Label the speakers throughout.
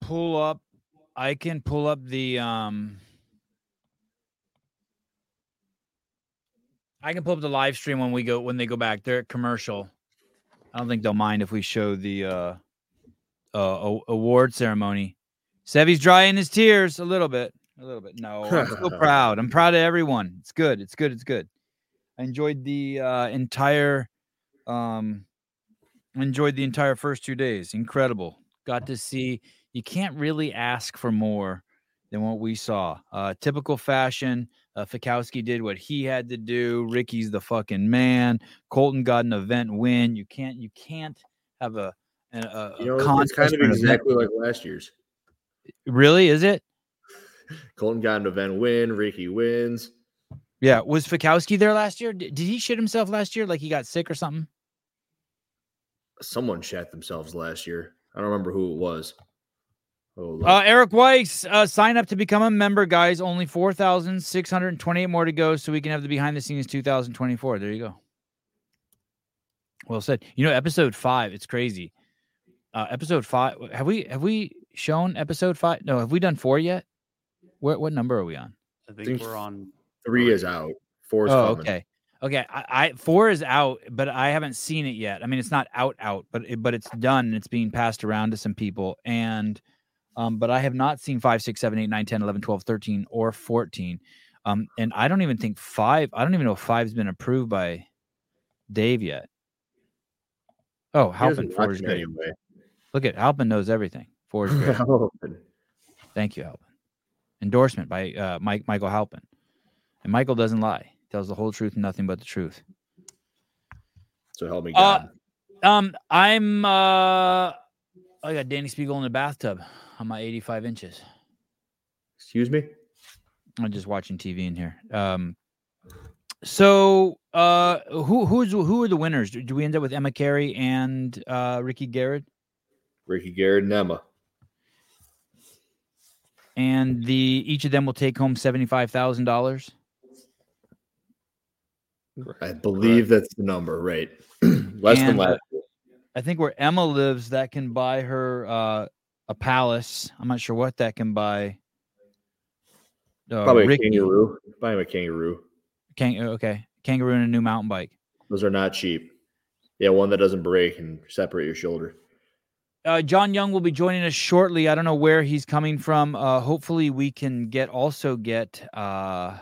Speaker 1: pull up. I can pull up the. um I can pull up the live stream when we go when they go back. They're at commercial. I don't think they'll mind if we show the uh, uh a- award ceremony. Sevy's drying his tears a little bit. A little bit. No, I'm still proud. I'm proud of everyone. It's good. It's good. It's good. I enjoyed the uh entire um enjoyed the entire first two days. Incredible. Got to see you can't really ask for more than what we saw. Uh typical fashion. Uh, Fikowski did what he had to do. Ricky's the fucking man. Colton got an event win. You can't you can't have a an- a, a
Speaker 2: You know, it's
Speaker 1: contest
Speaker 2: kind of
Speaker 1: or an event.
Speaker 2: exactly like last year's.
Speaker 1: Really, is it?
Speaker 2: Colton got an event win. Ricky wins.
Speaker 1: Yeah. Was Fikowski there last year? Did, did he shit himself last year? Like he got sick or something?
Speaker 2: Someone shat themselves last year. I don't remember who it was. Oh, look.
Speaker 1: Uh, Eric Weiss, uh, sign up to become a member, guys. Only 4,628 more to go, so we can have the behind the scenes 2024. There you go. Well said. You know, episode five, it's crazy. Uh, episode five, have we have we shown episode five? No, have we done four yet? What what number are we on?
Speaker 3: I think
Speaker 2: Think-
Speaker 3: we're on.
Speaker 2: three is out. Four is
Speaker 1: oh,
Speaker 2: coming.
Speaker 1: okay. Okay, I, I four is out, but I haven't seen it yet. I mean, it's not out out, but it, but it's done and it's being passed around to some people. And um, but I have not seen five, six, seven, eight, nine, 10, 11, 12, 13, or fourteen. Um, and I don't even think five. I don't even know if five's been approved by Dave yet. Oh,
Speaker 2: He doesn't
Speaker 1: Halpin
Speaker 2: watch
Speaker 1: four is
Speaker 2: it
Speaker 1: great. Look at Halpin knows everything. Four is great.
Speaker 2: anyway.
Speaker 1: Thank you, Halpin. Endorsement by uh, Mike Michael Halpin. And Michael doesn't lie. Tells the whole truth and nothing but the truth.
Speaker 2: so help me
Speaker 1: Uh,
Speaker 2: God.
Speaker 1: Um, I'm uh, I got Danny Spiegel in the bathtub on my 85 inches.
Speaker 2: Excuse me.
Speaker 1: I'm just watching TV in here. Um, so uh, who who's who are the winners? Do, do we end up with Emma Carey and uh, Ricky Garrett?
Speaker 2: Ricky Garrett and Emma.
Speaker 1: And the each of them will take home seventy five thousand dollars.
Speaker 2: I believe that's the number, right? Less than
Speaker 1: And-
Speaker 2: last.
Speaker 1: I think where Emma lives, that can buy her uh, a palace. I'm not sure what that can buy. Uh,
Speaker 2: Probably a
Speaker 1: Ricky-
Speaker 2: kangaroo. Buy him a kangaroo.
Speaker 1: Kang- okay, kangaroo and a new mountain bike.
Speaker 2: Those are not cheap. Yeah, one that doesn't break and separate your shoulder.
Speaker 1: uh, John Young will be joining us shortly. I don't know where he's coming from. Uh, hopefully, we can get also get. Uh,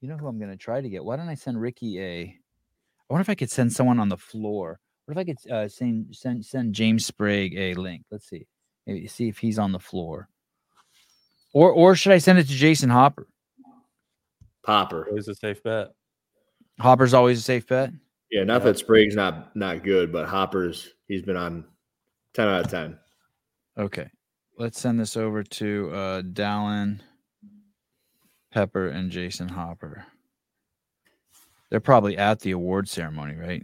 Speaker 1: you know who I'm going to try to get. Why don't I send Ricky a? I wonder if I could send someone on the floor. What if I could uh, send send send James Sprague a link? Let's see. Maybe see if he's on the floor. Or or should I send it to Jason Hopper?
Speaker 2: Popper.
Speaker 3: Always a safe bet.
Speaker 1: Hopper's always a safe bet.
Speaker 2: Yeah, not that Sprague's not not good, but Hopper's he's been on ten out of ten.
Speaker 1: Okay. Let's send this over to uh Dallin, Pepper, and Jason Hopper. They're probably at the award ceremony, right?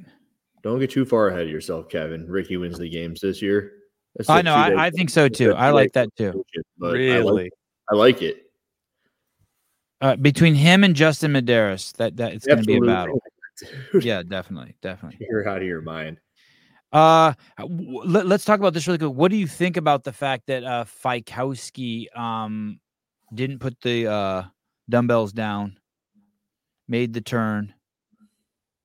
Speaker 2: Don't get too far ahead of yourself, Kevin. Ricky wins the games this year. That's
Speaker 1: I
Speaker 2: a
Speaker 1: know.
Speaker 2: two-day
Speaker 1: I, I think so too. I like that too.
Speaker 2: bullshit, but I like,
Speaker 3: really?
Speaker 2: I like it.
Speaker 1: Uh, between him and Justin Medeiros, that that it's going to be a
Speaker 2: Absolutely.
Speaker 1: battle.
Speaker 2: Dude,
Speaker 1: Yeah, definitely, definitely.
Speaker 2: You're out of your mind.
Speaker 1: Uh, w- let, us talk about this really quick. What do you think about the fact that uh Fikowski um didn't put the uh dumbbells down, made the turn?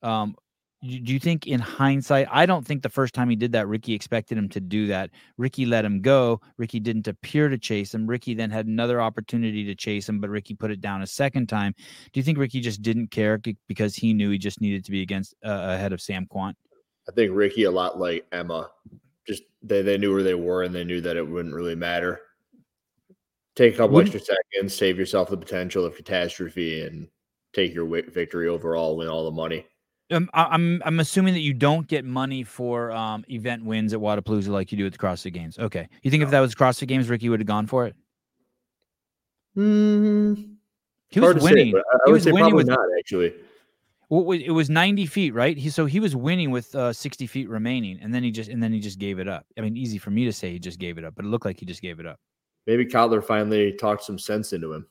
Speaker 1: Um, you- do you think in hindsight? I don't think the first time he did that, Ricky expected him to do that. Ricky let him go. Ricky didn't appear to chase him. Ricky then had another opportunity to chase him, but Ricky put it down a second time. Do you think Ricky just didn't care c- because he knew he just needed to be against uh, ahead of Sam Quant?
Speaker 2: I think Ricky a lot like Emma. Just they, they knew where they were and they knew that it wouldn't really matter. Take a couple
Speaker 1: Wouldn't-
Speaker 2: extra seconds, save yourself the potential of catastrophe, and take your wi- victory overall, win all the money.
Speaker 1: Um, I, I'm I'm assuming that you don't get money for um event wins at Wadapalooza like you do at the CrossFit Games. Okay, you think if that was CrossFit Games, Ricky would have gone for it? He was winning.
Speaker 2: I, I
Speaker 1: he
Speaker 2: would
Speaker 1: was
Speaker 2: say
Speaker 1: winning
Speaker 2: probably
Speaker 1: with
Speaker 2: not actually.
Speaker 1: what was it was 90 feet, right? He so he was winning with uh 60 feet remaining, and then he just and then he just gave it up. I mean, easy for me to say he just gave it up, but it looked like he just gave it up.
Speaker 2: Maybe Cotler finally talked some sense into him.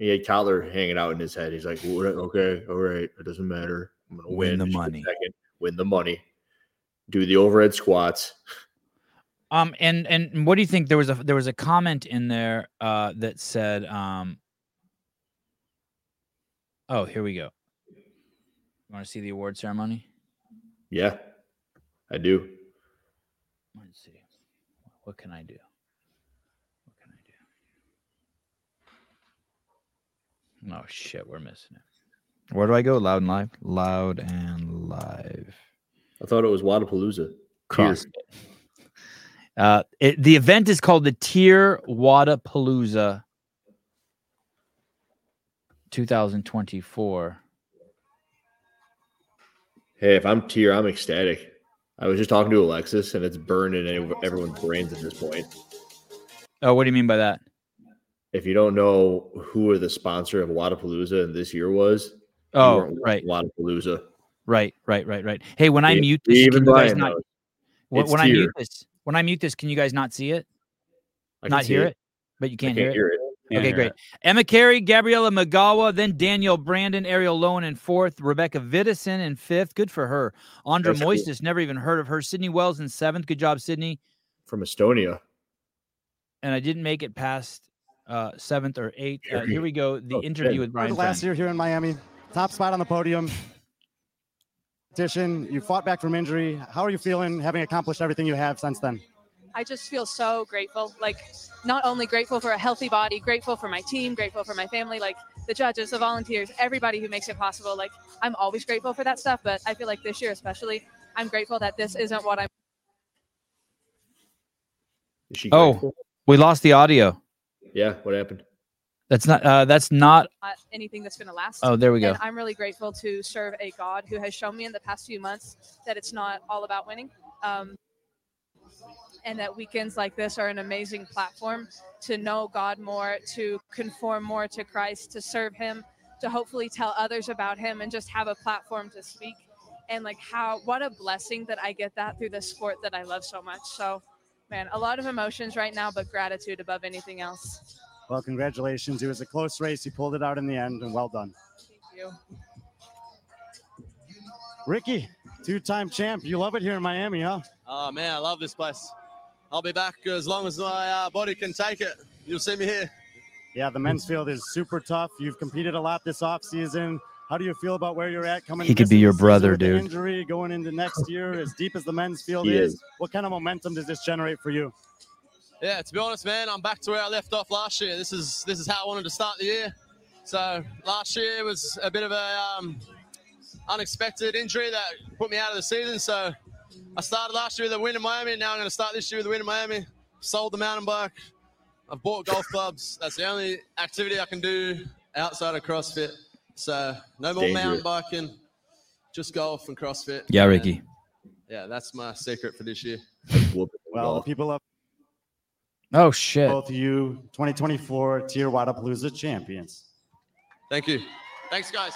Speaker 2: He had Cotler hanging out in his head. He's like, "Well, okay, all right, it doesn't matter. I'm gonna
Speaker 1: Win
Speaker 2: win,
Speaker 1: the
Speaker 2: just for a
Speaker 1: money."
Speaker 2: second, win the money, do the overhead squats.
Speaker 1: Um, and and what do you think? There was a there was a comment in there uh, that said, um, "Oh, here we go." You want to see the award ceremony?
Speaker 2: Yeah, I do.
Speaker 1: Let's see. What can I do? What can I do? Oh shit, we're missing it. Where do I go? Loud and live. Loud and live.
Speaker 2: I thought it was Wadapalooza.
Speaker 1: CrossFit. Uh, it, the event is called the Tier Wadapalooza 2024.
Speaker 2: Hey, if I'm tier, I'm ecstatic. I was just talking to Alexis, and it's burned in ev- everyone's brains at this point.
Speaker 1: Oh, what do you mean by that?
Speaker 2: If you don't know who were the sponsor of Wadapalooza and this year was, you
Speaker 1: Oh,
Speaker 2: weren't
Speaker 1: right,
Speaker 2: watching Wadapalooza.
Speaker 1: right, right, right, right. Hey, when I
Speaker 2: E-
Speaker 1: mute this,
Speaker 2: even
Speaker 1: can you guys
Speaker 2: Brian
Speaker 1: not,
Speaker 2: knows.
Speaker 1: when,
Speaker 2: It's
Speaker 1: when I mute
Speaker 2: tier.
Speaker 1: this, when I mute this, can you guys not see it?
Speaker 2: I can
Speaker 1: not
Speaker 2: see
Speaker 1: hear it? But
Speaker 2: I
Speaker 1: you can't hear it.
Speaker 2: Can't
Speaker 1: okay,
Speaker 2: hear
Speaker 1: great.
Speaker 2: it.
Speaker 1: Emma Carey, Gabriella Magawa, then Daniel Brandon, Ariel Lowen in fourth, Rebecca Vidison in fifth. Good for her. Andra
Speaker 2: That's cool.
Speaker 1: Moistus, never even heard of her. Sydney Wells in seventh. Good job, Sydney.
Speaker 2: From Estonia.
Speaker 1: And I didn't make it past uh, seventh or eighth. Uh, here we go. The
Speaker 2: Oh,
Speaker 1: interview
Speaker 2: shit.
Speaker 1: with
Speaker 3: Remember
Speaker 1: Brian.
Speaker 3: the last
Speaker 1: Fenn.
Speaker 3: year here in Miami, top spot on the podium. Competition, you fought back from injury. How are you feeling having accomplished everything you have since then?
Speaker 4: I just feel so grateful. Like, not only grateful for a healthy body, grateful for my team, grateful for my family, like the judges, the volunteers, everybody who makes it possible. Like, I'm always grateful for that stuff, but I feel like this year especially, I'm grateful that this isn't what I'm.
Speaker 2: Is she
Speaker 1: Oh.
Speaker 2: grateful?
Speaker 1: We lost the audio.
Speaker 2: yeah. What happened?
Speaker 1: That's not. Uh, that's not.
Speaker 4: Not anything that's going to last.
Speaker 1: Oh, there we go.
Speaker 4: And I'm really grateful to serve a God who has shown me in the past few months that it's not all about winning. Um, and that weekends like this are an amazing platform to know God more, to conform more to Christ, to serve Him, to hopefully tell others about Him, and just have a platform to speak. And like, how, what a blessing that I get that through the sport that I love so much. So, man, a lot of emotions right now, but gratitude above anything else.
Speaker 3: Well, congratulations. It was a close race. You pulled it out in the end, and well done.
Speaker 4: Thank you.
Speaker 3: Ricky, two time champ. You love it here in Miami, huh?
Speaker 5: Oh man, I love this place. I'll be back as long as my uh, body can take it. You'll see me here.
Speaker 3: Yeah, the men's field is super tough. You've competed a lot this offseason. How do you feel about where you're at coming?
Speaker 1: He could
Speaker 3: into
Speaker 1: be your
Speaker 3: this season
Speaker 1: brother,
Speaker 3: with the
Speaker 1: dude.
Speaker 3: Injury going into next year, as deep as the men's field
Speaker 2: He
Speaker 3: is,
Speaker 2: is.
Speaker 3: What kind of momentum does this generate for you?
Speaker 5: Yeah, to be honest, man, I'm back to where I left off last year. This is this is how I wanted to start the year. So last year was a bit of a um, unexpected injury that put me out of the season. So I started last year with a win in Miami, and now I'm going to start this year with a win in Miami. Sold the mountain bike. I've bought golf clubs. That's the only activity I can do outside of CrossFit. So no more
Speaker 2: Dangerous.
Speaker 5: mountain biking, just golf and CrossFit.
Speaker 1: Yeah,
Speaker 5: And-
Speaker 1: Ricky.
Speaker 5: Yeah, that's my secret for this year.
Speaker 2: Whoop.
Speaker 3: Well, the people love
Speaker 1: Oh shit.
Speaker 3: both of you 2024 Tier Wadapalooza champions.
Speaker 5: Thank you. Thanks, guys.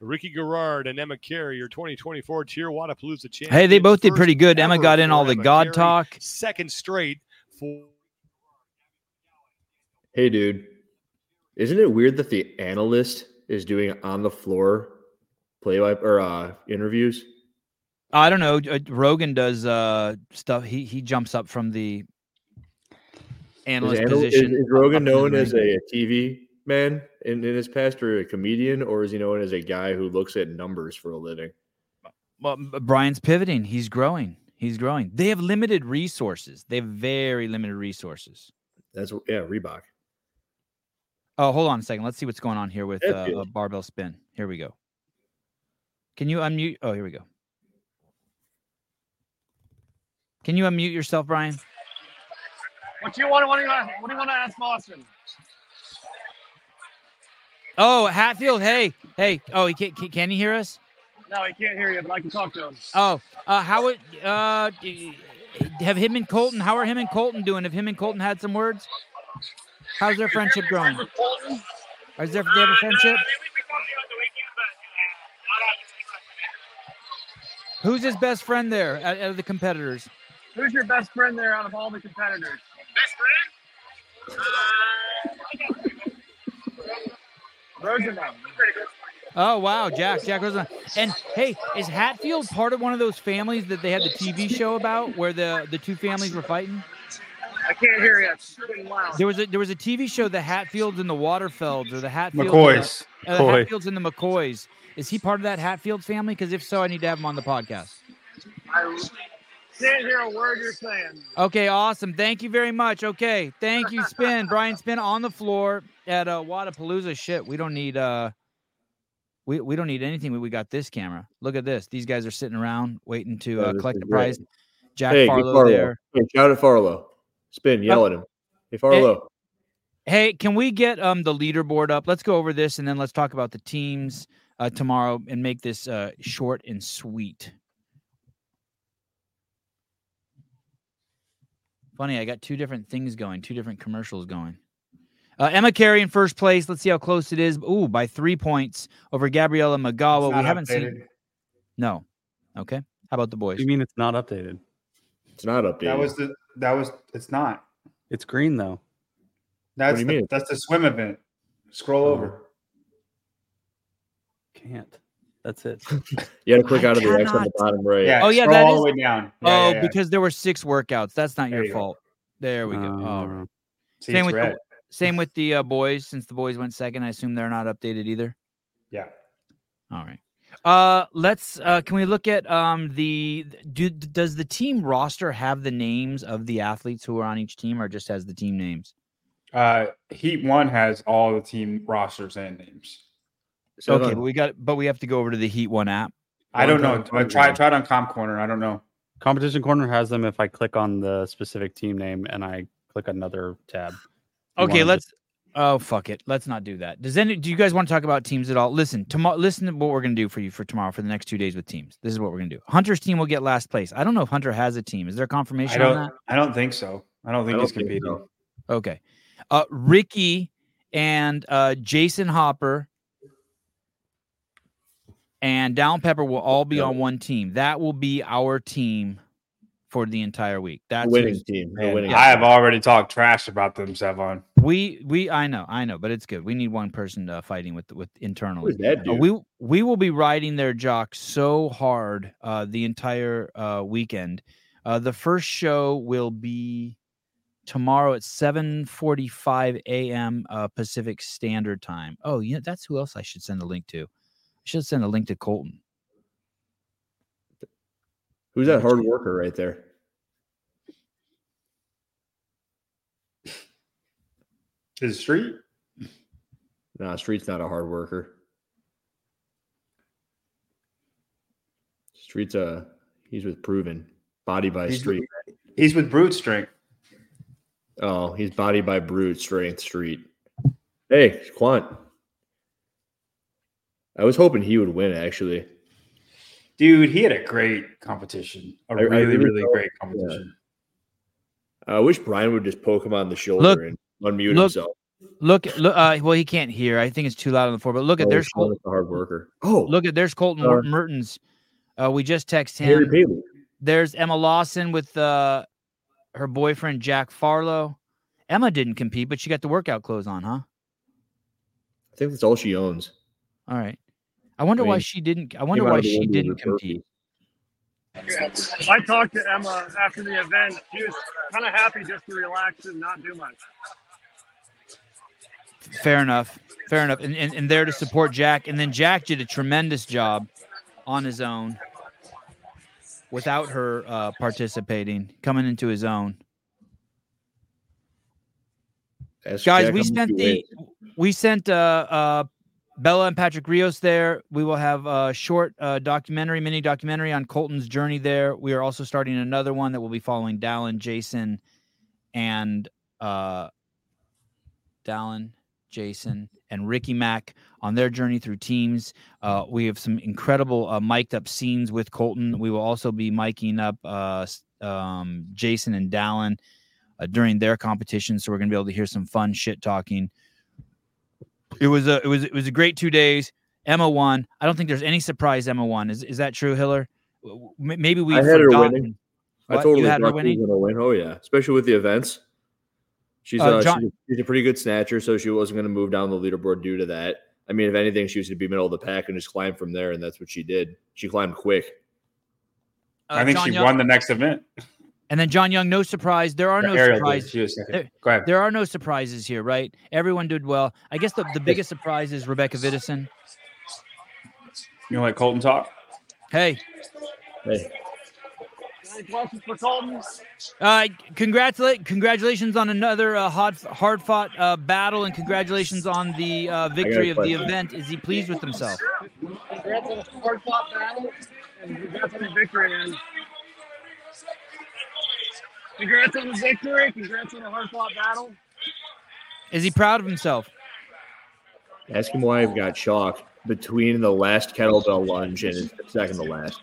Speaker 6: Ricky Garrard and Emma Carey, your 2024 Tier Wadapalooza champions.
Speaker 1: Hey, they both did
Speaker 6: First
Speaker 1: pretty good. Emma
Speaker 6: ever
Speaker 1: got in
Speaker 6: for
Speaker 1: all the
Speaker 6: Emma
Speaker 1: God
Speaker 6: Carey,
Speaker 1: talk.
Speaker 6: Second straight for
Speaker 2: Hey, dude. Isn't it weird that the analyst is doing on the floor play by or uh, interviews?
Speaker 1: I don't know. uh, Rogan does uh, stuff. He he jumps up from the
Speaker 2: Is,
Speaker 1: analyst
Speaker 2: anal- is-
Speaker 1: position.
Speaker 2: is
Speaker 1: up
Speaker 2: Rogan
Speaker 1: in the
Speaker 2: known as
Speaker 1: ring.
Speaker 2: a TV man in, in his past or a comedian, or is he known as a guy who looks at numbers for a living?
Speaker 1: Well, b- Brian's pivoting. He's growing. He's growing. They have limited resources. They have very limited resources.
Speaker 2: That's yeah, Reebok.
Speaker 1: Oh, hold on a second. Let's see what's going on here with uh,
Speaker 2: Deadfield.
Speaker 1: a barbell spin. Here we go. Can you unmute? Oh, here we go. Can you unmute yourself, Brian?
Speaker 7: What do you want? What do you want? What do you want to ask Boston?
Speaker 1: Oh, Hatfield. Hey, hey. Oh, he can, can, can he hear us?
Speaker 7: No, he can't hear you, but I can talk to him.
Speaker 1: Oh, uh, how would uh, d- have him and Colton? How are him and Colton doing? Have him and Colton had some words? How's their friendship growing? Is there they have a friendship? Who's his best friend there out, out of the competitors?
Speaker 7: Who's your best friend there out of all the competitors? Best friend? Roosevelt.
Speaker 1: Oh wow, Jack. Jack Rosenbaum. And hey, is Hatfield part of one of those families that they had the TV show about where the the two families were fighting?
Speaker 7: I can't hear you. It's pretty loud.
Speaker 1: There was a there was a TV show, the Hatfields and the Waterfelds, or the Hatfields. and the-
Speaker 8: McCoy's.
Speaker 1: uh, the
Speaker 8: McCoy.
Speaker 1: Hatfields and the McCoys. Is he part of that Hatfield family? Because if so, I need to have him on the podcast.
Speaker 7: I can't hear a word you're saying.
Speaker 1: Okay, awesome. Thank you very much. Okay, thank you, Spin. Brian Spin on the floor at uh, Wadapalooza. Shit, we don't need uh, we we don't need anything. We, we got this camera. Look at this. These guys are sitting around waiting to
Speaker 2: Yeah,
Speaker 1: uh,
Speaker 2: this
Speaker 1: collect
Speaker 2: is
Speaker 1: the
Speaker 2: great.
Speaker 1: prize. Jack
Speaker 2: hey,
Speaker 1: Farlow,
Speaker 2: Farlow Farlow.
Speaker 1: there.
Speaker 2: Hey, shout out Farlow. Spin, yell at him. Hey, Farlow.
Speaker 1: Hey, can we get um the leaderboard up? Let's go over this and then let's talk about the teams uh, tomorrow and make this uh, short and sweet. Funny, I got two different things going, two different commercials going. Uh, Emma Carey in first place. Let's see how close it is. Ooh, by three points over Gabriella Magawa.
Speaker 8: It's
Speaker 1: We
Speaker 8: not
Speaker 1: haven't seen.
Speaker 8: updated.
Speaker 1: No. Okay. How about the boys?
Speaker 9: You mean it's not updated?
Speaker 2: It's not updated.
Speaker 8: That was the that was it's not.
Speaker 9: It's green though.
Speaker 8: That's
Speaker 2: do you
Speaker 8: the,
Speaker 2: mean?
Speaker 8: that's the swim event. Scroll
Speaker 9: Oh.
Speaker 8: over.
Speaker 9: Can't. That's it.
Speaker 2: you got to click
Speaker 1: I
Speaker 2: out of the X on
Speaker 1: cannot.
Speaker 2: the bottom right.
Speaker 8: Yeah.
Speaker 1: Oh, yeah,
Speaker 8: Scroll
Speaker 1: that
Speaker 8: all
Speaker 1: is-
Speaker 8: the way down. Yeah,
Speaker 1: oh,
Speaker 8: yeah, yeah.
Speaker 1: because there were six workouts. That's not
Speaker 8: There
Speaker 1: your
Speaker 8: you go. Um,
Speaker 1: fault. There we go. All right.
Speaker 8: See,
Speaker 1: same
Speaker 8: it's
Speaker 1: with the-
Speaker 8: red.
Speaker 1: Same with the uh, boys. Since the boys went second, I assume they're not updated either.
Speaker 8: Yeah.
Speaker 1: All right. Uh, let's. Uh, can we look at um the do does the team roster have the names of the athletes who are on each team, or just has the team names?
Speaker 8: Uh, Heat one has all the team rosters and names.
Speaker 2: So
Speaker 1: okay, but we got. But we have to go over to the Heat One app.
Speaker 8: I don't know.
Speaker 2: Contact
Speaker 8: I tried
Speaker 2: Telegram.
Speaker 8: tried on Comp Corner. I don't know.
Speaker 9: Competition corner has them if I click on the specific team name and I click another tab. You
Speaker 1: Okay,
Speaker 9: wanna
Speaker 1: let's. Oh fuck it, let's not do that. Does any? Do you guys want to talk about teams at all? Listen, tomorrow. Listen to what we're gonna do for you for tomorrow for the next two days with teams. This is what we're gonna do. Hunter's team will get last place. I don't know if Hunter has a team. Is there
Speaker 8: I
Speaker 1: confirmation on that?
Speaker 8: don't. I don't think so. I don't think
Speaker 2: don't
Speaker 8: he's
Speaker 2: think
Speaker 8: competing.
Speaker 2: so.
Speaker 1: Okay. Uh, Ricky and uh, Jason Hopper and Down Pepper will all be on one team. That will be our team for the entire week.
Speaker 2: The
Speaker 1: That's
Speaker 2: winning
Speaker 1: who's-
Speaker 2: team. The
Speaker 8: Man,
Speaker 2: winning
Speaker 8: I
Speaker 2: team.
Speaker 8: have already talked trash about them, Savon.
Speaker 1: we we I know I know, but it's good. We need one person uh, fighting with with
Speaker 2: Who
Speaker 1: internally.
Speaker 2: is that
Speaker 1: Uh,
Speaker 2: dude?
Speaker 1: we we will be riding their jock so hard uh, the entire uh, weekend. Uh, the first show will be tomorrow at 7:45 a.m. Uh, Pacific Standard Time. Oh, yeah, that's who else I should send a link to. I should send a link to Colton.
Speaker 2: Who's that hard worker right there?
Speaker 8: Is it Street?
Speaker 2: Nah, Street's not a hard worker. Street's a he's with proven body by
Speaker 8: He's-
Speaker 2: street.
Speaker 8: He's with Brute Strength.
Speaker 2: Oh, he's body by brute strength street. Hey, Quant. I was hoping he would win actually.
Speaker 8: Dude, he had a great competition. A
Speaker 2: I
Speaker 8: really,
Speaker 2: really
Speaker 8: really
Speaker 2: felt-
Speaker 8: great competition.
Speaker 2: I wish Brian would just poke him on the shoulder
Speaker 1: Look-
Speaker 2: and unmute
Speaker 1: look-
Speaker 2: himself.
Speaker 1: Look, look. Uh, well, he can't hear. I think it's too loud on the floor. But look at
Speaker 2: Oh,
Speaker 1: there's
Speaker 2: Sean
Speaker 1: Colton.
Speaker 2: is a hard worker. Oh,
Speaker 1: Look at there's Colton
Speaker 2: Sorry.
Speaker 1: Mertens. Uh, we just text him.
Speaker 2: Harry Paley.
Speaker 1: There's Emma Lawson with uh, her boyfriend Jack Farlow. Emma didn't compete, but she got the workout clothes on, huh?
Speaker 2: I think that's all she owns.
Speaker 1: All right. I wonder why
Speaker 2: mean,
Speaker 1: she didn't. I wonder
Speaker 2: Came out
Speaker 1: why
Speaker 2: of the
Speaker 1: she
Speaker 2: womb with
Speaker 1: didn't
Speaker 2: her burpees.
Speaker 1: compete.
Speaker 7: I talked to Emma after the event. She was kind of happy just to relax and not do much.
Speaker 1: Fair enough. Fair enough. And, and and there to support Jack. And then Jack did a tremendous job on his own without her uh, participating, coming into his own.
Speaker 2: Ask
Speaker 1: guys
Speaker 2: Jack
Speaker 1: we
Speaker 2: how much
Speaker 1: sent
Speaker 2: he
Speaker 1: the
Speaker 2: weighs.
Speaker 1: we sent uh uh bella and patrick rios there we will have a short uh documentary mini documentary on colton's journey there we are also starting another one that will be following dallin jason and uh dallin jason and ricky mack on their journey through teams uh, we have some incredible uh, mic'd up scenes with colton we will also be miking up uh, s- um, jason and dallin uh, during their competition. So we're gonna be able to hear some fun shit talking. It was a it was it was a great two days. Emma won. I don't think there's any surprise. Emma won. Is is that true, Hiller? W- w- m- Maybe we
Speaker 2: I had her winning.
Speaker 1: forgotten.
Speaker 2: I
Speaker 1: What?
Speaker 2: totally
Speaker 1: you had her
Speaker 2: thought she
Speaker 1: winning.
Speaker 2: was gonna win. Oh yeah, especially with the events. She's
Speaker 1: Uh,
Speaker 2: uh,
Speaker 1: John-
Speaker 2: she's, a, she's a pretty good snatcher, so she wasn't gonna move down the leaderboard due to that. I mean, if anything, she was going to be middle of the pack and just climb from there, and that's what she did. She climbed quick.
Speaker 1: Uh,
Speaker 8: I think
Speaker 1: John
Speaker 8: she
Speaker 1: Young-
Speaker 8: won the next event.
Speaker 1: And then John Young, no surprise. There are
Speaker 8: The
Speaker 1: no
Speaker 8: aerial did.
Speaker 1: surprises.
Speaker 8: She was second.
Speaker 1: There-
Speaker 8: Go ahead.
Speaker 1: There are no surprises here, right? Everyone did well. I guess the, the biggest surprise is Rebecca Vidison.
Speaker 8: You want to let Colton talk?
Speaker 1: Hey,
Speaker 2: Hey,
Speaker 7: Any questions for Colton?
Speaker 1: uh, congratulate, congratulations on another uh, hard, hard fought uh, battle, and congratulations on the uh, victory of the
Speaker 2: question.
Speaker 1: event. Is he pleased with himself?
Speaker 7: Congrats on the hard fought battle and congrats on the victory. And congrats on the victory. Congrats on the hard fought battle.
Speaker 1: Is he proud of himself?
Speaker 2: ask him why I've got chalk between the last kettlebell lunge and the second to last.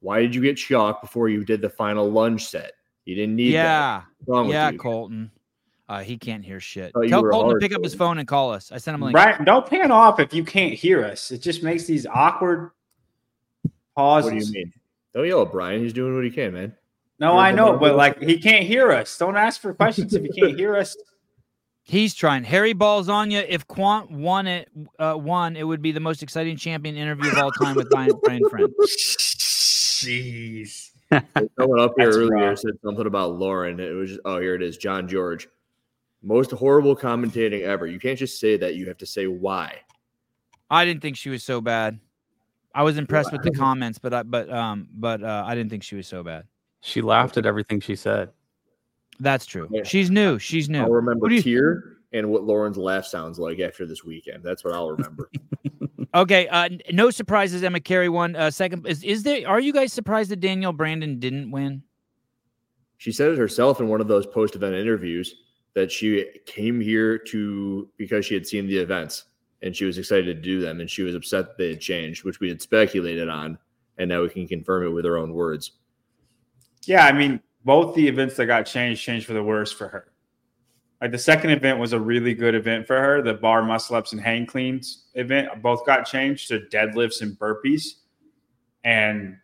Speaker 2: Why did you get chalk before you did the final lunge set? You didn't need that.
Speaker 1: Yeah,
Speaker 2: What's wrong with
Speaker 1: yeah,
Speaker 2: you?
Speaker 1: Colton. Uh, he can't hear shit.
Speaker 2: Oh, you
Speaker 1: Tell
Speaker 2: were
Speaker 1: Colton to
Speaker 2: hard,
Speaker 1: pick up his
Speaker 2: Colton.
Speaker 1: phone and call us. I sent him a link.
Speaker 8: Right. Don't pan off if you can't hear us. It just makes these awkward pauses.
Speaker 2: What do you mean? Don't yell at Brian. He's doing what he can, man.
Speaker 8: No,
Speaker 2: You're
Speaker 8: I
Speaker 2: the
Speaker 8: know,
Speaker 2: one
Speaker 8: but
Speaker 2: who-
Speaker 8: like he can't hear us. Don't ask for questions if he can't hear us.
Speaker 1: He's trying. Harry balls on you. If Quant won it, uh, won, it would be the most exciting champion interview of all time with Brian, Brian Friend.
Speaker 8: Jeez.
Speaker 2: Someone up here
Speaker 8: That's
Speaker 2: earlier
Speaker 8: wrong.
Speaker 2: said something about Lauren. It was oh, here it is, John George. Most horrible commentating ever. You can't just say that. You have to say why.
Speaker 1: I didn't think she was so bad. I was impressed with the comments, but I but um but uh, I didn't think she was so bad.
Speaker 9: She laughed at everything she said.
Speaker 1: That's true.
Speaker 2: Yeah.
Speaker 1: She's new. She's
Speaker 2: I'll
Speaker 1: new.
Speaker 2: remember
Speaker 1: What do you-
Speaker 2: tear and what Lauren's laugh sounds like after this weekend. That's what I'll remember.
Speaker 1: Okay. Uh, n- no surprises. Emma Carey won. Uh, second is is there? Are you guys surprised that Danielle Brandon didn't win?
Speaker 2: she said it herself in one of those post-event interviews that she came here to because she had seen the events and she was excited to do them and she was upset that they had changed, which we had speculated on, and now we can confirm it with her own words.
Speaker 8: Yeah, I mean, both the events that got changed changed for the worse for her. Like the second event was a really good event for her. The bar muscle ups and hang cleans event both got changed to deadlifts and burpees. And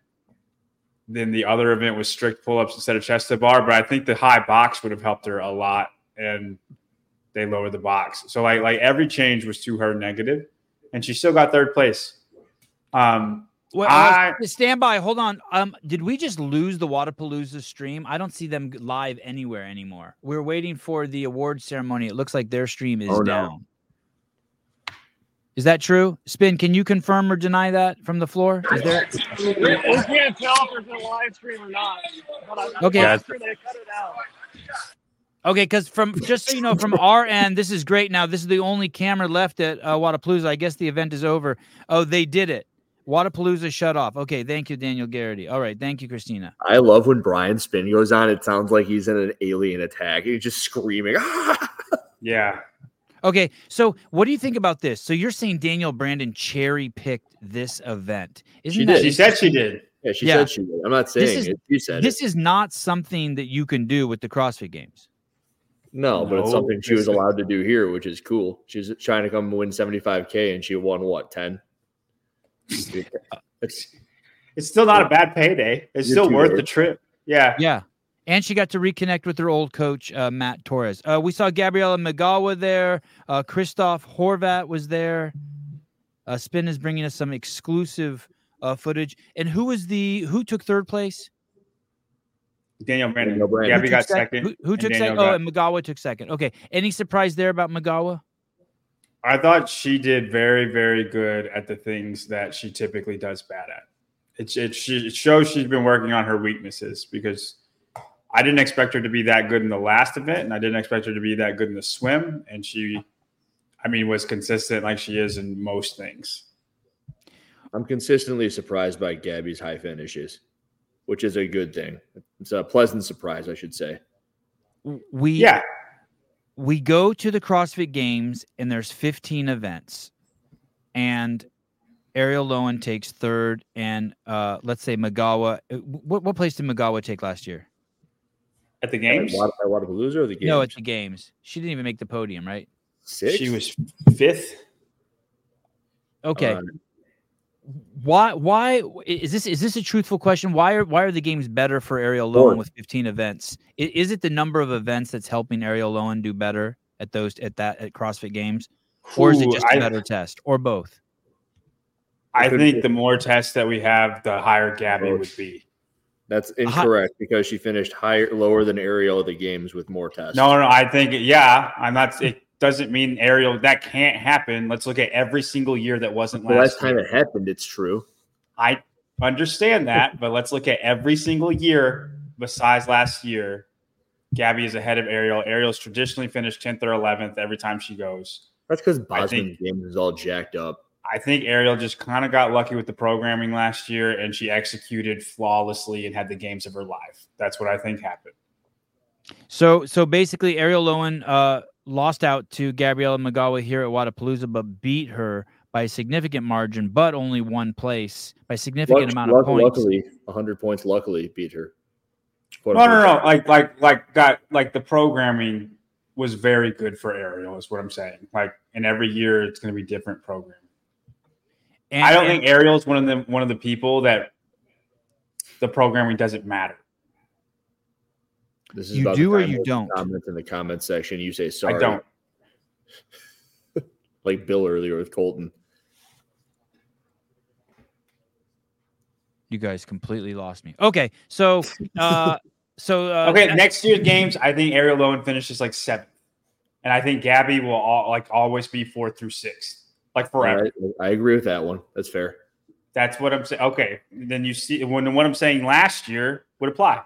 Speaker 8: then the other event was strict pull ups instead of chest to bar. But I think the high box would have helped her a lot. And they lowered the box. So like like every change was to her negative, And she still got third place. Um
Speaker 1: What,
Speaker 8: I-
Speaker 1: uh, stand by. Hold on. Um, did we just lose the Wadapalooza stream? I don't see them g- live anywhere anymore. We're waiting for the award ceremony. It looks like their stream is
Speaker 2: Oh, no.
Speaker 1: down. Is that true? Spin, can you confirm or deny that from the floor? Is there?
Speaker 7: We can't tell if there's a live stream or not. But I'm, I'm
Speaker 1: Okay.
Speaker 7: pretty sure they cut it out.
Speaker 1: Okay, because from just so you know, from our end, this is great. Now this is the only camera left at uh, Wadapalooza. I guess the event is over. Oh, they did it. Wadapalooza shut off. Okay, thank you, Daniel Garrity. All right, thank you, Christina.
Speaker 2: I love when Brian Spin goes on. It sounds like he's in an alien attack. He's just screaming. "Ah!"
Speaker 8: yeah.
Speaker 1: Okay, so what do you think about this? So you're saying Daniel Brandon cherry picked this event? Isn't
Speaker 2: She
Speaker 1: that
Speaker 2: did.
Speaker 8: She said she did.
Speaker 2: yeah, she
Speaker 1: Yeah.
Speaker 2: said she would. I'm not saying
Speaker 1: is-
Speaker 2: it. You said
Speaker 1: this
Speaker 2: it.
Speaker 1: is not something that you can do with the CrossFit Games?
Speaker 2: No, but it's
Speaker 8: No,
Speaker 2: something she was
Speaker 8: this is-
Speaker 2: allowed to do here, which is cool. She's trying to come win 75K and she won what, 10? It's-
Speaker 8: It's still not a bad payday. It's
Speaker 2: You're
Speaker 8: still
Speaker 2: too
Speaker 8: worth
Speaker 2: old.
Speaker 8: the trip. Yeah.
Speaker 1: Yeah. And she got to reconnect with her old coach, uh, Matt Torres. Uh, we saw Gabriela Magawa there. Uh, Christoph Horvat was there. Uh, Spin is bringing us some exclusive uh, footage. And who was the who took third place?
Speaker 8: Daniel Brandon.
Speaker 2: Daniel Brandon.
Speaker 8: Gabby
Speaker 1: Who
Speaker 8: got
Speaker 1: took sec-
Speaker 8: second.
Speaker 1: Who, who
Speaker 8: and
Speaker 1: took
Speaker 8: Daniel
Speaker 1: second?
Speaker 8: got-
Speaker 1: Oh, and Magawa took second. Okay. Any surprise there about Magawa?
Speaker 8: I thought she did very, very good at the things that she typically does bad at. It, it, she, it shows she's been working on her weaknesses because I didn't expect her to be that good in the last event, and I didn't expect her to be that good in the swim. And she, I mean, was consistent like she is in most things.
Speaker 2: I'm consistently surprised by Gabby's high finishes, which is a good thing. It's a pleasant surprise, I should say.
Speaker 1: W- We
Speaker 8: Yeah.
Speaker 1: we go to the CrossFit Games and there's 15 events, and Ariel Lowen takes third, and uh, let's say Magawa. uh, What what place did Magawa take last year?
Speaker 8: At the games,
Speaker 2: At Wad- at Wadapalooza or the games?
Speaker 1: No, at the games. She didn't even make the podium, right?
Speaker 2: six.
Speaker 8: she was fifth.
Speaker 1: Okay.
Speaker 2: Uh,
Speaker 1: why? Why i- is this? Is this a truthful question? Why are why are the games better for Ariel Lowen
Speaker 2: Fourth.
Speaker 1: with 15 events? I- Is it the number of events that's helping Ariel Lowen do better at those at that at CrossFit Games, or is it
Speaker 8: Ooh,
Speaker 1: just a
Speaker 8: I-
Speaker 1: better test, or both?
Speaker 8: I
Speaker 2: Could be.
Speaker 8: think the more tests that we have, the higher Gabby would be.
Speaker 2: That's incorrect because she finished higher, lower than Ariel at the games with more tests.
Speaker 8: No, no, I think yeah. I'm not. It doesn't mean Ariel. That can't happen. Let's look at every single year that wasn't
Speaker 2: the last
Speaker 8: last.
Speaker 2: time it happened, it's true.
Speaker 8: I understand that, but let's look at every single year besides last year. Gabby is ahead of Ariel. Ariel's traditionally finished 10th or 11th every time she goes.
Speaker 2: That's because
Speaker 8: I
Speaker 2: Bosman's
Speaker 8: think-
Speaker 2: game is all jacked up.
Speaker 8: I think Ariel just kind of got lucky with the programming last year and she executed flawlessly and had the games of her life. That's what I think happened.
Speaker 1: So so basically, Ariel Lowen uh, lost out to Gabriela Magawa here at Wadapalooza, but beat her by a significant margin, but only one place by a significant
Speaker 2: Luck-
Speaker 1: amount
Speaker 2: luck-
Speaker 1: of points.
Speaker 2: Luckily, 100 points, luckily, beat her. Quote
Speaker 8: No, no,
Speaker 2: unquote.
Speaker 8: no. Like, like, like, got like the programming was very good for Ariel, is what I'm saying. Like, and every year it's going to be different programming.
Speaker 1: And,
Speaker 8: I don't
Speaker 1: and-
Speaker 8: think Ariel's one of the one of the people that the programming doesn't matter.
Speaker 2: This is
Speaker 1: You
Speaker 2: about
Speaker 1: do
Speaker 2: the
Speaker 1: or
Speaker 2: time
Speaker 1: you
Speaker 2: those
Speaker 1: don't?
Speaker 2: Comments in the comment section. You say sorry.
Speaker 8: I don't.
Speaker 2: Like Bill earlier with Colton.
Speaker 1: you guys completely lost me. Okay, so uh, so uh,
Speaker 8: Okay, next year's games, I think Ariel Lowen finishes like seventh, and I think Gabby will all, like always be fourth through sixth, like forever.
Speaker 2: I, I agree with that one. That's fair.
Speaker 8: That's what I'm saying. Okay, then you see when what I'm saying last year would apply.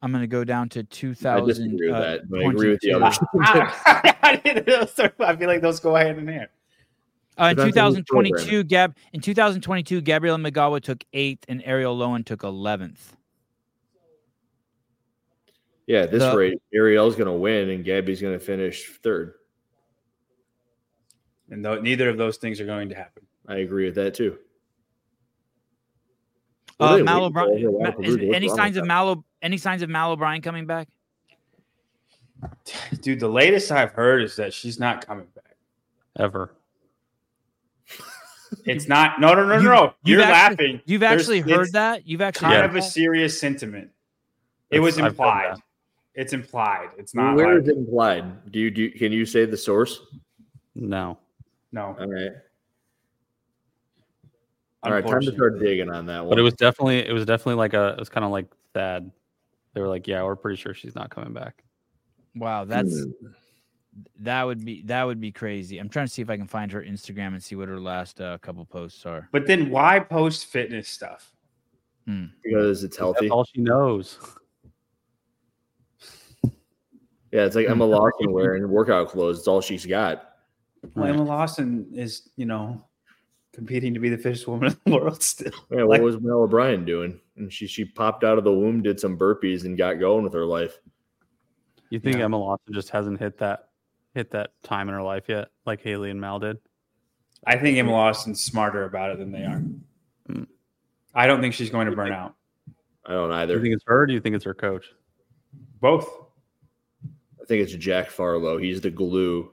Speaker 1: I'm going to go down to two
Speaker 2: I
Speaker 1: thousand. uh,
Speaker 2: disagree with that, but I agree with the others.
Speaker 8: I, I feel like those go hand in hand.
Speaker 1: Uh, in
Speaker 2: Depends on who's
Speaker 1: 2022, Gab in 2022, Gabriela Magawa took eighth, and Ariel Lowen took eleventh.
Speaker 2: Yeah, at this
Speaker 1: The-
Speaker 2: rate, Ariel's going to win and Gabby's going to finish third.
Speaker 8: And though neither of those things are going to happen.
Speaker 2: I agree with that too. What
Speaker 1: Uh,
Speaker 2: are they
Speaker 1: Mal
Speaker 2: waiting for over
Speaker 1: O'Brien.
Speaker 2: at
Speaker 1: Ma-
Speaker 2: Wapelooza?
Speaker 1: is-
Speaker 2: What's
Speaker 1: any
Speaker 2: wrong
Speaker 1: signs
Speaker 2: with
Speaker 1: of
Speaker 2: that?
Speaker 1: Mal? O- Any signs of Mal O'Brien coming back?
Speaker 8: Dude, the latest I've heard is that she's not coming back.
Speaker 9: ever.
Speaker 8: It's not. No, no, no, no.
Speaker 1: You-
Speaker 8: no.
Speaker 1: you've
Speaker 8: You're
Speaker 1: actually-
Speaker 8: laughing.
Speaker 1: You've
Speaker 8: There's-
Speaker 1: actually
Speaker 8: it's-
Speaker 1: heard that. You've actually
Speaker 8: kind
Speaker 1: heard
Speaker 8: of a
Speaker 1: that?
Speaker 8: serious sentiment. It
Speaker 9: That's-
Speaker 8: was
Speaker 9: I've heard
Speaker 8: implied.
Speaker 9: that.
Speaker 8: It's implied. It's not
Speaker 2: Where
Speaker 8: like
Speaker 2: is it implied? Do you, do you- can you say the source?
Speaker 9: No.
Speaker 8: no.
Speaker 2: All right. All right, time to start
Speaker 8: unfortunately.
Speaker 2: digging on that one.
Speaker 9: But it was definitely it was definitely like a it was kind of like Thad. They were like, yeah, we're pretty sure she's not coming back.
Speaker 1: Wow, that's that would be that would be crazy. I'm trying to see if I can find her Instagram and see what her last uh, couple posts are.
Speaker 8: But then why post fitness stuff? Hmm.
Speaker 2: because it's healthy.
Speaker 9: That's all she knows.
Speaker 2: Yeah, it's like Emma Lawson wearing workout clothes. It's all she's got.
Speaker 8: Well,
Speaker 9: Right.
Speaker 8: Emma Lawson is, you know, competing to be the fittest woman in the world still.
Speaker 2: Yeah, what
Speaker 8: Like-
Speaker 2: was Mel O'Brien doing? And she she popped out of the womb, did some burpees, and got going with her life.
Speaker 9: You think
Speaker 8: Yeah.
Speaker 9: Emma Lawson just hasn't hit that hit that time in her life yet, like Haley and Mal did?
Speaker 8: I think Emma Lawson's smarter about it than they are.
Speaker 9: Mm.
Speaker 8: I don't think she's going to burn out.
Speaker 2: I don't
Speaker 9: Do
Speaker 2: either.
Speaker 9: you think it's her? Or do you think it's her coach?
Speaker 8: Both.
Speaker 2: I think it's Jack Farlow. He's the glue.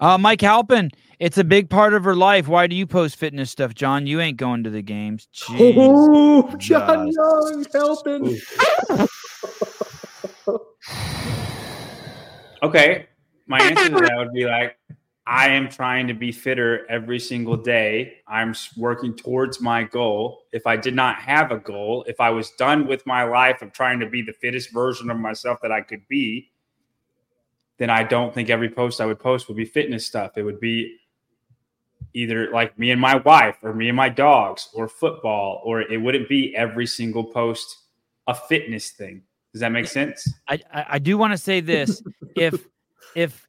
Speaker 1: Uh, Mike Halpin, it's a big part of her life. Why do you post fitness stuff, John? You ain't going to the games. Jeez.
Speaker 2: Oh,
Speaker 1: John
Speaker 2: Young helping.
Speaker 8: Okay. My answer to that would be like, I am trying to be fitter every single day. I'm s- working towards my goal. If I did not have a goal, if I was done with my life of trying to be the fittest version of myself that I could be, then I don't think every post I would post would be fitness stuff. It would be either like me and my wife or me and my dogs or football, or it wouldn't be every single post a fitness thing. Does that make sense?
Speaker 1: I, I I do want to say this. if if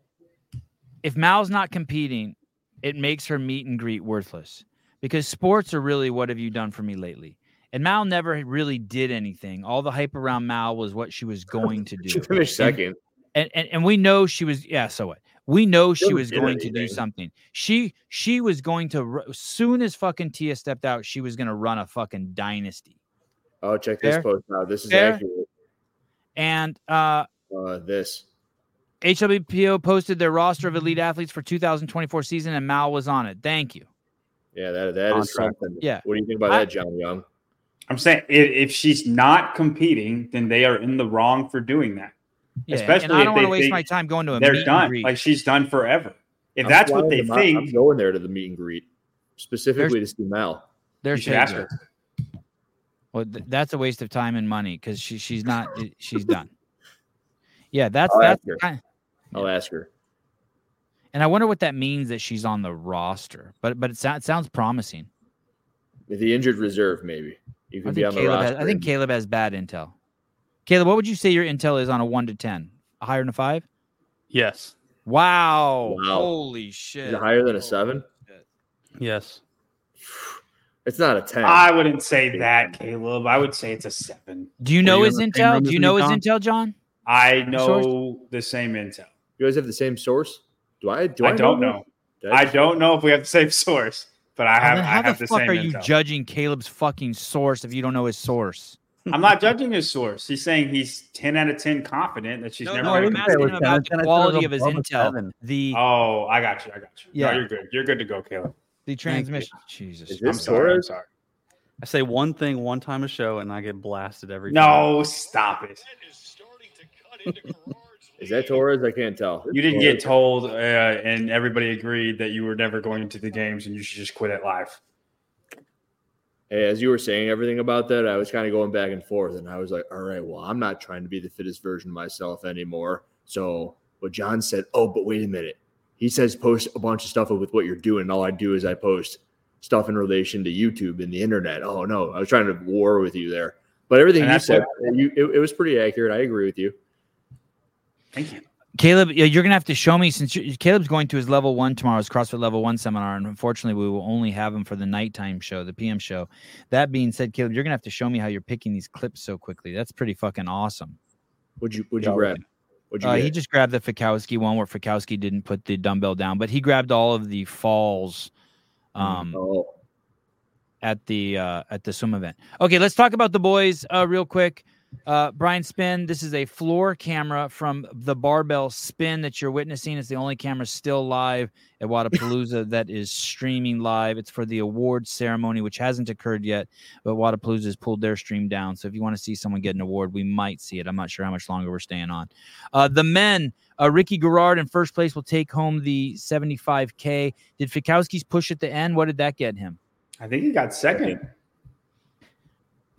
Speaker 1: if Mal's not competing, it makes her meet and greet worthless because sports are really what have you done for me lately. And Mal never really did anything. All the hype around Mal was what she was going to do.
Speaker 2: She finished
Speaker 1: And-
Speaker 2: second.
Speaker 1: and, and and we know she was yeah so what we know she
Speaker 2: Doesn't
Speaker 1: was
Speaker 2: do
Speaker 1: going to do
Speaker 2: anything.
Speaker 1: something she she was going to ru- soon as fucking tia stepped out she was going to run a fucking dynasty
Speaker 2: Oh, check this
Speaker 1: Fair.
Speaker 2: post out. This is
Speaker 1: Fair.
Speaker 2: accurate.
Speaker 1: and uh
Speaker 2: Uh, this.
Speaker 1: hwpo posted their roster of elite athletes for 2024 season and mal was on it thank you
Speaker 2: Yeah, that that is
Speaker 9: Contract.
Speaker 2: something.
Speaker 1: Yeah.
Speaker 2: What do you think about
Speaker 1: I-
Speaker 2: that, John Young?
Speaker 8: I'm saying if, if she's not competing, then they are in the wrong for doing that.
Speaker 1: Yeah, and I
Speaker 8: Especially
Speaker 1: don't
Speaker 8: if
Speaker 1: wanna
Speaker 8: they
Speaker 1: waste
Speaker 8: think
Speaker 1: my time going to a meet
Speaker 8: They're
Speaker 1: and
Speaker 8: done.
Speaker 1: greet.
Speaker 8: Like she's done forever. If
Speaker 2: I'm
Speaker 8: that's what
Speaker 2: flying
Speaker 8: they
Speaker 2: them out. I'm
Speaker 8: think,
Speaker 2: going there to the meet and greet specifically to see Mal.
Speaker 1: They're
Speaker 8: you should ask
Speaker 1: taking
Speaker 8: her.
Speaker 1: it. Well, th- that's a waste of time and money because she she's not she's done. Yeah, that's
Speaker 2: I'll
Speaker 1: that's
Speaker 2: ask her.
Speaker 1: the kind-
Speaker 2: I'll ask her.
Speaker 1: and I wonder what that means that she's on the roster. But but it, sou- it sounds promising.
Speaker 2: The injured reserve, maybe. You
Speaker 1: I
Speaker 2: could be
Speaker 1: think
Speaker 2: on the
Speaker 1: Caleb has,
Speaker 2: roster.
Speaker 1: I think
Speaker 2: and-
Speaker 1: Caleb has bad intel. Caleb, what would you say your intel is on a one to ten? Higher than a five?
Speaker 9: Yes.
Speaker 1: Wow.
Speaker 2: Wow.
Speaker 1: Holy shit.
Speaker 2: is it higher than a
Speaker 1: Holy
Speaker 2: seven?
Speaker 9: Yes.
Speaker 2: It's not a ten.
Speaker 8: I wouldn't say that, Caleb. I would say it's a seven.
Speaker 1: Do you
Speaker 9: Were
Speaker 1: know
Speaker 9: you in
Speaker 1: his
Speaker 9: the same
Speaker 1: intel?
Speaker 9: room
Speaker 1: Do
Speaker 9: as
Speaker 1: you
Speaker 9: me,
Speaker 1: know his
Speaker 9: Tom?
Speaker 1: intel, John?
Speaker 8: I
Speaker 1: source?
Speaker 8: know the same intel.
Speaker 2: you guys have the same source? Do I? Do I,
Speaker 8: I don't know.
Speaker 2: that?
Speaker 8: I don't know if we have the same source, but I
Speaker 1: And
Speaker 8: have.
Speaker 1: then
Speaker 8: I
Speaker 1: how
Speaker 8: have
Speaker 1: the
Speaker 8: the,
Speaker 1: fuck
Speaker 8: same
Speaker 1: are you
Speaker 8: intel.
Speaker 1: judging Caleb's fucking source if you don't know his source?
Speaker 8: I'm not judging his source. He's saying he's ten out of ten confident that she's
Speaker 5: No,
Speaker 8: never.
Speaker 1: No,
Speaker 5: I
Speaker 8: gonna
Speaker 1: I'm
Speaker 5: didn't
Speaker 8: be-
Speaker 5: say it
Speaker 1: asking
Speaker 5: was ten. I said
Speaker 1: him about the
Speaker 5: it
Speaker 1: quality
Speaker 5: was
Speaker 1: of his
Speaker 5: above a
Speaker 1: intel,
Speaker 5: seven.
Speaker 1: the
Speaker 8: oh, I got you. I got you.
Speaker 1: Yeah.
Speaker 8: No, you're good. You're good to go, Caleb.
Speaker 1: the transmission. Jesus.
Speaker 2: Is
Speaker 8: I'm
Speaker 2: this
Speaker 8: sorry. I'm
Speaker 2: Torres?
Speaker 8: sorry.
Speaker 9: I say one thing one time a show and I get blasted every time.
Speaker 8: No, stop it.
Speaker 2: Is that Torres? I can't tell.
Speaker 8: You didn't get told, uh, and everybody agreed that you were never going to the games, and you should just quit it live.
Speaker 2: Hey, as you were saying everything about that, I was kind of going back and forth, and I was like, "All right, well, I'm not trying to be the fittest version of myself anymore." So what John said, oh, but wait a minute, he says post a bunch of stuff with what you're doing. and All I do is I post stuff in relation to YouTube and the internet. Oh no, I was trying to war with you there, but everything
Speaker 8: And
Speaker 2: you
Speaker 8: that's
Speaker 2: said, you, it, it was pretty accurate. I agree with you.
Speaker 8: Thank you.
Speaker 1: Caleb, yeah, you're gonna have to show me since you Caleb's going to his level one tomorrow's CrossFit level one seminar, and unfortunately, we will only have him for the nighttime show, the PM show. That being said, Caleb, you're gonna have to show me how you're picking these clips so quickly. That's pretty fucking awesome.
Speaker 2: Would you? Would
Speaker 9: Yeah,
Speaker 2: you
Speaker 9: we
Speaker 2: grab? Would you?
Speaker 1: Uh,
Speaker 2: get?
Speaker 1: he just grabbed the Fakowski one where Fakowski didn't put the dumbbell down, but he grabbed all of the falls um,
Speaker 2: oh,
Speaker 1: at the uh, at the swim event. Okay, let's talk about the boys uh, real quick. Uh, Brian Spin, this is a floor camera from the barbell spin that you're witnessing. It's the only camera still live at Wadapalooza that is streaming live. It's for the award ceremony, which hasn't occurred yet, but Wadapalooza has pulled their stream down. So if you want to see someone get an award, we might see it. I'm not sure how much longer we're staying on. Uh, the men, uh, Ricky Garrard in first place will take home the 75K. Did Fikowski's push at the end? What did that get him?
Speaker 8: I think he got second.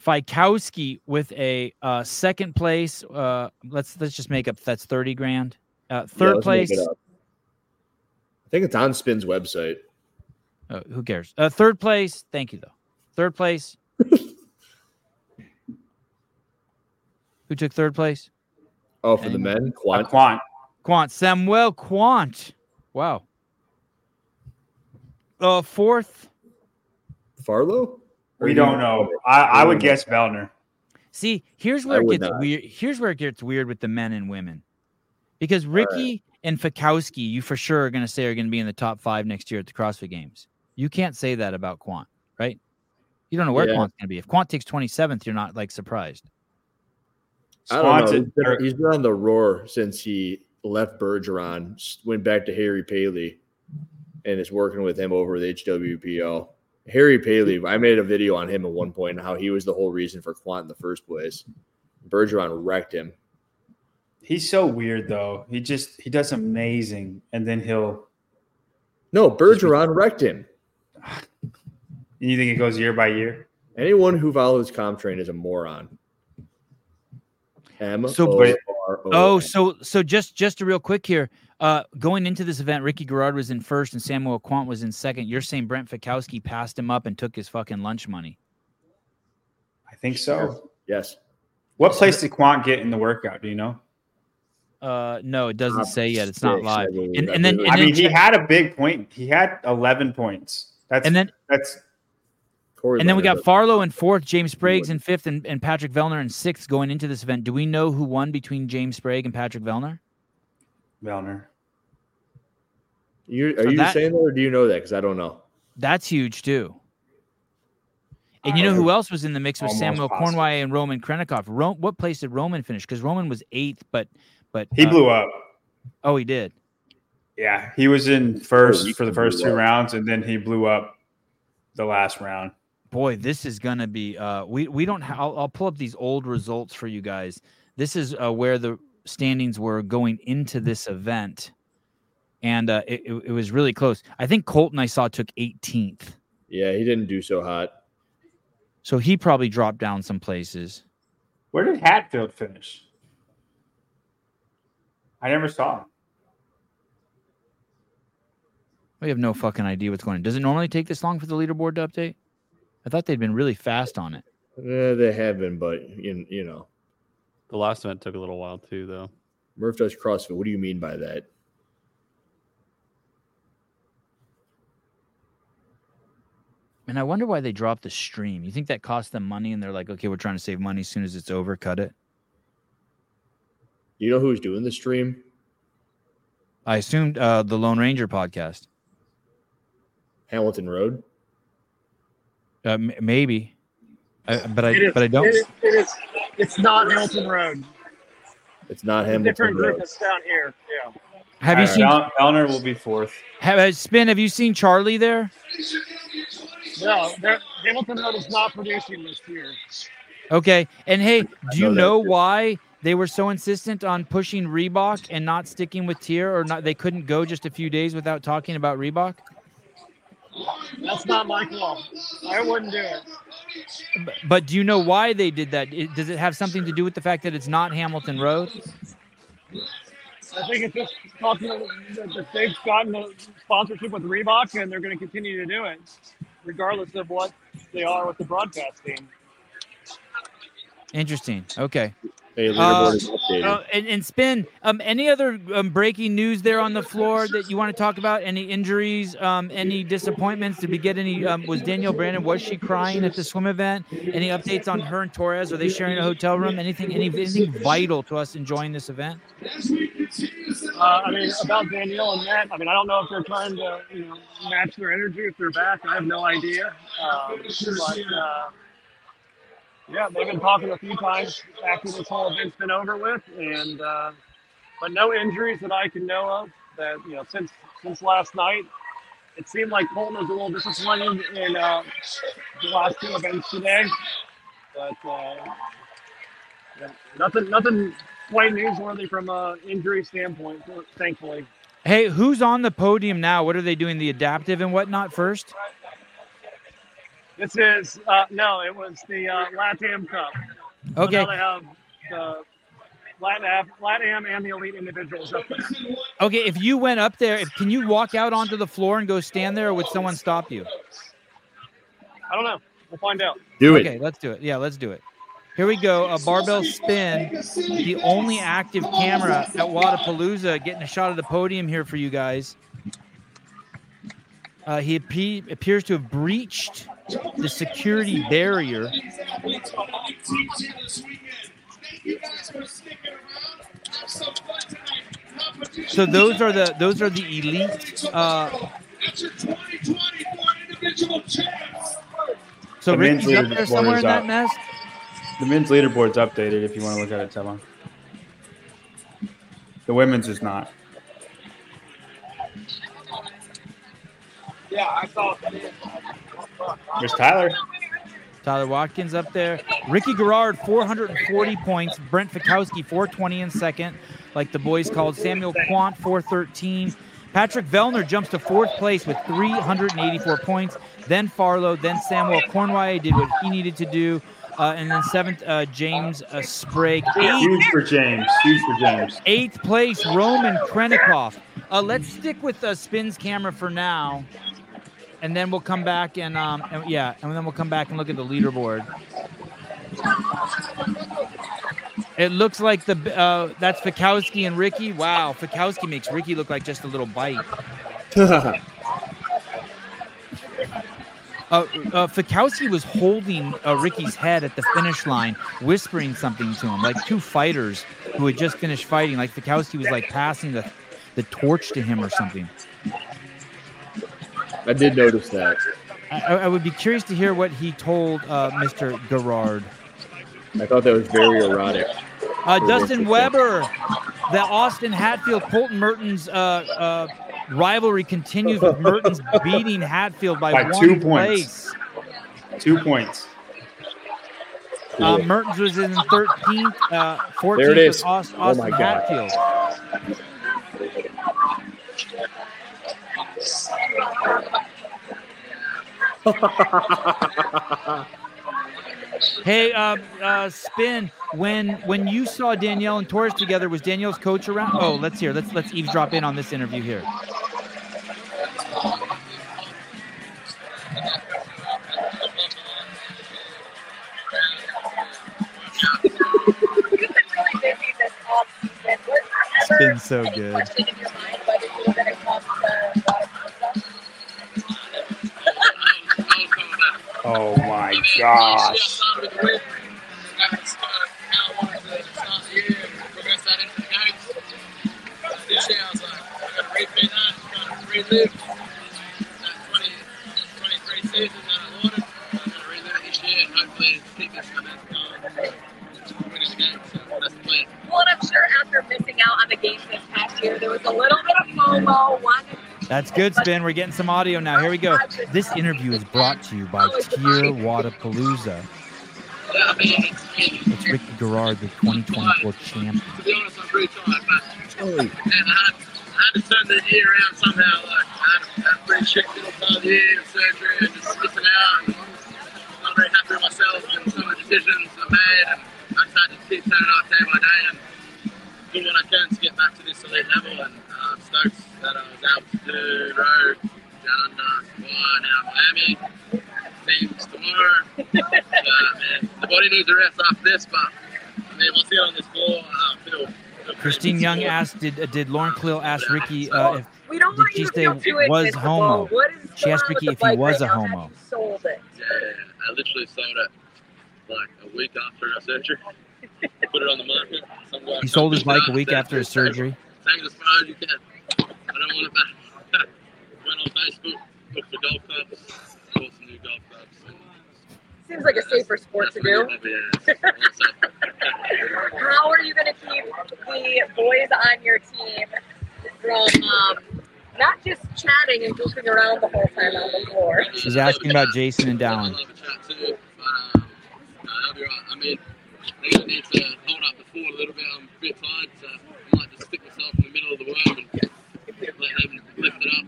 Speaker 1: Fikowski with a uh, second place. Uh, let's let's just make up that's thirty grand. Uh,
Speaker 2: yeah,
Speaker 1: third
Speaker 2: let's make it
Speaker 1: place.
Speaker 2: up. I think it's on Spin's website.
Speaker 1: uh, who cares? Uh, third place. Thank you though. Third place. who took third place?
Speaker 2: Oh, for the
Speaker 1: Anyone?
Speaker 2: men,
Speaker 8: Uh,
Speaker 2: quant.
Speaker 8: Quant.
Speaker 1: Quant Samuel Quant. Wow. Uh, fourth.
Speaker 2: Farlow?
Speaker 8: We don't know. I, I would guess Bellner.
Speaker 1: See, here's
Speaker 2: I
Speaker 1: where it
Speaker 2: would
Speaker 1: gets
Speaker 2: not.
Speaker 1: weird. Here's where it gets weird with the men and women, because Ricky and Fakowski, you for sure are going to say are going to be in the top five next year at the CrossFit Games. You can't say that about Quant, right? You don't know where
Speaker 2: Yeah.
Speaker 1: Quant's going to be. If Quant takes twenty seventh, you're not like surprised.
Speaker 2: I don't know.
Speaker 8: Swanson-
Speaker 2: He's been,
Speaker 8: or-
Speaker 2: he's been on the roar since he left Bergeron, s- went back to Harry Paley, and is working with him over with HWPO. Harry Paley, I made a video on him at one point and how he was the whole reason for Quant in the first place. Bergeron wrecked him.
Speaker 8: He's so weird though. He just he does amazing, and then he'll.
Speaker 2: No, Bergeron wrecked him.
Speaker 8: And you think it goes year by year?
Speaker 2: Anyone who follows Comtrain is a moron. M.
Speaker 1: So-
Speaker 2: O R O
Speaker 1: Oh,
Speaker 2: N.
Speaker 1: so so just just real quick here. Uh, going into this event, Ricky Garrard was in first and Samuel Quant was in second. You're saying Brent Fakowski passed him up and took his fucking lunch money.
Speaker 8: I think so.
Speaker 2: yes.
Speaker 8: What place did Quant get in the workout? Do you know?
Speaker 1: Uh, no, it doesn't
Speaker 2: Top
Speaker 1: say yet. It's not
Speaker 2: six, I
Speaker 1: live.
Speaker 2: believe.
Speaker 1: And,
Speaker 2: I
Speaker 1: and then
Speaker 2: believe.
Speaker 1: and
Speaker 8: I
Speaker 1: then
Speaker 8: mean, he
Speaker 1: check-
Speaker 8: had a big point. He had eleven points. That's
Speaker 1: and then
Speaker 8: that's
Speaker 2: Corey
Speaker 1: And then we
Speaker 2: Leonard,
Speaker 1: got Farlow in fourth, James Spragues
Speaker 2: would.
Speaker 1: in fifth, and, and Patrick Vellner in sixth going into this event. Do we know who won between James Sprague and Patrick Vellner?
Speaker 8: Bellner.
Speaker 2: You, are
Speaker 1: So
Speaker 2: you
Speaker 1: that-
Speaker 2: saying that, or do you know that? Because I don't know.
Speaker 1: That's huge too. And you know who else was in the mix was
Speaker 8: Almost
Speaker 1: Samuel
Speaker 8: possible.
Speaker 1: Cornway and Roman Krennikov. Ro- what place did Roman finish? Because Roman was eighth, but but
Speaker 8: He
Speaker 1: uh,
Speaker 8: blew up.
Speaker 1: Oh, he did.
Speaker 8: Yeah, he was in first
Speaker 2: he
Speaker 8: for the
Speaker 2: blew
Speaker 8: first two
Speaker 2: up.
Speaker 8: rounds, and then he blew up the last round.
Speaker 1: Boy, this is gonna be. Uh, we we don't. Ha- I'll, I'll pull up these old results for you guys. This is uh, where the standings were going into this event, and uh, it, it, it was really close. I think Colton I saw took 18th,
Speaker 2: Yeah, he didn't do so hot.
Speaker 1: so he probably dropped down some places.
Speaker 8: Where did Hatfield finish? I never saw him.
Speaker 1: We have no fucking idea what's going on. Does it normally take this long for the leaderboard to update? I thought they'd been really fast on it.
Speaker 2: Eh, they have been, but you, you know,
Speaker 9: The last event took a little while too, though.
Speaker 2: Murph does CrossFit. What do you mean by that?
Speaker 1: And I wonder why they dropped the stream. You think that cost them money and they're like, okay, we're trying to save money as soon as it's over, cut it?
Speaker 2: You know who's doing the stream?
Speaker 1: I assumed uh, the Lone Ranger podcast.
Speaker 2: Hamilton Road.
Speaker 1: Uh, m- maybe. I, but I
Speaker 7: It is-
Speaker 1: but I don't
Speaker 7: It is, it is, it's not Hamilton Road.
Speaker 2: It's not
Speaker 7: It's a
Speaker 2: Hamilton
Speaker 7: different group
Speaker 2: Road.
Speaker 7: that's down here. Yeah.
Speaker 1: have you
Speaker 8: All right,
Speaker 1: seen
Speaker 8: El- Elner will be fourth.
Speaker 1: have uh, spin have you seen Charlie there?
Speaker 7: No, they're- Hamilton Road is not producing this year.
Speaker 1: Okay. And hey, do you
Speaker 2: know that
Speaker 1: know
Speaker 2: too.
Speaker 1: why they were so insistent on pushing Reebok and not sticking with Tier or not they couldn't go just a few days without talking about Reebok?
Speaker 7: That's not my call. I wouldn't do it.
Speaker 1: But, but do you know why they did that? It- does it have something to do with the fact that it's not Hamilton Road?
Speaker 7: I think it's just possible that that they've gotten a sponsorship with Reebok and they're going to continue to do it, regardless of what they are with the broadcast team.
Speaker 1: Interesting. Okay.
Speaker 2: Hey,
Speaker 1: Uh,
Speaker 2: leaderboard is updated.
Speaker 1: Uh, and, and spin. Um, any other um, breaking news there on the floor that you want to talk about? Any injuries? Um, any disappointments? Did we get any? Um, was Danielle Brandon? Was she crying at the swim event? Any updates on her and Torres? Are they sharing a hotel room? Anything? Any, anything vital to us enjoying this event?
Speaker 7: Uh, I mean, about Danielle and Matt, I mean, I don't know if they're trying to you know, match their energy if they're back. I have no idea. Um, but, uh, yeah, they've been talking a few times after this whole event's been over with, and uh, but no injuries that I can know of. That you know, since since last night, it seemed like Colton was a little disappointed in uh, the last two events today, but uh, yeah, nothing nothing quite newsworthy from an injury standpoint, thankfully.
Speaker 1: Hey, who's on the podium now? What are they doing? The adaptive and whatnot first?
Speaker 7: This is uh, no, it was the uh, LATAM Cup. So
Speaker 1: Okay.
Speaker 7: now they have the LATAM, LATAM and the elite individuals up there.
Speaker 1: Okay. If you went up there, if, can you walk out onto the floor and go stand there, or would someone stop you?
Speaker 7: I don't know. We'll find out.
Speaker 2: do it.
Speaker 1: Okay, let's do it. Yeah, let's do it. Here we go. A barbell spin. The only active camera at Wadapalooza. Getting a shot of the podium here for you guys. Uh, he appe- appears to have breached the security barrier. So those are the those are the elite. Uh, so
Speaker 8: The
Speaker 1: Ricky's
Speaker 8: men's
Speaker 1: up there somewhere in
Speaker 8: leaderboard
Speaker 1: that
Speaker 8: is
Speaker 1: mess.
Speaker 8: The men's leaderboard's updated if you want to look at it, Tevon. The women's is not.
Speaker 7: Yeah, I saw.
Speaker 8: There's Tyler.
Speaker 1: Tyler Watkins up there. Ricky Garrard, 440 points. Brent Fikowski, 420 in second, like the boys called. Samuel Quant, 413. Patrick Vellner jumps to fourth place with 384 points. Then Farlow, then Samuel Cornway did what he needed to do. Uh, and then seventh, uh, James uh, Sprague. Eighth
Speaker 8: Huge for James. Huge for James.
Speaker 1: eighth place, Roman Krennikov. Uh, let's stick with uh, Spin's camera for now, and then we'll come back and, um, and- yeah, and then we'll come back and look at the leaderboard. It looks like the uh, that's Fikowski and Ricky. Wow, Fikowski makes Ricky look like just a little bite. Uh, uh, Fikowski was holding uh, Ricky's head at the finish line, whispering something to him, like two fighters who had just finished fighting. Like Fikowski was like passing the, the torch to him or something.
Speaker 2: I did notice that.
Speaker 1: I, I I would be curious to hear what he told uh, Mr. Gerard.
Speaker 2: I thought that was very erotic.
Speaker 1: Uh, Dustin Weber, the Austin Hatfield Colton Mertens uh, uh, rivalry continues with Mertens beating Hatfield by,
Speaker 8: By
Speaker 1: one
Speaker 8: two points.
Speaker 1: place.
Speaker 8: Two points.
Speaker 1: Uh, Mertens was in 13th. Uh, 14th
Speaker 2: There it
Speaker 1: was
Speaker 2: is.
Speaker 1: Aust-
Speaker 2: Oh
Speaker 1: Austin
Speaker 2: my God.
Speaker 1: Hatfield. Hey, uh, uh, spin. When when you saw Danielle and Torres together, was Danielle's coach around? Oh, let's hear. Let's let's eavesdrop in on this interview here. It's been so good.
Speaker 8: Oh my gosh.
Speaker 10: Well, and I'm sure after missing out on the games this past year, there was a little bit of FOMO. One,
Speaker 1: That's good, Spin. We're getting some audio now. Here we go. This interview is brought to you by Tier Wadapalooza. It's Ricky Garrard, the 2024 champion.
Speaker 5: To be honest, I'm pretty tired, but and I, I had to turn the year around somehow. Like I had a pretty shit little part of the year, surgery, and just missing out. And I'm not very happy with myself and some of the decisions I made, and I tried to keep turning up day by day and do what I can to get back to this elite level. And uh, I'm stoked that I was able to do road down under Hawaii, now Miami. Teams tomorrow. uh, man, the body needs a rest after this, but I mean, once you on uh, this floor, I feel.
Speaker 1: Christine Young asked, did uh, did Lauren Cleal ask Ricky uh, if
Speaker 10: we don't
Speaker 1: Did
Speaker 10: want
Speaker 1: she
Speaker 10: you to
Speaker 1: say
Speaker 10: feel too
Speaker 1: was
Speaker 10: invincible.
Speaker 1: homo?
Speaker 10: What is
Speaker 1: She
Speaker 10: going
Speaker 1: asked
Speaker 10: on with
Speaker 1: Ricky
Speaker 10: the
Speaker 1: if he
Speaker 10: bike right
Speaker 1: was a
Speaker 10: now? Have
Speaker 1: homo.
Speaker 10: you Sold it.
Speaker 5: Yeah, I literally sold it like a week after her surgery. Put it on the market. Some guy
Speaker 1: he sold his
Speaker 5: come
Speaker 1: bike a
Speaker 5: and
Speaker 1: week
Speaker 5: said,
Speaker 1: after his
Speaker 5: "Take-
Speaker 1: surgery?
Speaker 5: Take it as far as you can. I don't want it back. Went on Facebook, looked for golf clubs, bought some new golf clubs. and
Speaker 10: Seems like a safer sport
Speaker 5: that's
Speaker 10: to
Speaker 5: what I
Speaker 10: do.
Speaker 5: did over the years. Also,
Speaker 10: How are you going to keep the boys on your team from um, not just chatting and goofing around the whole time on the floor?
Speaker 1: She's asking about Jason and
Speaker 5: I love
Speaker 1: Dallin.
Speaker 5: a chat too, but um, no, I'll be right. I mean, I'm gonna need to hold up the fort a little bit. I'm a bit tired, so I might just stick myself in the middle of the worm and let them lift it up.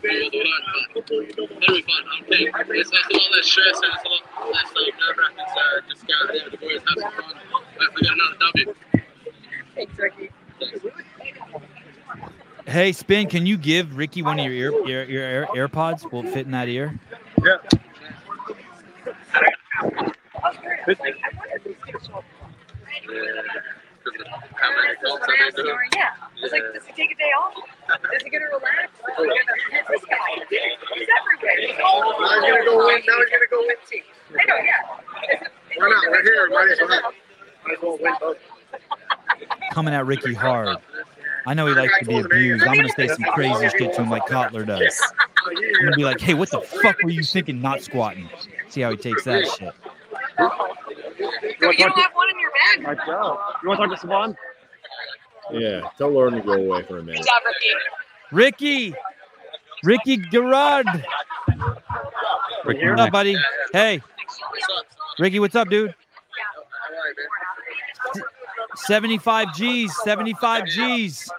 Speaker 5: Do all the work, but uh, it'll be fun. I'm keen. It's, it's a lot less stress and it's a lot less like, nerve wracking, so just go out there with the boys, have some fun. Hopefully, get another W.
Speaker 10: Thanks, Ricky.
Speaker 1: Hey, Spin, can you give Ricky one of your ear, your, your air, AirPods? Will it fit in that ear?
Speaker 10: Yeah. I was like, does he take a day off? Is he going to relax? Who's this guy? He's everywhere. He's all over.
Speaker 5: Now he's gonna go win- now he's gonna go win.
Speaker 10: I know, yeah.
Speaker 5: Why not? We're here. Might as well. Might as well win both.
Speaker 1: Coming at Ricky hard. I know he likes to be abused. I'm gonna say some crazy shit to him like Kotler does. I'm gonna be like, hey, what the fuck were you thinking not squatting? See how he takes that shit.
Speaker 10: So you don't have one in your bag?
Speaker 7: My job. You want to talk to Savon?
Speaker 2: Yeah, tell Lauren to go away for a minute.
Speaker 10: job, Ricky.
Speaker 1: Ricky! Ricky Gerard!
Speaker 9: Ricky
Speaker 1: What's up, buddy? Hey, Ricky, what's up, dude? 75 G's, 75 G's.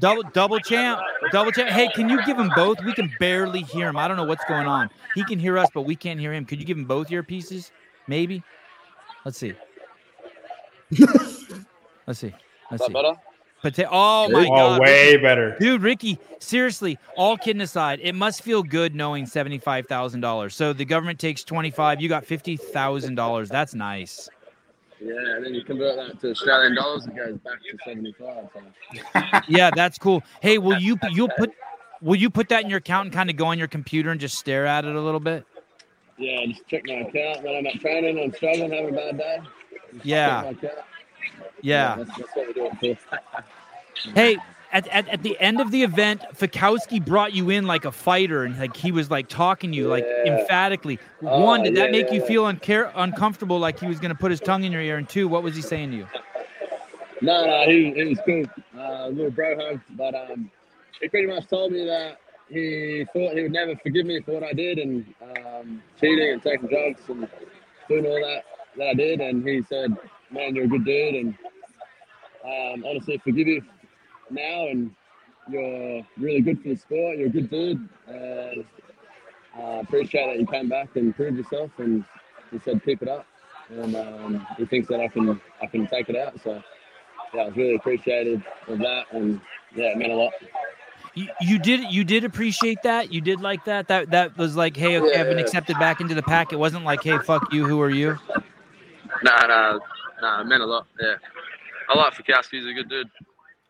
Speaker 1: Double double champ. Double champ. Hey, can you give him both? We can barely hear him. I don't know what's going on. He can hear us, but we can't hear him. Could you give him both earpieces? Maybe. Let's see. Let's see. Let's see. Pota- oh my
Speaker 8: Oh,
Speaker 1: god.
Speaker 8: way better.
Speaker 1: Dude, Ricky, seriously, all kidding aside, it must feel good knowing seventy-five thousand dollars. So the government takes twenty-five. You got fifty thousand dollars. That's nice.
Speaker 5: Yeah, and then you convert that to Australian dollars, it goes back to 75. So.
Speaker 1: Yeah, that's cool. Hey, will you you'll put will you put that in your account and kind of go on your computer and just stare at it a little bit?
Speaker 5: Yeah, just check my account when I'm not training, I'm struggling, having a bad day.
Speaker 1: Yeah,
Speaker 5: Check my account.
Speaker 1: yeah.
Speaker 5: That's, that's what we do it for.
Speaker 1: Hey, at, at, at the end of the event, Fakowski brought you in like a fighter and like he was like talking to you like
Speaker 5: Yeah.
Speaker 1: emphatically.
Speaker 5: Oh,
Speaker 1: One, did that
Speaker 5: yeah,
Speaker 1: make you
Speaker 5: yeah.
Speaker 1: feel uncar- uncomfortable like he was going to put his tongue in your ear? And two, what was he saying to you?
Speaker 5: No, no, he, he was cool. Uh, a little bro hug, but um, he pretty much told me that
Speaker 11: he thought he would never forgive me for what I did and um, cheating and taking drugs and doing all that that I did. And he said, "Man, you're a good dude, and um, honestly, I forgive you now. And you're really good for the sport. You're a good dude, and uh, appreciate that you came back and proved yourself." And he said, "Keep it up." And um, he thinks that I can I can take it out. So yeah, I was really appreciative of that, and yeah, it meant a lot.
Speaker 1: You, you did you did appreciate that. You did like that. That that was like, hey, okay, I've been
Speaker 11: Yeah.
Speaker 1: accepted back into the pack. It wasn't like, hey, fuck you. Who are you?
Speaker 11: No, no, no, it meant a lot. Yeah, I like Fikowski. He's a good dude.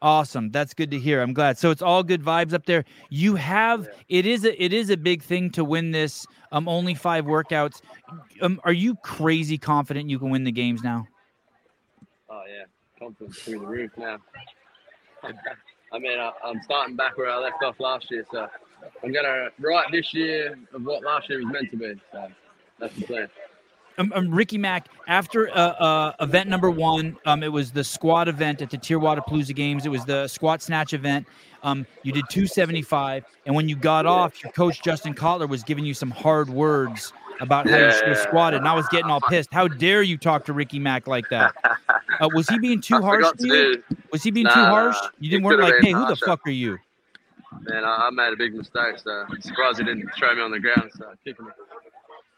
Speaker 1: Awesome. That's good to hear. I'm glad. So it's all good vibes up there. You have it is a it is a big thing to win this. Um, only five workouts. Um, are you crazy confident you can win the games now?
Speaker 11: Oh yeah, confidence through the roof now. I mean, I, I'm starting back where I left off last year, so I'm gonna write this year of what last year was meant to be. So that's the plan.
Speaker 1: Um, um, Ricky Mack, after uh, uh, event number one, um, it was the squat event at the Tijuana Palooza Games. It was the squat snatch event. Um, you did 275. And when you got off, your coach, Justin Kotler, was giving you some hard words about how you should have
Speaker 11: Yeah.
Speaker 1: squatted. And I was getting all pissed. How dare you talk to Ricky Mack like that? Uh, was he being too harsh?
Speaker 11: forgot
Speaker 1: to
Speaker 11: to
Speaker 1: you?
Speaker 11: do-
Speaker 1: Was he being
Speaker 11: Nah,
Speaker 1: too
Speaker 11: nah,
Speaker 1: harsh?
Speaker 11: nah.
Speaker 1: You
Speaker 11: He
Speaker 1: didn't weren't
Speaker 11: could've
Speaker 1: like, hey,
Speaker 11: been
Speaker 1: who the
Speaker 11: harsher.
Speaker 1: fuck are you?
Speaker 11: Man, I, I made a big mistake, so I'm surprised he didn't throw me on the ground. So kicking me.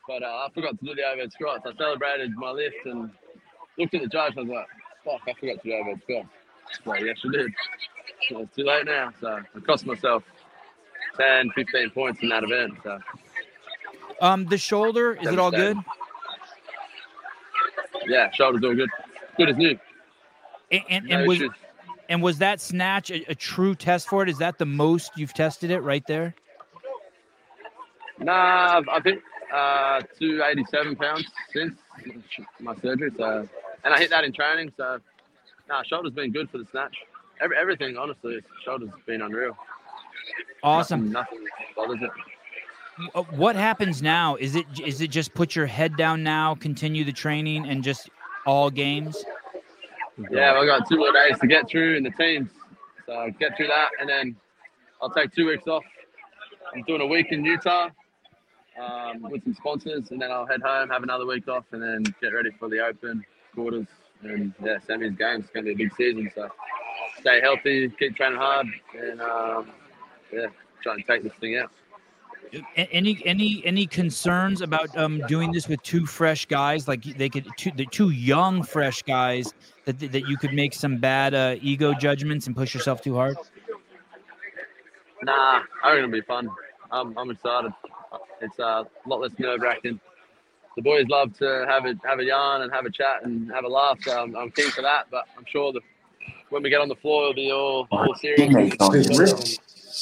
Speaker 11: But uh, I forgot to do the overhead squats. I celebrated my lift and looked at the judge. and I was like, "Fuck, I forgot to do overhead squats." Well, yes, I did. So it's too late now, so I cost myself 10, 15 points in that event. So
Speaker 1: Um, the shoulder, is it all good?
Speaker 11: yeah, shoulders all good, good as new.
Speaker 1: And, and,
Speaker 11: No
Speaker 1: and was
Speaker 11: issues.
Speaker 1: and was that snatch a, a true test for it? Is that the most you've tested it right there?
Speaker 11: Nah, I've, I've hit uh, 287 pounds since my surgery. So, and I hit that in training. So, nah, shoulder's been good for the snatch. Every, everything, honestly, shoulder's been unreal.
Speaker 1: Awesome.
Speaker 11: Nothing, nothing bothers it.
Speaker 1: Uh, What happens now? Is it is it just put your head down now, continue the training, and just all games?
Speaker 11: Yeah, well, I got two more days to get through in the teams. So get through that, and then I'll take two weeks off. I'm doing a week in Utah um, with some sponsors, and then I'll head home, have another week off, and then get ready for the Open quarters and yeah, semis games. It's gonna be a big season, so stay healthy, keep training hard, and um, yeah, try and take this thing out.
Speaker 1: A- Any any any concerns about um, doing this with two fresh guys? Like they could two the two young fresh guys that that you could make some bad uh, ego judgments and push yourself too hard.
Speaker 11: Nah, I reckon it'll be fun. I'm, I'm excited. It's uh, a lot less nerve wracking. The boys love to have a have a yarn and have a chat and have a laugh. So I'm, I'm keen for that. But I'm sure that when we get on the floor, it'll be all all serious.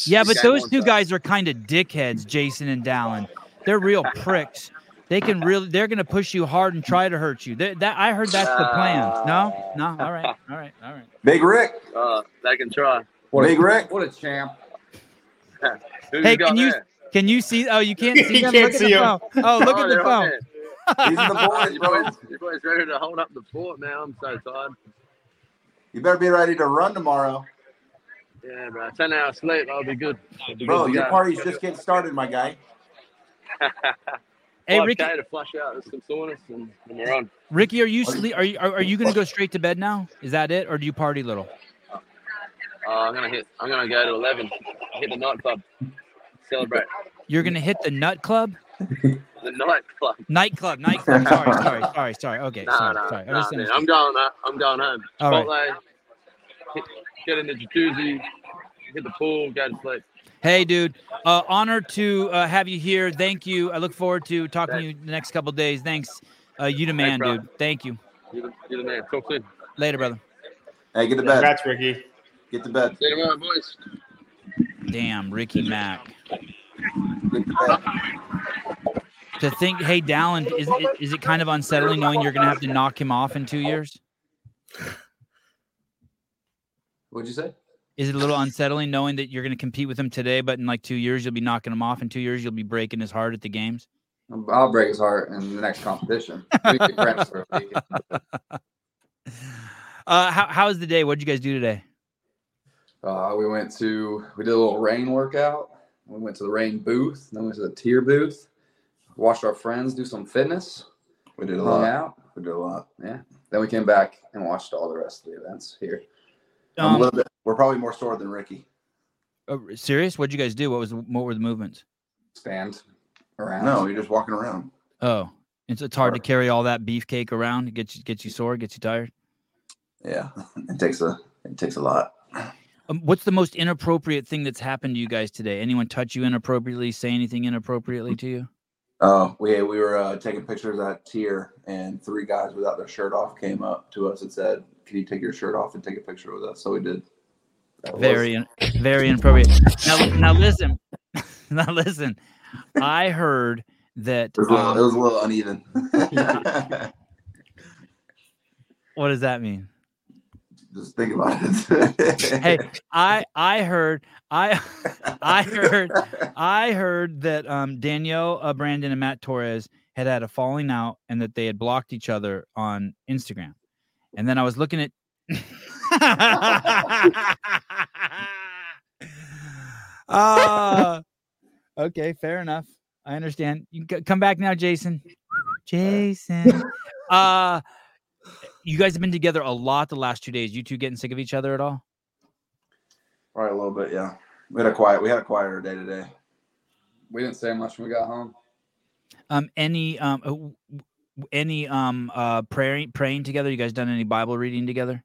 Speaker 1: Yeah, but
Speaker 11: Game
Speaker 1: those
Speaker 11: on,
Speaker 1: two
Speaker 11: so-
Speaker 1: guys are kind of dickheads, Jason and Dallin. They're real pricks. They can really they're gonna push you hard and try to hurt you. They- that I heard that's the plan. No, no, all right, all right, all right.
Speaker 12: Big Rick.
Speaker 11: Uh, they can try.
Speaker 12: What a- Big Rick.
Speaker 11: What a champ. Who
Speaker 1: Hey,
Speaker 11: you got
Speaker 1: can you
Speaker 11: there?
Speaker 1: can you see? Oh, you can't
Speaker 11: You
Speaker 1: see them.
Speaker 11: can't
Speaker 1: look
Speaker 11: see
Speaker 1: at
Speaker 11: 'em.
Speaker 1: the phone. Oh, look
Speaker 11: Oh,
Speaker 1: at the
Speaker 11: they're on
Speaker 1: phone.
Speaker 11: You boys, you boys ready to hold up the fort now? I'm so tired.
Speaker 12: You better be ready to run tomorrow.
Speaker 11: Yeah, bro. Ten hours sleep, I'll be good. I'll be
Speaker 12: Bro,
Speaker 11: good to
Speaker 12: your
Speaker 11: go.
Speaker 12: party's just getting started, my guy.
Speaker 1: Hey,
Speaker 11: Five
Speaker 1: Ricky-
Speaker 11: K to flush out with some soreness and, and we're on.
Speaker 1: Ricky, are you sleep? Are you are, are you gonna go straight to bed now? Is that it, or do you party little?
Speaker 11: Uh, I'm gonna hit. I'm gonna go to eleven. Hit the nightclub. Celebrate
Speaker 1: You're gonna hit the nut club,
Speaker 11: the nightclub.
Speaker 1: nightclub, nightclub. Sorry, sorry, sorry, sorry. Okay,
Speaker 11: Nah,
Speaker 1: sorry,
Speaker 11: nah,
Speaker 1: sorry. I
Speaker 11: nah,
Speaker 1: just
Speaker 11: man.
Speaker 1: understood.
Speaker 11: I'm going. Uh, I'm going home.
Speaker 1: All right.
Speaker 11: Chipotle, hit- Get in the jacuzzi. Hit the pool. Go to sleep.
Speaker 1: Hey, dude. Uh, honor to uh, have you here. Thank you. I look forward to talking to you the next couple days. Thanks. Uh, you the man,
Speaker 11: bro.
Speaker 1: dude. Thank you.
Speaker 11: You're the, you're the man. Talk soon.
Speaker 1: Later, brother.
Speaker 12: Hey, get to bed.
Speaker 8: Congrats, Ricky.
Speaker 12: Get to bed.
Speaker 11: See you tomorrow, boys.
Speaker 1: Damn, Ricky Mack. To think, hey, Dallin, is it, is it kind of unsettling knowing you're going to have to knock him off in two years?
Speaker 12: What'd you say?
Speaker 1: Is it a little unsettling knowing that you're going to compete with him today, but in like two years, you'll be knocking him off? In two years, you'll be breaking his heart at the games?
Speaker 12: I'll break his heart in the next competition. We can friends for a weekend.
Speaker 1: Uh, how, how was the day? What'd you guys do today?
Speaker 12: Uh, we went to we did a little rain workout. We went to the rain booth, then we went to the tier booth, watched our friends do some fitness.
Speaker 13: We did a
Speaker 12: hung
Speaker 13: lot.
Speaker 12: out.
Speaker 13: We did a lot.
Speaker 12: Yeah. Then we came back and watched all the rest of the events here.
Speaker 13: I'm a little bit. We're probably more sore than Ricky.
Speaker 1: Uh, r- serious? What'd you guys do? What was the- what were the movements?
Speaker 12: Stand around.
Speaker 13: No, you're just walking around.
Speaker 1: Oh, it's it's hard to carry all that beefcake around. It gets you gets you sore, gets you tired.
Speaker 13: Yeah, it takes a it takes a lot.
Speaker 1: Um, what's the most inappropriate thing that's happened to you guys today? Anyone touch you inappropriately? Say anything inappropriately to you?
Speaker 13: Uh, we we were uh, taking pictures at tier, and three guys without their shirt off came up to us and said, "Can you take your shirt off and take a picture with us?" So we did. That was-
Speaker 1: Very, in, very inappropriate. Now, now listen, now listen. I heard that
Speaker 13: It was, a little,
Speaker 1: um,
Speaker 13: it was a little uneven.
Speaker 1: what does that mean?
Speaker 13: Just think about it.
Speaker 1: hey, I I heard I I heard I heard that um Danielle uh, Brandon and Matt Torres had had a falling out and that they had blocked each other on Instagram. And then I was looking at Ah. okay, fair enough. I understand. You c- come back now, Jason. Jason. Uh you guys have been together a lot the last two days. You two getting sick of each other at all?
Speaker 13: Probably a little bit, yeah. We had a quiet. We had a quieter day today.
Speaker 12: We didn't say much when we got home.
Speaker 1: Um, any um, uh, w- w- any um, uh, praying praying together? You guys done any Bible reading together?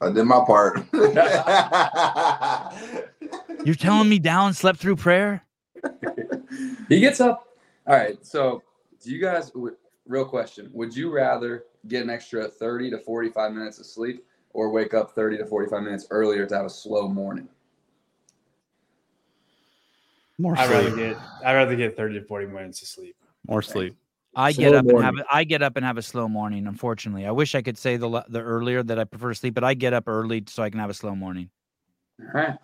Speaker 13: I did my part.
Speaker 1: You're telling me down slept through prayer?
Speaker 12: He gets up. All right. So, do you guys, w- real question, would you rather get an extra 30 to 45 minutes of sleep or wake up 30 to 45 minutes earlier to have a slow morning?
Speaker 9: More
Speaker 8: I'd rather
Speaker 9: sleep.
Speaker 8: get I'd rather get thirty to forty minutes of sleep.
Speaker 9: More sleep.
Speaker 1: I
Speaker 8: Slow
Speaker 1: get up and have
Speaker 8: morning.
Speaker 1: a, I get up and have a slow morning. Unfortunately, I wish I could say the le- the earlier that I prefer sleep, but I get up early so I can have a slow morning.
Speaker 12: All right.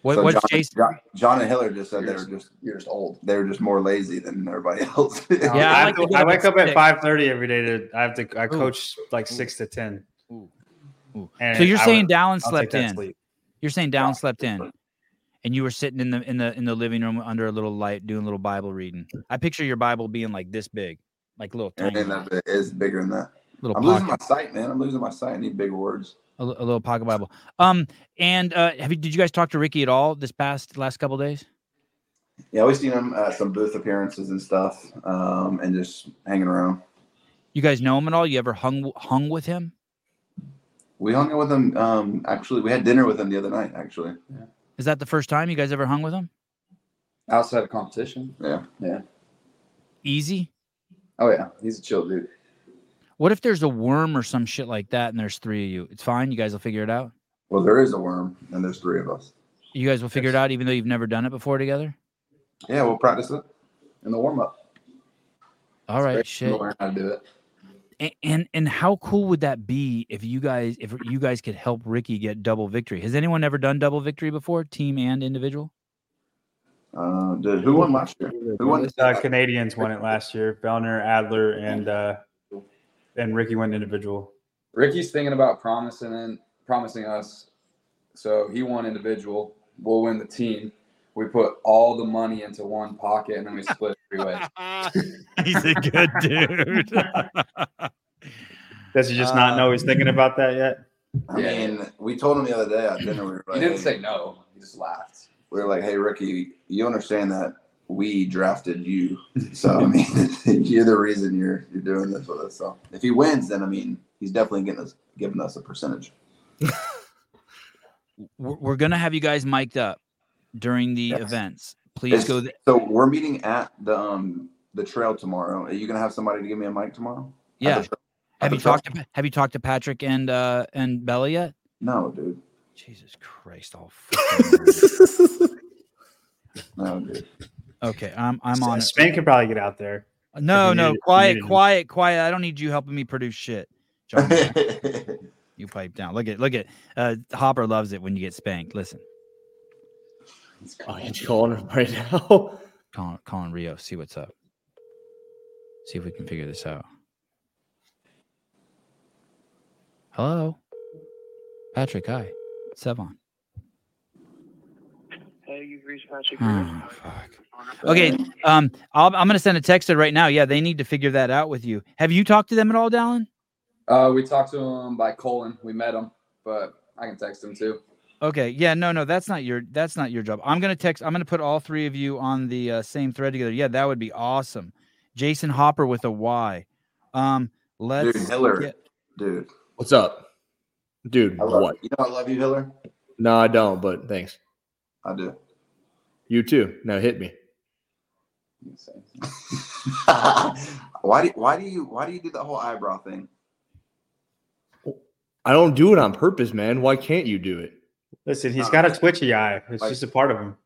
Speaker 1: What,
Speaker 13: So
Speaker 1: what's
Speaker 13: John,
Speaker 1: Jason?
Speaker 13: John, John and Hiller just said
Speaker 12: You're
Speaker 13: they were just
Speaker 12: you're just old.
Speaker 13: they were just more lazy than everybody else.
Speaker 1: Yeah, I
Speaker 8: I,
Speaker 1: like to get
Speaker 8: I
Speaker 1: up
Speaker 8: wake
Speaker 1: at
Speaker 8: up at
Speaker 1: six.
Speaker 8: five thirty every day to I have to I coach like six to ten. And
Speaker 1: So you're
Speaker 8: I
Speaker 1: saying
Speaker 8: would-
Speaker 1: Dallin
Speaker 8: I'll take
Speaker 1: slept
Speaker 8: that
Speaker 1: in?
Speaker 8: sleep.
Speaker 1: You're saying Dallin slept in, and you were sitting in the in the in the living room under a little light doing a little Bible reading. I picture your Bible being like this big, like little
Speaker 13: And
Speaker 1: tiny,
Speaker 13: then that bit is bigger than that.
Speaker 1: Little
Speaker 13: I'm losing my sight, man. I'm losing my sight. I need big words.
Speaker 1: a, li- a little pocket Bible. Um, and uh, have you did you guys talk to Ricky at all this past last couple days?
Speaker 13: Yeah, we've seen him at some booth appearances and stuff, um, and just hanging around.
Speaker 1: You guys know him at all? You ever hung w- hung with him?
Speaker 13: We hung out with him. Um, actually, we had dinner with him the other night. Actually,
Speaker 1: Is that the first time you guys ever hung with him?
Speaker 12: Outside of competition.
Speaker 13: yeah.
Speaker 12: Yeah.
Speaker 1: Easy.
Speaker 12: Oh, yeah. He's a chill dude.
Speaker 1: What if there's a worm or some shit like that, and there's three of you? It's fine. You guys will figure it out.
Speaker 13: Well, there is a worm, and there's three of us.
Speaker 1: You guys will figure it out, even though you've never done it before together.
Speaker 13: Yeah, we'll practice it in the warm up.
Speaker 1: All right, shit.
Speaker 12: Learn how to do it.
Speaker 1: And, and and how cool would that be if you guys if you guys could help Ricky get double victory? Has anyone ever done double victory before, team and individual?
Speaker 13: Uh, dude, who won last year? Who won?
Speaker 8: The uh, Canadians won it last year. Bellner, Adler, and uh, and Ricky went individual.
Speaker 12: Ricky's thinking about promising and promising us. So he won individual. We'll win the team. We put all the money into one pocket and then we split three ways.
Speaker 1: He's a good dude.
Speaker 8: Does he just not know he's thinking about that yet?
Speaker 13: I mean, we told him the other day at dinner. We were like,
Speaker 12: Uh, He didn't
Speaker 13: "Hey,"
Speaker 12: say no. He just laughed.
Speaker 13: We were like, "Hey, Ricky, you understand that we drafted you, so I mean, you're the reason you're you're doing this with us. So if he wins, then I mean, he's definitely getting us giving us a percentage."
Speaker 1: We're, we're gonna have you guys mic'd up during the events. Please
Speaker 13: It's-
Speaker 1: go. th-
Speaker 13: so we're meeting at the um the trail tomorrow. Are you gonna have somebody to give me a mic tomorrow?
Speaker 1: yeah.
Speaker 13: just-
Speaker 1: have you
Speaker 13: just thought-
Speaker 1: talked to Pa- Have you talked to Patrick and uh and Bella yet?
Speaker 13: No, dude.
Speaker 1: Jesus Christ! All. fucking-
Speaker 13: No, dude.
Speaker 1: okay, I'm I'm on it.
Speaker 8: Spain could probably get out there.
Speaker 1: No,
Speaker 8: If
Speaker 1: no,
Speaker 8: you need- if you
Speaker 1: quiet,
Speaker 8: need him.
Speaker 1: quiet, quiet. I don't need you helping me produce shit. John, you pipe down. Look at, look at. Uh, Hopper loves it when you get spanked. Listen,
Speaker 14: Oh, it's calling him right now.
Speaker 1: calling, calling Rio. See what's up. See if we can figure this out. Hello, Patrick. Hi, Sevon.
Speaker 10: Hey, you've reached Patrick.
Speaker 12: Hmm,
Speaker 1: Oh, Okay, um, I'll, I'm going to send a text to right now. Yeah, they need to figure that out with you. Have you talked to them at all, Dallin?
Speaker 12: Uh, we talked to him by Colin. We met him, but I can text him too.
Speaker 1: Okay, yeah, no, no, that's not your that's not your job. I'm going to text. I'm going to put all three of you on the uh, same thread together. Yeah, that would be awesome. Jason Hopper with a Y. Um, let's
Speaker 13: Dude, Hiller,
Speaker 1: get-
Speaker 13: dude.
Speaker 2: What's up, dude?
Speaker 13: I love
Speaker 2: what?
Speaker 13: You know I love you, Hiller.
Speaker 2: No, I don't. But thanks.
Speaker 13: I do.
Speaker 2: You too. Now hit me.
Speaker 13: Why do why do you why do you do that whole eyebrow thing?
Speaker 2: I don't do it on purpose, man. Why can't you do it?
Speaker 8: Listen, he's got a twitchy eye. It's just a part of him.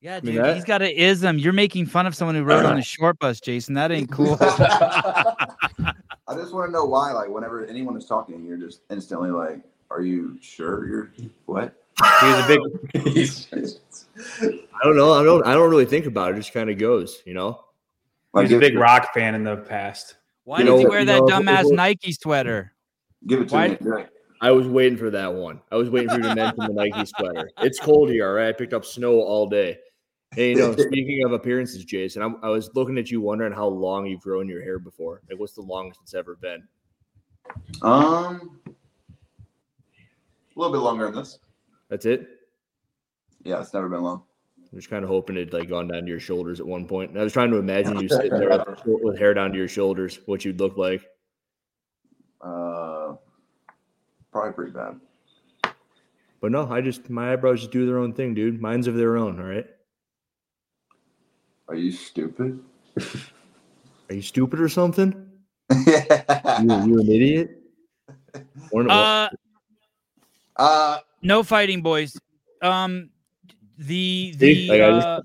Speaker 1: yeah,
Speaker 2: mean,
Speaker 1: dude,
Speaker 2: that-
Speaker 1: he's got an ism. You're making fun of someone who rode on a short bus, Jason. That ain't cool.
Speaker 13: I just want to know why. Like whenever anyone is talking, you're just instantly like, "Are you sure you're what?"
Speaker 8: He's a big.
Speaker 2: I don't know. I don't. I don't really think about it. It just kind of goes, you know.
Speaker 8: He was a big rock fan in the past.
Speaker 1: Why
Speaker 2: You
Speaker 1: did he
Speaker 2: know-
Speaker 1: wear
Speaker 2: you
Speaker 1: that
Speaker 2: know,
Speaker 1: dumbass
Speaker 2: it-
Speaker 1: Nike sweater?
Speaker 13: Give it
Speaker 1: to Why- me, do
Speaker 2: I was waiting for that one. I was waiting for you to mention the Nike sweater. It's cold here, all right. I picked up snow all day. Hey, you know, speaking of appearances, Jason, I'm, I was looking at you, wondering how long you've grown your hair before. Like, what's the longest it's ever been?
Speaker 13: Um, a little bit longer than this.
Speaker 2: That's it.
Speaker 13: Yeah, it's never been long.
Speaker 2: I'm just kind of hoping it like gone down to your shoulders at one point. And I was trying to imagine you sitting there with, with hair down to your shoulders, what you'd look like.
Speaker 13: Uh, probably pretty bad.
Speaker 2: But no, I just my eyebrows just do their own thing, dude. Mine's of their own. All right.
Speaker 13: Are you stupid?
Speaker 2: Are you stupid or something? you, you an idiot? One-
Speaker 1: Uh,
Speaker 13: uh,
Speaker 1: no fighting, boys. Um, the
Speaker 2: See,
Speaker 1: the
Speaker 2: like, I just-
Speaker 1: uh,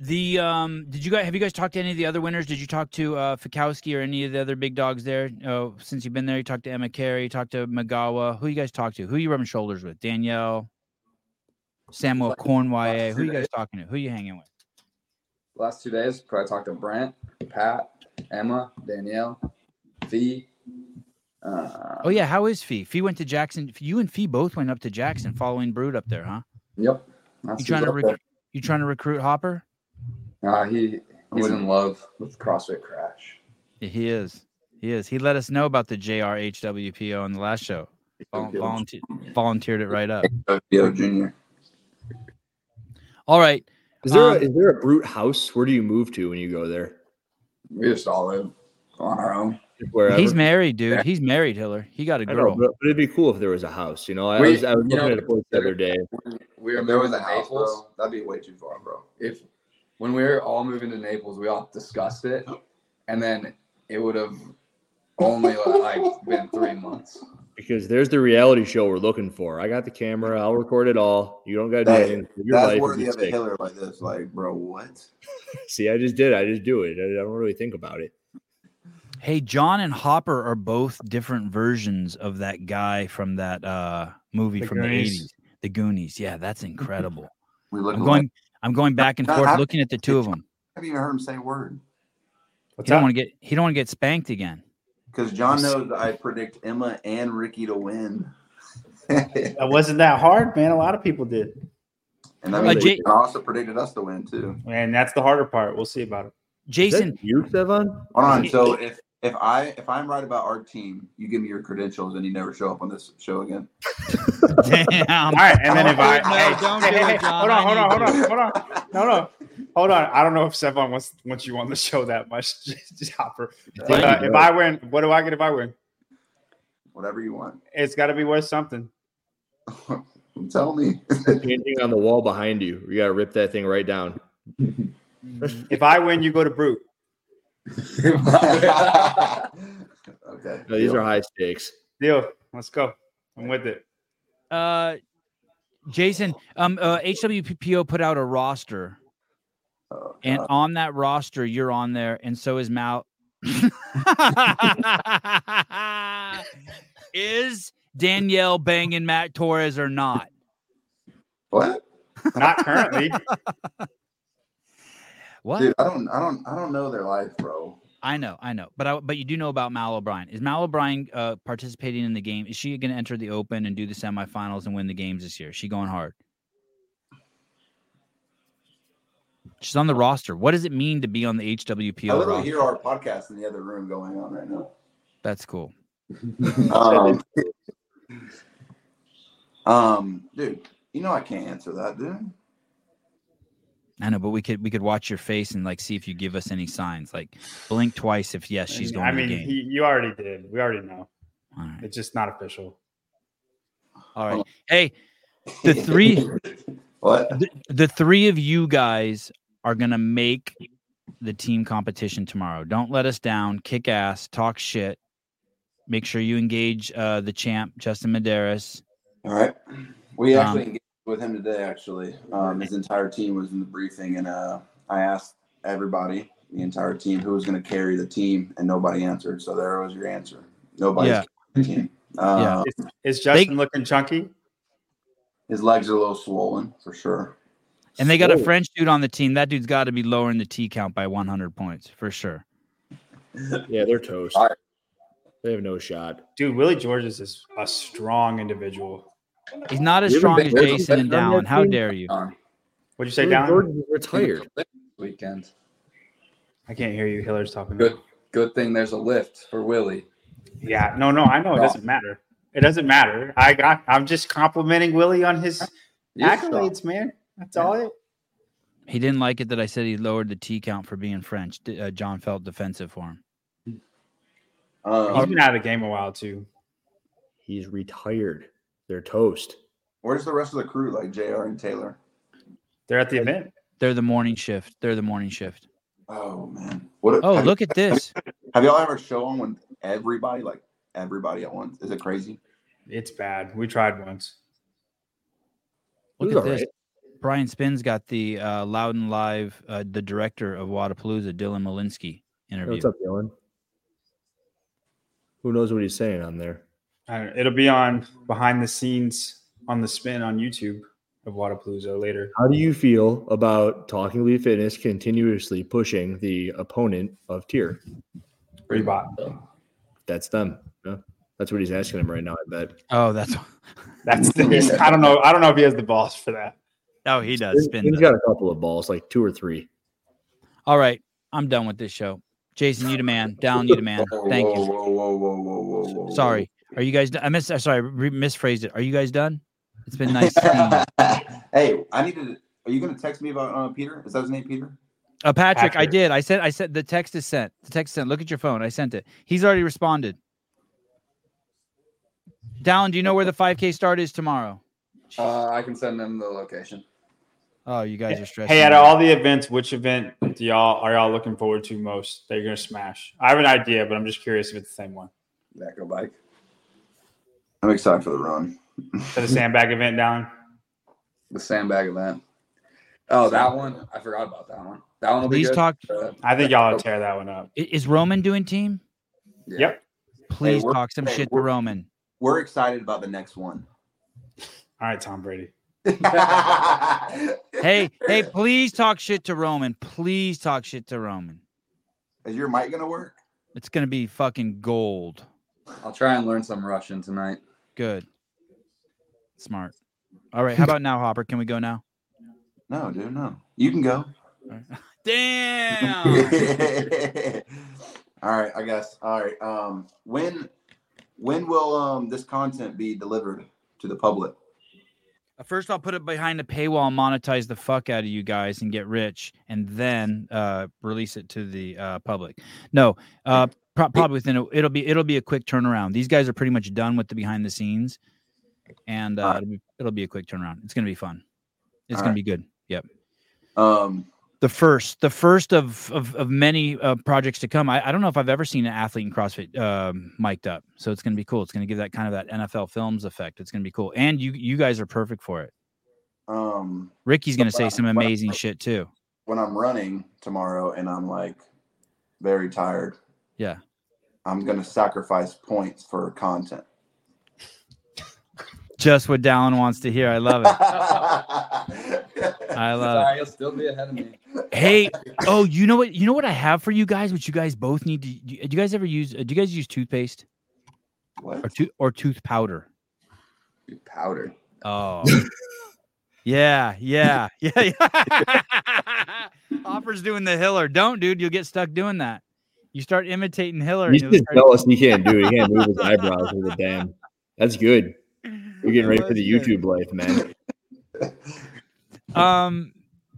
Speaker 1: the um, did you guys have you guys talked to any of the other winners? Did you talk to uh Fikowski or any of the other big dogs there? Oh, since you've been there, you talked to Emma Carey, you talked to Magawa. Who you guys talked to? Who you rubbing shoulders with? Danielle, Samuel Cornwaye. Who you guys talking to? Who you hanging with?
Speaker 12: Last two days, probably talked to Brent, Pat, Emma, Danielle, V. Uh,
Speaker 1: Oh yeah, how is Fee? Fee went to Jackson. You and Fee both went up to Jackson following Brood up there, huh?
Speaker 12: yep.
Speaker 1: You trying to rec- you trying to recruit Hopper?
Speaker 12: Uh, he he's in love with CrossFit Crash.
Speaker 1: Yeah, He is. He is. He let us know about the JRHWPO on the last show. Vol- volunteer, volunteered it right up.
Speaker 13: Yo, Junior.
Speaker 1: All right.
Speaker 2: Is there, a,
Speaker 1: um,
Speaker 2: is there a brute house? Where do you move to when you go there?
Speaker 13: We just all live on our own.
Speaker 2: Wherever.
Speaker 1: He's married, dude. He's married, Hiller. He got a
Speaker 2: I know,
Speaker 1: girl.
Speaker 2: but, but it'd be cool if there was a house. You know, I
Speaker 12: We-
Speaker 2: was, I was
Speaker 12: you know,
Speaker 2: looking at a place the other day.
Speaker 12: We were
Speaker 13: If there was
Speaker 12: moving
Speaker 13: a
Speaker 12: to
Speaker 13: house,
Speaker 12: Naples.
Speaker 13: bro, that'd be way too far, bro.
Speaker 12: if when we were all moving to Naples, we all discussed it, and then it would have only like been three months.
Speaker 2: Because there's the reality show we're looking for. I got the camera. I'll record it all. You don't got to do
Speaker 13: That-
Speaker 2: anything. Your
Speaker 13: that's
Speaker 2: life
Speaker 13: worthy
Speaker 2: is
Speaker 13: of
Speaker 2: at
Speaker 13: a
Speaker 2: stake.
Speaker 13: killer like this. Like, bro, what?
Speaker 2: See, I just did. I just do it. I, I don't really think about it.
Speaker 1: Hey, John and Hopper are both different versions of that guy from that uh, movie
Speaker 2: The
Speaker 1: from
Speaker 2: Goonies.
Speaker 1: the 80s, The Goonies. Yeah, that's incredible.
Speaker 13: We
Speaker 1: I'm
Speaker 13: look alike.
Speaker 1: going I'm going back and
Speaker 13: John,
Speaker 1: forth
Speaker 13: how-
Speaker 1: looking at the two of them.
Speaker 13: I haven't even heard him say a word.
Speaker 1: He don't want to get he don't want to get spanked again.
Speaker 13: Because John knows I predict Emma and Ricky to win.
Speaker 8: That wasn't that hard, man. A lot of people did.
Speaker 13: And I,
Speaker 1: Uh,
Speaker 13: mean,
Speaker 1: Jay-
Speaker 13: I also predicted us to win too.
Speaker 8: And that's the harder part. We'll see about it.
Speaker 1: Jason,
Speaker 2: You, Devon?
Speaker 13: Hold on. So if if I if I'm right about our team, you give me your credentials and you never show up on this show again.
Speaker 1: Damn.
Speaker 8: All right, and then if I
Speaker 1: No,
Speaker 8: hey,
Speaker 1: don't
Speaker 8: hey,
Speaker 1: do
Speaker 8: hey,
Speaker 1: it,
Speaker 8: hey,
Speaker 1: John.
Speaker 8: hold on, hold
Speaker 1: I
Speaker 8: on, hold
Speaker 1: need
Speaker 8: on, hold on, no, no, hold on. I don't know if Sevon wants wants you on the show that much, just Hopper. But, uh, if I win, what do I get if I win?
Speaker 13: Whatever you want.
Speaker 8: It's got to be worth something.
Speaker 13: Tell me.
Speaker 2: Painting on the wall behind you. You got to rip that thing right down.
Speaker 8: If I win, you go to Brute.
Speaker 13: okay.
Speaker 2: No, these are high stakes.
Speaker 8: Deal. Let's go. I'm with it.
Speaker 1: Uh, Jason, um, uh, HWPPO put out a roster, and on that roster, you're on there, and so is Mal. is Danielle banging Matt Torres or not?
Speaker 13: What?
Speaker 8: Not currently.
Speaker 1: What?
Speaker 13: Dude, I don't I don't I don't know their life, bro.
Speaker 1: I know, I know, but I, but you do know about Mal O'Brien. Is Mal O'Brien uh, participating in the game? Is she going to enter the Open and do the semifinals and win the games this year? Is she going hard? She's on the roster. What does it mean to be on the
Speaker 13: I
Speaker 1: HWPL
Speaker 13: literally
Speaker 1: roster?
Speaker 13: hear our podcast in the other room going on right now.
Speaker 1: That's cool.
Speaker 13: Um, um, dude, you know I can't answer that, dude.
Speaker 1: I know, but we could we could watch your face and like see if you give us any signs. Like blink twice if yes, she's going
Speaker 8: I
Speaker 1: to
Speaker 8: mean,
Speaker 1: the game.
Speaker 8: he- you already did. We already know. It's just not official.
Speaker 1: All right. Hey, the three
Speaker 13: what
Speaker 1: the, the three of you guys are gonna make the team competition tomorrow. Don't let us down. Kick ass. Talk shit. Make sure you engage uh, the champ, Justin Medeiros.
Speaker 13: All right. We
Speaker 1: Um,
Speaker 13: actually engaged with him today. Actually, um, his entire team was in the briefing, and uh, I asked everybody, the entire team, who was going to carry the team, and nobody answered. So there was your answer. Nobody's
Speaker 8: Yeah.
Speaker 13: carrying the team. Uh,
Speaker 8: Is, is Justin looking chunky?
Speaker 13: His legs are a little swollen for sure.
Speaker 1: And they got a
Speaker 13: Whoa.
Speaker 1: French dude on the team. That dude's got to be lowering the T count by 100 points for sure.
Speaker 14: Yeah, they're toast. They have no shot.
Speaker 8: Dude, Willie Georges is a strong individual.
Speaker 1: He's not as strong as Jason and Down. How dare you?
Speaker 8: What'd you say,
Speaker 1: Willie Georges
Speaker 8: Down?
Speaker 1: is retired.
Speaker 12: Weekend.
Speaker 8: I can't hear you. Hiller's talking.
Speaker 12: Good, good thing there's a lift for Willie.
Speaker 8: Yeah, no, no, I know it doesn't matter. It doesn't matter. I got. I'm just complimenting Willie on his
Speaker 1: You're
Speaker 8: accolades, man. That's all it.
Speaker 1: He didn't like it that I said he lowered the T count for being French. D- uh, John felt defensive for him. Uh,
Speaker 8: He's been out of the game a while too.
Speaker 14: He's retired. They're toast.
Speaker 13: Where's the rest of the crew, like Jr. and Taylor?
Speaker 8: They're at the event.
Speaker 1: They're the morning shift. They're the morning shift.
Speaker 13: Oh man! What?
Speaker 1: oh, look at this.
Speaker 13: Have y'all ever shown when everybody, like everybody at once? Is it crazy?
Speaker 8: It's bad. We tried once.
Speaker 1: Look
Speaker 13: It was
Speaker 1: at
Speaker 13: all
Speaker 1: this.
Speaker 13: right.
Speaker 1: Brian Spin's got the uh, Loudon Live, uh, the director of Wadapalooza, Dylan Malinsky interview.
Speaker 14: What's up, Dylan? Who knows what he's saying on there?
Speaker 8: I don't, it'll be on behind the scenes on the spin on YouTube of Wadapalooza later.
Speaker 14: How do you feel about Talking Leaf Fitness continuously pushing the opponent of tier?
Speaker 8: Reebok.
Speaker 14: That's them. Yeah. That's what he's asking him right now, I bet.
Speaker 1: Oh, that's
Speaker 8: that's the, I don't know. I don't know if he has the balls for that.
Speaker 1: Oh, he does.
Speaker 14: He's
Speaker 1: Spin does.
Speaker 14: got a couple of balls, like two or three.
Speaker 1: All right, I'm done with this show. Jason, you demand. Down, you demand. Thank
Speaker 13: whoa,
Speaker 1: you.
Speaker 13: Whoa, whoa, whoa, whoa, whoa, whoa, whoa.
Speaker 1: Sorry. Are you guys? do- I miss. I'm Sorry, re- misphrased it. Are you guys done? It's been nice. seeing you.
Speaker 13: Hey, I need to. Are you going to text me about uh, Peter? Is that his name, Peter?
Speaker 1: Uh, Patrick, I
Speaker 13: Patrick.
Speaker 1: did. I said. I said the text is sent. The text sent. Look at your phone. I sent it. He's already responded. Down. Do you know where the 5K start is tomorrow?
Speaker 12: Uh, I can send them the location.
Speaker 1: Oh, you guys are stressed.
Speaker 8: Hey, out
Speaker 1: me
Speaker 8: of
Speaker 1: out.
Speaker 8: all the events, which event do y'all are y'all looking forward to most that you're gonna smash? I have an idea, but I'm just curious if it's the same one.
Speaker 12: Back bike.
Speaker 13: I'm excited for the run.
Speaker 8: To the sandbag event down.
Speaker 12: The sandbag event. Oh, that one. I forgot about that one. That one will
Speaker 1: Please
Speaker 12: be good.
Speaker 1: talk-
Speaker 12: Uh,
Speaker 8: I think y'all would tear that one up.
Speaker 1: I- Is Roman doing team?
Speaker 12: yeah.
Speaker 8: Yep.
Speaker 1: Please
Speaker 13: we're-
Speaker 1: talk some
Speaker 13: hey,
Speaker 1: shit to
Speaker 13: we're-
Speaker 1: Roman.
Speaker 13: We're excited about the next one.
Speaker 8: All right, Tom Brady.
Speaker 1: Hey, hey, please talk shit to Roman. Please talk shit to Roman.
Speaker 13: Is your mic going to work?
Speaker 1: It's gonna be fucking gold.
Speaker 12: I'll try and learn some Russian tonight.
Speaker 1: Good. Smart. All right. How about now, Hopper? Can we go now?
Speaker 13: No, dude, no. You can go.
Speaker 1: Damn.
Speaker 13: All right, I guess. All right. Um, when when will um this content be delivered to the public?
Speaker 1: Uh, First, I'll put it behind a paywall, and monetize the fuck out of you guys, and get rich, and then uh, release it to the uh, public. No, uh, pro- probably within a, it'll be it'll be a quick turnaround. These guys are pretty much done with the behind the scenes, and uh, it'll, be, it'll be a quick turnaround. It's gonna be fun. It's
Speaker 13: All
Speaker 1: gonna
Speaker 13: right.
Speaker 1: be good. Yep.
Speaker 13: Um,
Speaker 1: the first, the first of of, of many uh, projects to come. I, I don't know if I've ever seen an athlete in CrossFit um, mic'd up, so it's going to be cool. It's going to give that kind of that NFL Films effect. It's going to be cool, and you you guys are perfect for it.
Speaker 13: Um,
Speaker 1: Ricky's going to
Speaker 13: Well,
Speaker 1: say some amazing shit too.
Speaker 13: when I'm running tomorrow and I'm like very tired,
Speaker 1: Yeah,
Speaker 13: I'm gonna sacrifice points for content.
Speaker 1: just what Dallin wants to hear. I love it. I love
Speaker 12: Sorry, you'll still be ahead of me.
Speaker 1: it. Hey, oh, you know what? You know what I have for you guys, which you guys both need to. Do you guys ever use? uh, Do you guys use toothpaste?
Speaker 13: What?
Speaker 1: Or tooth or tooth powder?
Speaker 12: Powder.
Speaker 1: Oh. Yeah, yeah, yeah. yeah. Hopper's doing the Hiller. Don't, dude. You'll get stuck doing that. You start imitating
Speaker 2: You
Speaker 1: Hiller. and you'll
Speaker 2: should
Speaker 1: start-
Speaker 2: tell us he can't do it. He can't move his eyebrows with a damn. That's good. We're getting ready for the YouTube life, man.
Speaker 1: Um,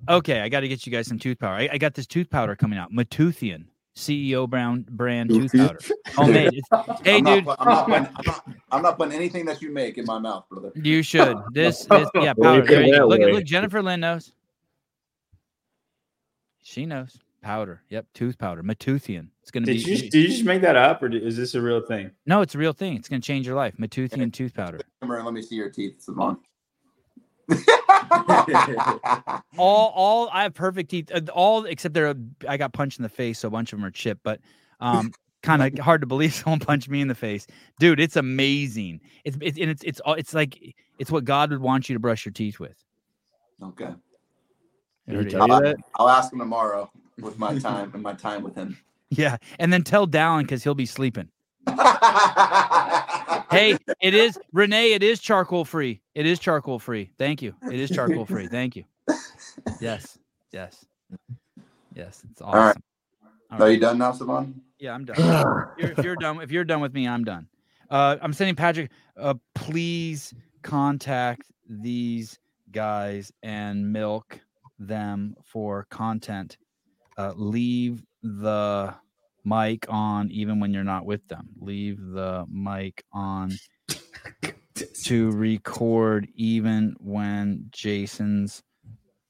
Speaker 1: okay, I got to get you guys some tooth powder. I, I got this tooth powder coming out, Matoothian CEO Brown brand tooth powder, homemade. It's, hey,
Speaker 13: I'm
Speaker 1: dude,
Speaker 13: Not, put- I'm, not putting, I'm, not, I'm not putting anything that you make in my mouth, brother.
Speaker 1: you should. This, this yeah, powder.
Speaker 13: Look at
Speaker 1: There you go.
Speaker 13: that
Speaker 1: Look,
Speaker 13: way.
Speaker 1: look, Jennifer Lynn knows. She knows powder. Yep, tooth powder, Matoothian. It's gonna
Speaker 8: Did
Speaker 1: be. e
Speaker 8: you just- did you just make that up, or di- is this a real thing?
Speaker 1: No, it's a real thing. It's gonna change your life. Matoothian tooth powder.
Speaker 13: Come here, let me see your teeth, Simone.
Speaker 1: all all I have perfect teeth. uh, All except they're I got punched in the face, so a bunch of them are chipped. But um, kind of hard to believe someone punched me in the face, dude. It's amazing. It's it's and it's it's all it's like it's what God would want you to brush your teeth with.
Speaker 13: Okay.
Speaker 1: You already
Speaker 13: I'll,
Speaker 1: do that?
Speaker 13: I'll ask him tomorrow with my time and my time with him.
Speaker 1: Yeah, and then tell Dallin because he'll be sleeping. hey, it is Renee. It is charcoal free. It is charcoal free. Thank you. It is charcoal free. Thank you. Yes, yes, yes. It's awesome.
Speaker 13: All right.
Speaker 1: All
Speaker 13: Are
Speaker 1: right.
Speaker 13: you done now, Savon?
Speaker 1: Yeah, I'm done. If you're, if you're done, if you're done with me, I'm done. Uh, I'm sending Patrick. Uh, please contact these guys and milk them for content. Uh, leave the mic on even when you're not with them. Leave the mic on to record even when Jason's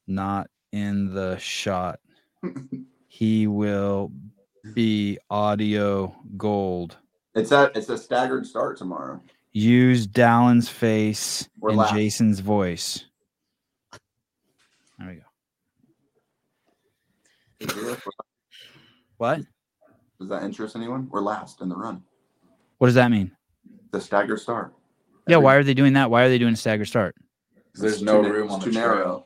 Speaker 1: not in the shot. He will be audio gold.
Speaker 13: It's a it's a staggered start tomorrow.
Speaker 1: Use Dallin's face
Speaker 13: Or
Speaker 1: and
Speaker 13: laugh.
Speaker 1: Jason's voice. There we go. What?
Speaker 13: Does that interest anyone? We're last in the run.
Speaker 1: What does that mean?
Speaker 13: The staggered start.
Speaker 1: Yeah, why are they doing that? Why are they doing a stagger start?
Speaker 12: There's
Speaker 13: It's
Speaker 12: no
Speaker 13: too-
Speaker 12: room
Speaker 13: it's
Speaker 12: on the
Speaker 13: too
Speaker 12: trail.
Speaker 13: narrow.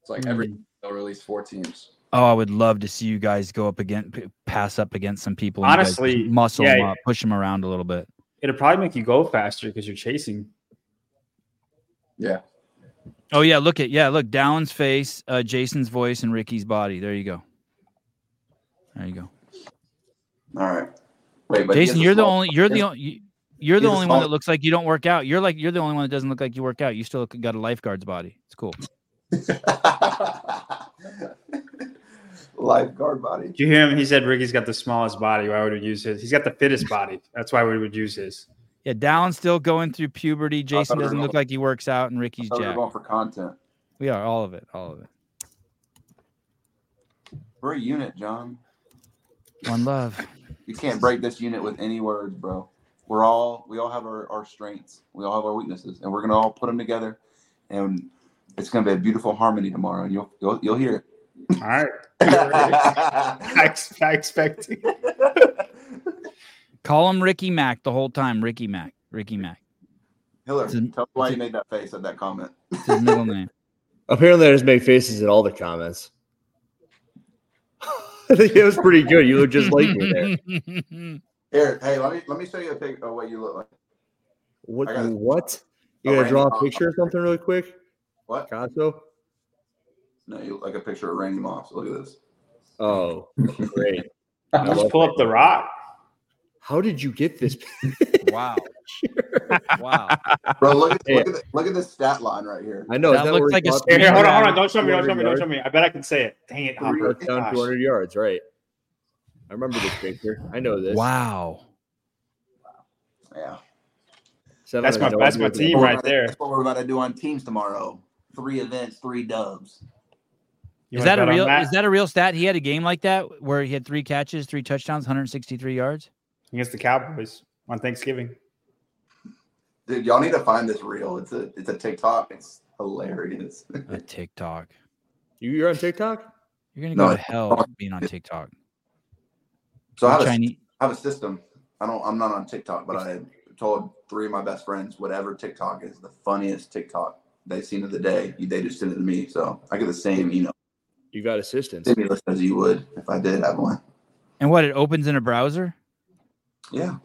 Speaker 12: It's like
Speaker 8: Mm.
Speaker 12: every they'll release four teams.
Speaker 1: Oh, I would love to see you guys go up again, p- pass up against some people. and you guys just
Speaker 8: Honestly,
Speaker 1: muscle
Speaker 8: yeah,
Speaker 1: them
Speaker 8: yeah.
Speaker 1: up, push them around a little bit.
Speaker 8: It'll probably make you go faster because you're chasing.
Speaker 13: Yeah.
Speaker 1: Oh yeah, look at yeah, look Dallin's face, uh, Jason's voice, and Ricky's body. There you go. There you go.
Speaker 13: All right. Wait, but he has
Speaker 1: Jason,
Speaker 13: a
Speaker 1: you're the
Speaker 13: small-
Speaker 1: only you're the
Speaker 13: he has-
Speaker 1: only you- you're
Speaker 13: he
Speaker 1: the
Speaker 13: has a
Speaker 1: only one
Speaker 13: small-
Speaker 1: that looks like you don't work out. You're like you're the only one that doesn't look like you work out. You still look, got a lifeguard's body. It's cool.
Speaker 13: lifeguard body.
Speaker 8: Did you hear him? He said Ricky's got the smallest body. Why would we use his? He's got the fittest body. That's why we would use his.
Speaker 1: Yeah, Dallin's still going through puberty. Jason
Speaker 8: we were
Speaker 1: doesn't look
Speaker 8: going-
Speaker 1: like he works out, and Ricky's
Speaker 13: thought we were
Speaker 1: jacked.
Speaker 13: going for content.
Speaker 1: We are all of it, all of it.
Speaker 13: We're a unit, John.
Speaker 1: One love.
Speaker 13: You can't break this unit with any words, bro. We're all we all have our, our strengths. We all have our weaknesses, and we're gonna all put them together, and it's gonna be a beautiful harmony tomorrow. And you'll you'll, you'll hear it.
Speaker 8: All right. I, ex- I expect it.
Speaker 1: Call him Ricky Mac the whole time. Ricky Mac. Ricky Mac.
Speaker 13: Hiller,
Speaker 1: It's an-
Speaker 13: tell me why you made that face at that comment.
Speaker 1: It's his middle name.
Speaker 2: Apparently, I just make faces in all the comments. I think it was pretty good. You look just like me there.
Speaker 13: Here, hey, let me let me show you a pic of what you look like.
Speaker 2: What?
Speaker 13: I gotta-
Speaker 2: what? You
Speaker 13: Oh,
Speaker 2: gonna
Speaker 13: Randy
Speaker 2: draw a
Speaker 13: Moss.
Speaker 2: picture or something really quick?
Speaker 13: What?
Speaker 2: Costco?
Speaker 13: No, you look like a picture of Randy Moss. Look at this.
Speaker 2: Oh, great. I
Speaker 8: Just
Speaker 2: love
Speaker 8: pull up
Speaker 2: that.
Speaker 8: the rock.
Speaker 2: How did you get this?
Speaker 1: Wow. Wow.
Speaker 13: Bro, look at
Speaker 2: Yeah.
Speaker 13: look at the, look at this stat line right here.
Speaker 2: I know. is
Speaker 1: That
Speaker 2: where
Speaker 1: looks
Speaker 2: he
Speaker 1: like a
Speaker 2: got
Speaker 8: Here, here, hold on, hold on.
Speaker 2: the
Speaker 8: Don't show me. Don't show
Speaker 2: 200
Speaker 8: me. Don't
Speaker 2: yards?
Speaker 8: show me. I bet I can say it. Dang it, Hopper.
Speaker 2: Touchdown,
Speaker 8: Gosh.
Speaker 2: 200 yards. Right. I remember this picture. I know this.
Speaker 1: Wow.
Speaker 13: Yeah.
Speaker 2: Seven
Speaker 8: That's
Speaker 2: of
Speaker 8: my-
Speaker 2: the
Speaker 8: that's my
Speaker 2: yards.
Speaker 8: team right there.
Speaker 13: That's what we're about to do on teams tomorrow. Three events, three dubs.
Speaker 8: You
Speaker 1: is
Speaker 8: wanna
Speaker 1: that a
Speaker 8: bet on
Speaker 1: real Is that a real stat? He had a game like that where he had three catches, three touchdowns, 163 yards.
Speaker 8: against the Cowboys on Thanksgiving?
Speaker 13: Dude, y'all need to find this reel. It's a it's a TikTok. It's hilarious.
Speaker 1: A TikTok.
Speaker 2: You, you're on TikTok?
Speaker 1: You're gonna
Speaker 13: No,
Speaker 1: go to
Speaker 13: it's
Speaker 1: hell
Speaker 13: TikTok.
Speaker 1: being on TikTok.
Speaker 13: So I have, a,
Speaker 1: Chinese-
Speaker 13: I have a system. I don't. I'm not on TikTok, but I told three of my best friends whatever TikTok is the funniest TikTok they've seen of the day. They just sent it to me, so I get the same email
Speaker 2: You got assistance.
Speaker 13: stimulus as you would if I did have one.
Speaker 1: And what? It opens in a browser.
Speaker 13: Yeah.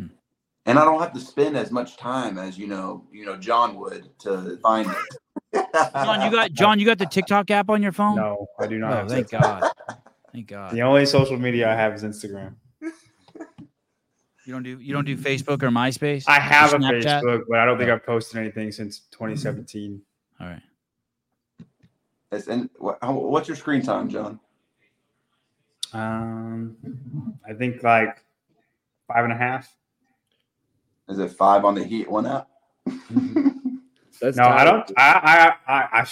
Speaker 13: and I don't have to spend as much time as you know, you know, John would to find it.
Speaker 1: John, you got John, you got the TikTok app on your phone?
Speaker 8: No, I do not.
Speaker 1: Oh,
Speaker 8: have
Speaker 1: thank
Speaker 8: TikTok.
Speaker 1: God. Thank God.
Speaker 8: The only social media I have is Instagram.
Speaker 1: You don't do you don't do Facebook or MySpace?
Speaker 8: I have a
Speaker 1: Or Snapchat? Mm-hmm.
Speaker 8: Facebook, but I don't think I've posted anything since 2017.
Speaker 1: All right.
Speaker 13: It's, and what, how, what's your screen time, John?
Speaker 8: Um, I think like five and a half.
Speaker 13: Is it five on the Heat one app?
Speaker 2: That's
Speaker 8: no, I don't. I I I I,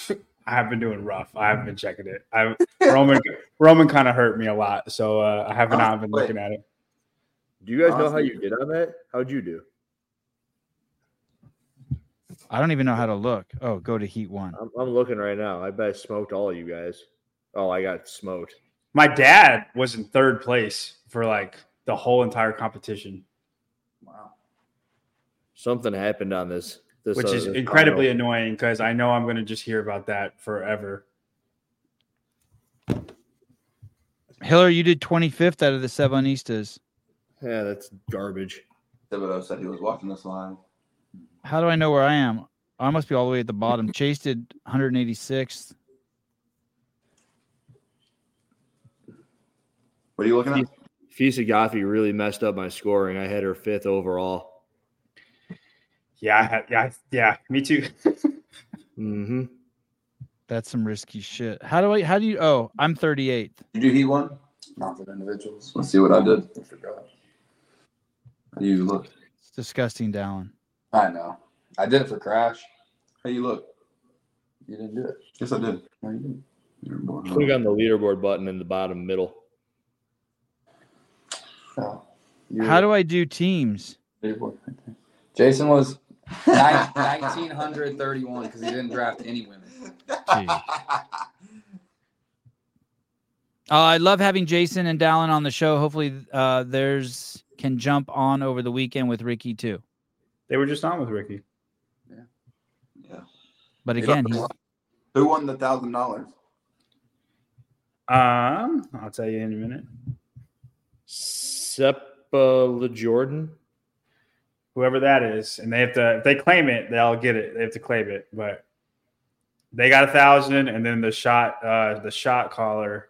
Speaker 8: I have been doing rough. I haven't been checking it. I Roman Roman kind of hurt me a lot, so uh, I
Speaker 2: Oh,
Speaker 8: have not been looking at it.
Speaker 2: Do you guys know how
Speaker 8: Honestly.
Speaker 2: you did on that? How'd you do?
Speaker 1: I don't even know how to look. Oh, go to Heat One.
Speaker 2: I'm, I'm looking right now. I bet I smoked all you guys. Oh, I got smoked.
Speaker 8: My dad was in third place for like the whole entire competition,
Speaker 2: Something happened on this. this
Speaker 8: which
Speaker 2: uh,
Speaker 8: is
Speaker 2: this
Speaker 8: incredibly
Speaker 2: final.
Speaker 8: annoying because I know I'm going to just hear about that forever.
Speaker 1: Hiller, you did 25th out of the Sebanistas.
Speaker 2: Yeah, that's garbage.
Speaker 13: Thibodeau said he was watching this live.
Speaker 1: How do I know where I am? I must be all the way at the bottom. Chase did 186th.
Speaker 13: What are you looking at?
Speaker 2: Fisa Goffi really messed up my scoring. I had her fifth overall.
Speaker 8: Yeah, I had, yeah, I- yeah. Me too.
Speaker 2: mm-hmm.
Speaker 1: That's some risky shit. How do I? How do you? Oh, I'm 38th.
Speaker 13: You do Heat One?
Speaker 12: Not for individuals.
Speaker 13: Let's see what I did.
Speaker 12: I forgot.
Speaker 13: How do you look?
Speaker 1: It's disgusting, Dallin.
Speaker 12: I know. I did it for Crash.
Speaker 13: How you look?
Speaker 12: You didn't do it.
Speaker 13: Yes, I did.
Speaker 12: No, you didn't.
Speaker 2: Click on the leaderboard button in the bottom middle.
Speaker 1: How do I do teams?
Speaker 12: Jason was Nine- 1931 because he didn't draft any women.
Speaker 1: Uh, I love having Jason and Dallin on the show. Hopefully, uh, theirs can jump on over the weekend with Ricky too.
Speaker 8: They were just on with Ricky.
Speaker 13: Yeah.
Speaker 1: But
Speaker 13: Yeah.
Speaker 1: again, he's,
Speaker 13: Who won the thousand dollars?
Speaker 8: Um, I'll tell you in a minute.
Speaker 2: Sepa Jordan,
Speaker 8: whoever that is, and they have to if they claim it, they'll get it. They have to claim it, but they got a thousand, and then the shot, uh, the shot caller,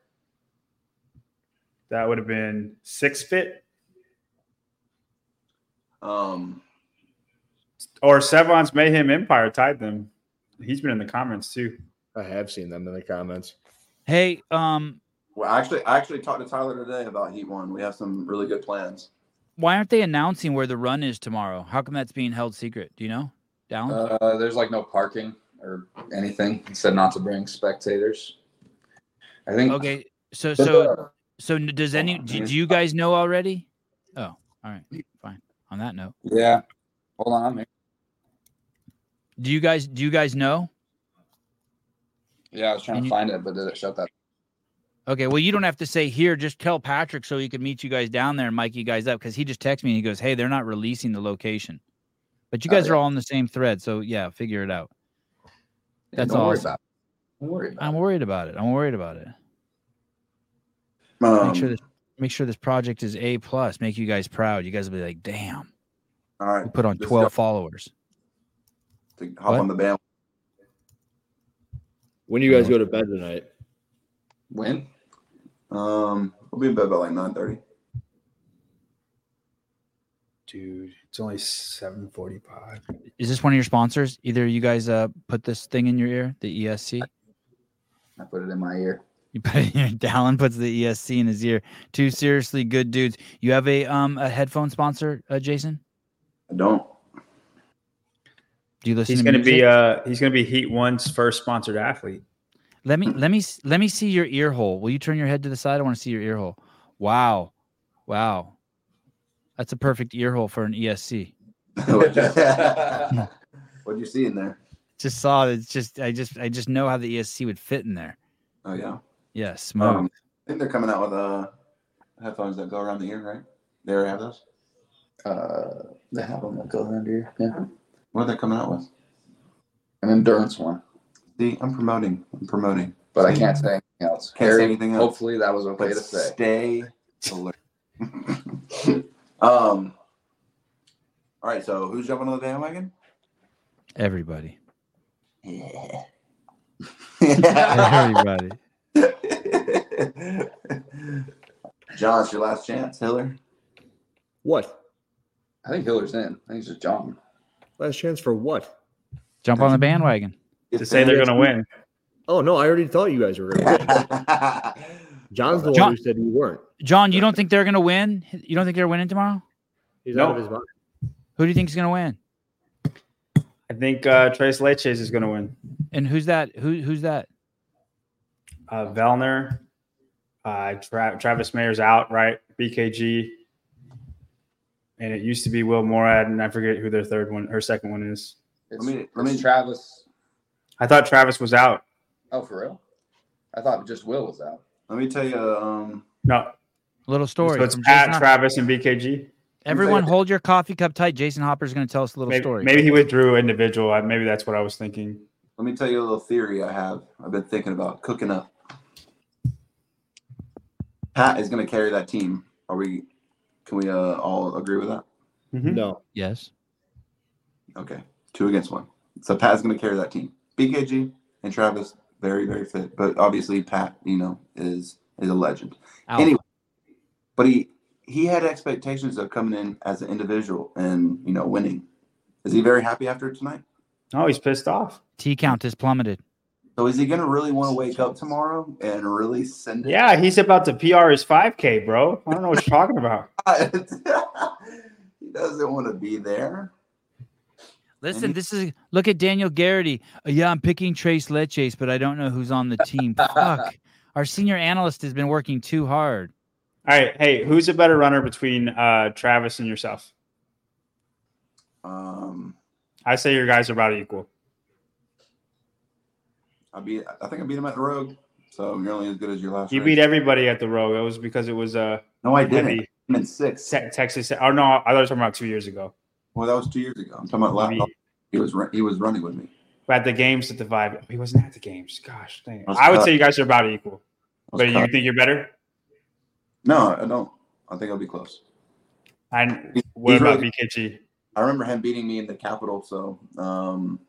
Speaker 8: that would have been six fit
Speaker 13: Um,
Speaker 8: or Sevon's Mayhem Empire tied them. He's been in the comments too.
Speaker 2: I have seen them in the comments.
Speaker 1: hey, um,
Speaker 13: well, actually, I actually talked to Tyler today about Heat One. We have some really good plans.
Speaker 1: why aren't they announcing where the run is tomorrow? How come that's being held secret? Do you know, Dallin?
Speaker 12: Uh, there's like no parking or anything. He said not to bring spectators. I think. uh,
Speaker 1: Okay, so so so n- does any do, do you guys know already? Oh, all right, fine. On that note,
Speaker 12: Yeah. Hold on. man.
Speaker 1: do you guys do you guys know?
Speaker 12: Yeah, I was trying to find it, but did it shut that?
Speaker 1: Okay, well you don't have to say here. Just tell Patrick so he can meet you guys down there and mic you guys up because he just texted me and he goes, "Hey, they're not releasing the location," but you
Speaker 12: Oh,
Speaker 1: guys are
Speaker 12: yeah.
Speaker 1: all on the same thread, so yeah, figure it out.
Speaker 12: Yeah,
Speaker 1: That's
Speaker 12: don't worry
Speaker 1: awesome.
Speaker 12: about it. Don't worry about
Speaker 1: I'm worried about it. I'm worried about it.
Speaker 13: Um,
Speaker 12: Um
Speaker 1: Make sure this make sure this project is a plus. Make you guys proud. You guys will be like, "Damn,
Speaker 13: All right.
Speaker 1: we put on
Speaker 13: let's
Speaker 1: 12
Speaker 13: go
Speaker 1: followers."
Speaker 13: To hop on the band.
Speaker 2: When do you guys go to bed tonight?
Speaker 12: When?
Speaker 13: Um, we'll be in bed by like nine thirty.
Speaker 8: Dude, it's only seven forty-five.
Speaker 1: Is this one of your sponsors? Either you guys uh put this thing in your ear, the ESC.
Speaker 12: I put it in my ear.
Speaker 1: You put it in your Dallin puts the ESC in his ear. Two seriously good dudes. You have a um a headphone sponsor, uh, Jason?
Speaker 13: I don't.
Speaker 1: Do you listen
Speaker 8: He's
Speaker 1: to
Speaker 8: gonna be
Speaker 1: music?
Speaker 8: uh he's gonna be Heat One's first sponsored athlete.
Speaker 1: Let me let me s- let me see your ear hole. Will you turn your head to the side? I want to see your ear hole. Wow. Wow. That's a perfect ear hole for an E ESC.
Speaker 13: What'd you see in there?
Speaker 1: Just saw it. It's just I just I just know how the ESC would fit in there.
Speaker 13: Oh yeah.
Speaker 1: Yeah, smoke.
Speaker 13: Um, I think they're coming out with uh headphones that go around the ear, right? They already have those.
Speaker 12: Uh, they have them that go under here. Yeah.
Speaker 13: What are they coming out with?
Speaker 12: An endurance one,
Speaker 13: See, I'm promoting. I'm promoting.
Speaker 12: but I
Speaker 13: See?
Speaker 12: can't say anything else.
Speaker 13: Can't say
Speaker 12: Harry,
Speaker 13: anything else.
Speaker 12: Hopefully that was
Speaker 13: But
Speaker 12: okay to say.
Speaker 13: Stay alert. um, All right, so who's jumping on the bandwagon?
Speaker 1: Everybody.
Speaker 13: Yeah.
Speaker 1: Everybody.
Speaker 13: John, it's your last chance, Hiller.
Speaker 2: What?
Speaker 12: I think Hiller's in. I think it's just John.
Speaker 2: Last chance for what?
Speaker 1: Jump on the bandwagon.
Speaker 8: To say they're going to win.
Speaker 2: Oh no, I already thought you guys were going to win. John's the
Speaker 1: John-
Speaker 2: one who said you weren't.
Speaker 1: John, you don't think they're going to win? You don't think they're winning tomorrow?
Speaker 2: He's
Speaker 8: No.
Speaker 2: out of his mind.
Speaker 1: Who do you think is going to win?
Speaker 8: I think uh, Trace Leches is going to win.
Speaker 1: And who's that? Who who's that?
Speaker 8: Uh, Velner, uh, Tra- Travis Mayer's out, right? BKG. And it used to be Will Morad, and I forget who their third one or second one is.
Speaker 12: It's,
Speaker 13: Let me-
Speaker 12: it's
Speaker 13: let me-
Speaker 12: Travis.
Speaker 8: I thought Travis was out.
Speaker 12: Oh, for real? I thought just Will was out.
Speaker 13: Let me tell you. Um,
Speaker 8: No,
Speaker 1: Little story.
Speaker 8: so it's
Speaker 1: from Jason
Speaker 8: Pat,
Speaker 1: Hopper.
Speaker 8: Travis, and BKG.
Speaker 1: Everyone, hold your coffee cup tight. Jason Hopper's going to tell us a little
Speaker 8: Maybe,
Speaker 1: story.
Speaker 8: maybe he withdrew individual. I- Maybe that's what I was thinking.
Speaker 13: let me tell you a little theory I have. I've been thinking about cooking up. Pat is going to carry that team. Are we? Can we uh, all agree with that?
Speaker 5: Mm-hmm.
Speaker 13: Mm-hmm.
Speaker 2: No.
Speaker 1: Yes.
Speaker 13: Okay, two against one. So Pat's going to carry that team. BKG and Travis, very very fit, but obviously Pat, you know, is is a legend.
Speaker 1: Alpha.
Speaker 13: Anyway, but he he had expectations of coming in as an individual and you know winning. Is he very happy after tonight?
Speaker 8: Oh, he's pissed off.
Speaker 1: T count has plummeted.
Speaker 13: So is he going to really want to wake up tomorrow and really send it?
Speaker 8: Yeah, he's about to PR his 5K, bro. I don't know what you're talking about.
Speaker 13: he doesn't want to be there.
Speaker 1: Listen, this is look at Daniel Garrity. Uh, yeah, I'm picking Trace Leches, but I don't know who's on the team. Fuck. Our senior analyst has been working too hard.
Speaker 8: All right, hey, who's a better runner between uh, Travis and yourself?
Speaker 13: Um,
Speaker 8: I say your guys are about equal.
Speaker 13: I beat. I think I beat him at the rogue. So you're only as good as your last.
Speaker 8: You
Speaker 13: race.
Speaker 8: beat everybody at the rogue. It was because it was uh
Speaker 13: No, I didn't.
Speaker 8: heavy
Speaker 13: I'm in six.
Speaker 8: Te- Texas. Oh no, I thought you were talking about two years ago.
Speaker 13: Well, that was two years ago. I'm talking about last. He was run- he was running with me.
Speaker 8: But at the games at the vibe, he wasn't at the games. Gosh, dang it.
Speaker 13: I was
Speaker 8: I would
Speaker 13: cut.
Speaker 8: say you guys are about equal.
Speaker 13: was
Speaker 8: But you
Speaker 13: cut.
Speaker 8: think you're better?
Speaker 13: No, I don't. I think I'll be close.
Speaker 8: And what
Speaker 13: he's
Speaker 8: about
Speaker 13: really-
Speaker 8: BKG?
Speaker 13: I remember him beating me in the Capitol. So, um,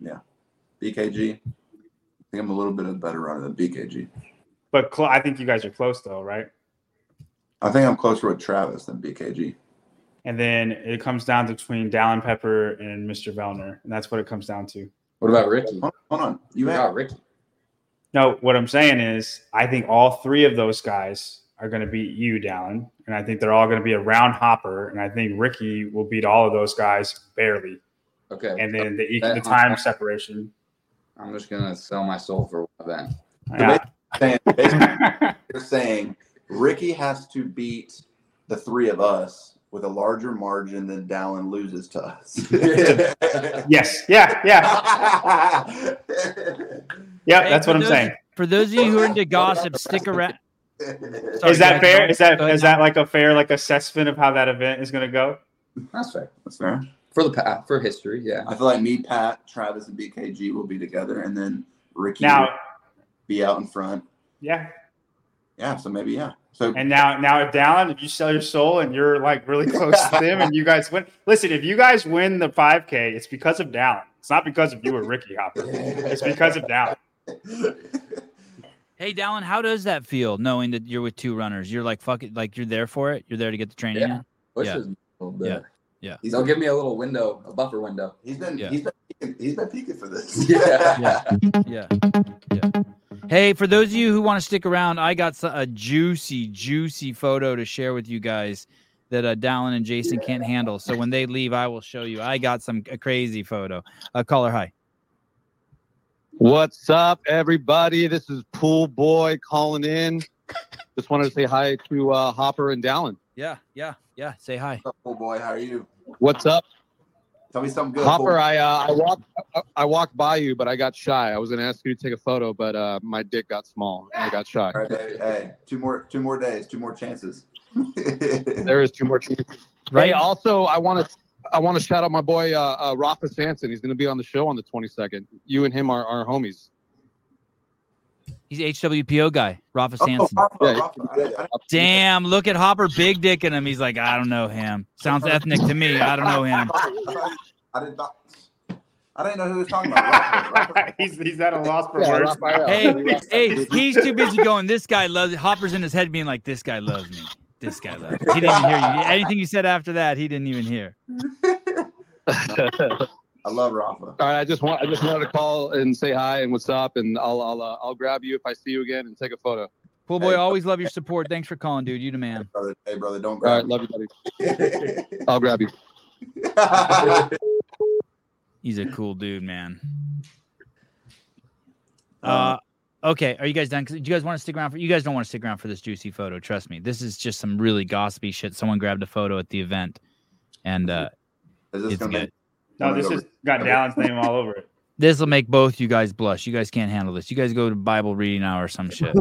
Speaker 13: yeah, BKG. I think I'm a little bit of a better runner than BKG.
Speaker 8: But cl- I think you guys are close though, right?
Speaker 13: I think I'm closer with Travis than BKG.
Speaker 8: And then it comes down to between Dallin Pepper and Mr. Vellner, and that's what it comes down to.
Speaker 12: What about Ricky?
Speaker 13: Hold hold on, you
Speaker 12: You
Speaker 13: had
Speaker 12: got Ricky.
Speaker 8: No, what I'm saying is, I think all three of those guys are going to beat you, Dallin, and I think they're all going to be a round hopper, and I think Ricky will beat all of those guys barely,
Speaker 12: Okay.
Speaker 8: and then the e-
Speaker 12: That-
Speaker 8: the time separation.
Speaker 12: I'm just gonna sell my soul for one event.
Speaker 8: Yeah.
Speaker 13: saying, basically, you're saying Ricky has to beat the three of us with a larger margin than Dallin loses to us.
Speaker 8: Yes. Yeah. Yeah. Yeah.
Speaker 1: Hey,
Speaker 8: that's what
Speaker 1: for
Speaker 8: I'm
Speaker 1: those-
Speaker 8: saying.
Speaker 1: For those of you who are into gossip, stick around. Sorry,
Speaker 8: is
Speaker 1: go
Speaker 8: that
Speaker 1: ahead,
Speaker 8: fair?
Speaker 1: Nolan.
Speaker 8: Is that
Speaker 1: Go ahead,
Speaker 8: is that like a fair like assessment of how that event is going to go?
Speaker 12: That's fair.
Speaker 13: That's fair.
Speaker 12: For the past, for history, yeah.
Speaker 13: I feel like me, Pat, Travis, and BKG will be together, and then Ricky
Speaker 8: Now,
Speaker 13: will be out in front.
Speaker 8: yeah.
Speaker 13: Yeah, so maybe yeah. So
Speaker 8: And now, now if Dallin, if you sell your soul and you're like really close to them, and you guys win. Listen, if you guys win the 5K, it's because of Dallin. It's not because of you or Ricky Hopper. It's because of Dallin.
Speaker 1: Hey, Dallin, how does that feel knowing that you're with two runners? You're like, fuck it. Like, you're there for it. You're there to get the training.
Speaker 12: Yeah.
Speaker 1: in?
Speaker 12: Which
Speaker 1: Yeah.
Speaker 12: is a little better.
Speaker 1: Yeah.
Speaker 12: They'll give me a little window, a buffer window.
Speaker 13: he's been
Speaker 1: Yeah.
Speaker 13: he's been peeking- he's been peeking for this.
Speaker 12: Yeah.
Speaker 1: Yeah. Yeah. Hey, for those of you who want to stick around, I got so- a juicy, juicy photo to share with you guys that uh, Dallin and Jason can't handle. So when they leave, I will show you. I got some a crazy photo. Uh, caller, hi.
Speaker 15: What's up, everybody? This is Pool Boy calling in. Just wanted to say hi to uh, Hopper and Dallin.
Speaker 1: Yeah. Yeah. Yeah. Say hi.
Speaker 13: Oh boy, how are you?
Speaker 15: What's up,
Speaker 13: Tell me something good. oh
Speaker 15: Hopper?
Speaker 13: boy.
Speaker 15: I uh, I walked I- I walked by you, but I got shy. I was gonna ask you to take a photo, but uh, my dick got small. and I got shy.
Speaker 13: All right, hey, hey, two more two more days, two more chances.
Speaker 15: There is two more teams. Hey, also, I want to I want to shout out my boy uh, uh, Rafa Sanson. He's gonna be on the show on the 22nd. You and him are, are homies.
Speaker 1: He's HWPO guy, Rafa Sanson.
Speaker 13: Oh, Rafa, Rafa, I- I-
Speaker 1: Damn, look at Hopper big dicking him. He's like, I don't know him. Sounds ethnic to me. I don't know him.
Speaker 13: I didn't. thought- I didn't know who was talking about.
Speaker 8: he's he's at a loss for
Speaker 13: Yeah,
Speaker 8: words.
Speaker 13: Raphael.
Speaker 1: Hey, hey, he's too busy going. This guy loves. Hopper's in his head being like, this guy loves me. This guy loves. Me. He didn't hear you. Anything you said after that, he didn't even hear.
Speaker 13: I love Rafa.
Speaker 15: All right, I just want I just wanted to call and say hi and what's up, and I'll I'll uh, I'll grab you if I see you again and take a photo.
Speaker 1: Pool boy, always love your support. Thanks for calling, dude. You the man.
Speaker 13: Brother, hey, brother, don't
Speaker 15: All
Speaker 13: grab.
Speaker 15: right, love you, buddy. I'll grab you.
Speaker 1: He's a cool dude, man. Uh, okay. Are you guys done? 'Cause Do you guys want to stick around for? You guys don't want to stick around for this juicy photo. Trust me, this is just some really gossipy shit. Someone grabbed a photo at the event, and uh,
Speaker 13: Is this
Speaker 1: it's
Speaker 13: gonna
Speaker 1: good.
Speaker 13: make?
Speaker 8: No, this has got Dallin's name all over it.
Speaker 1: This will make both you guys blush. You guys can't handle this. You guys go to Bible reading hour or some shit.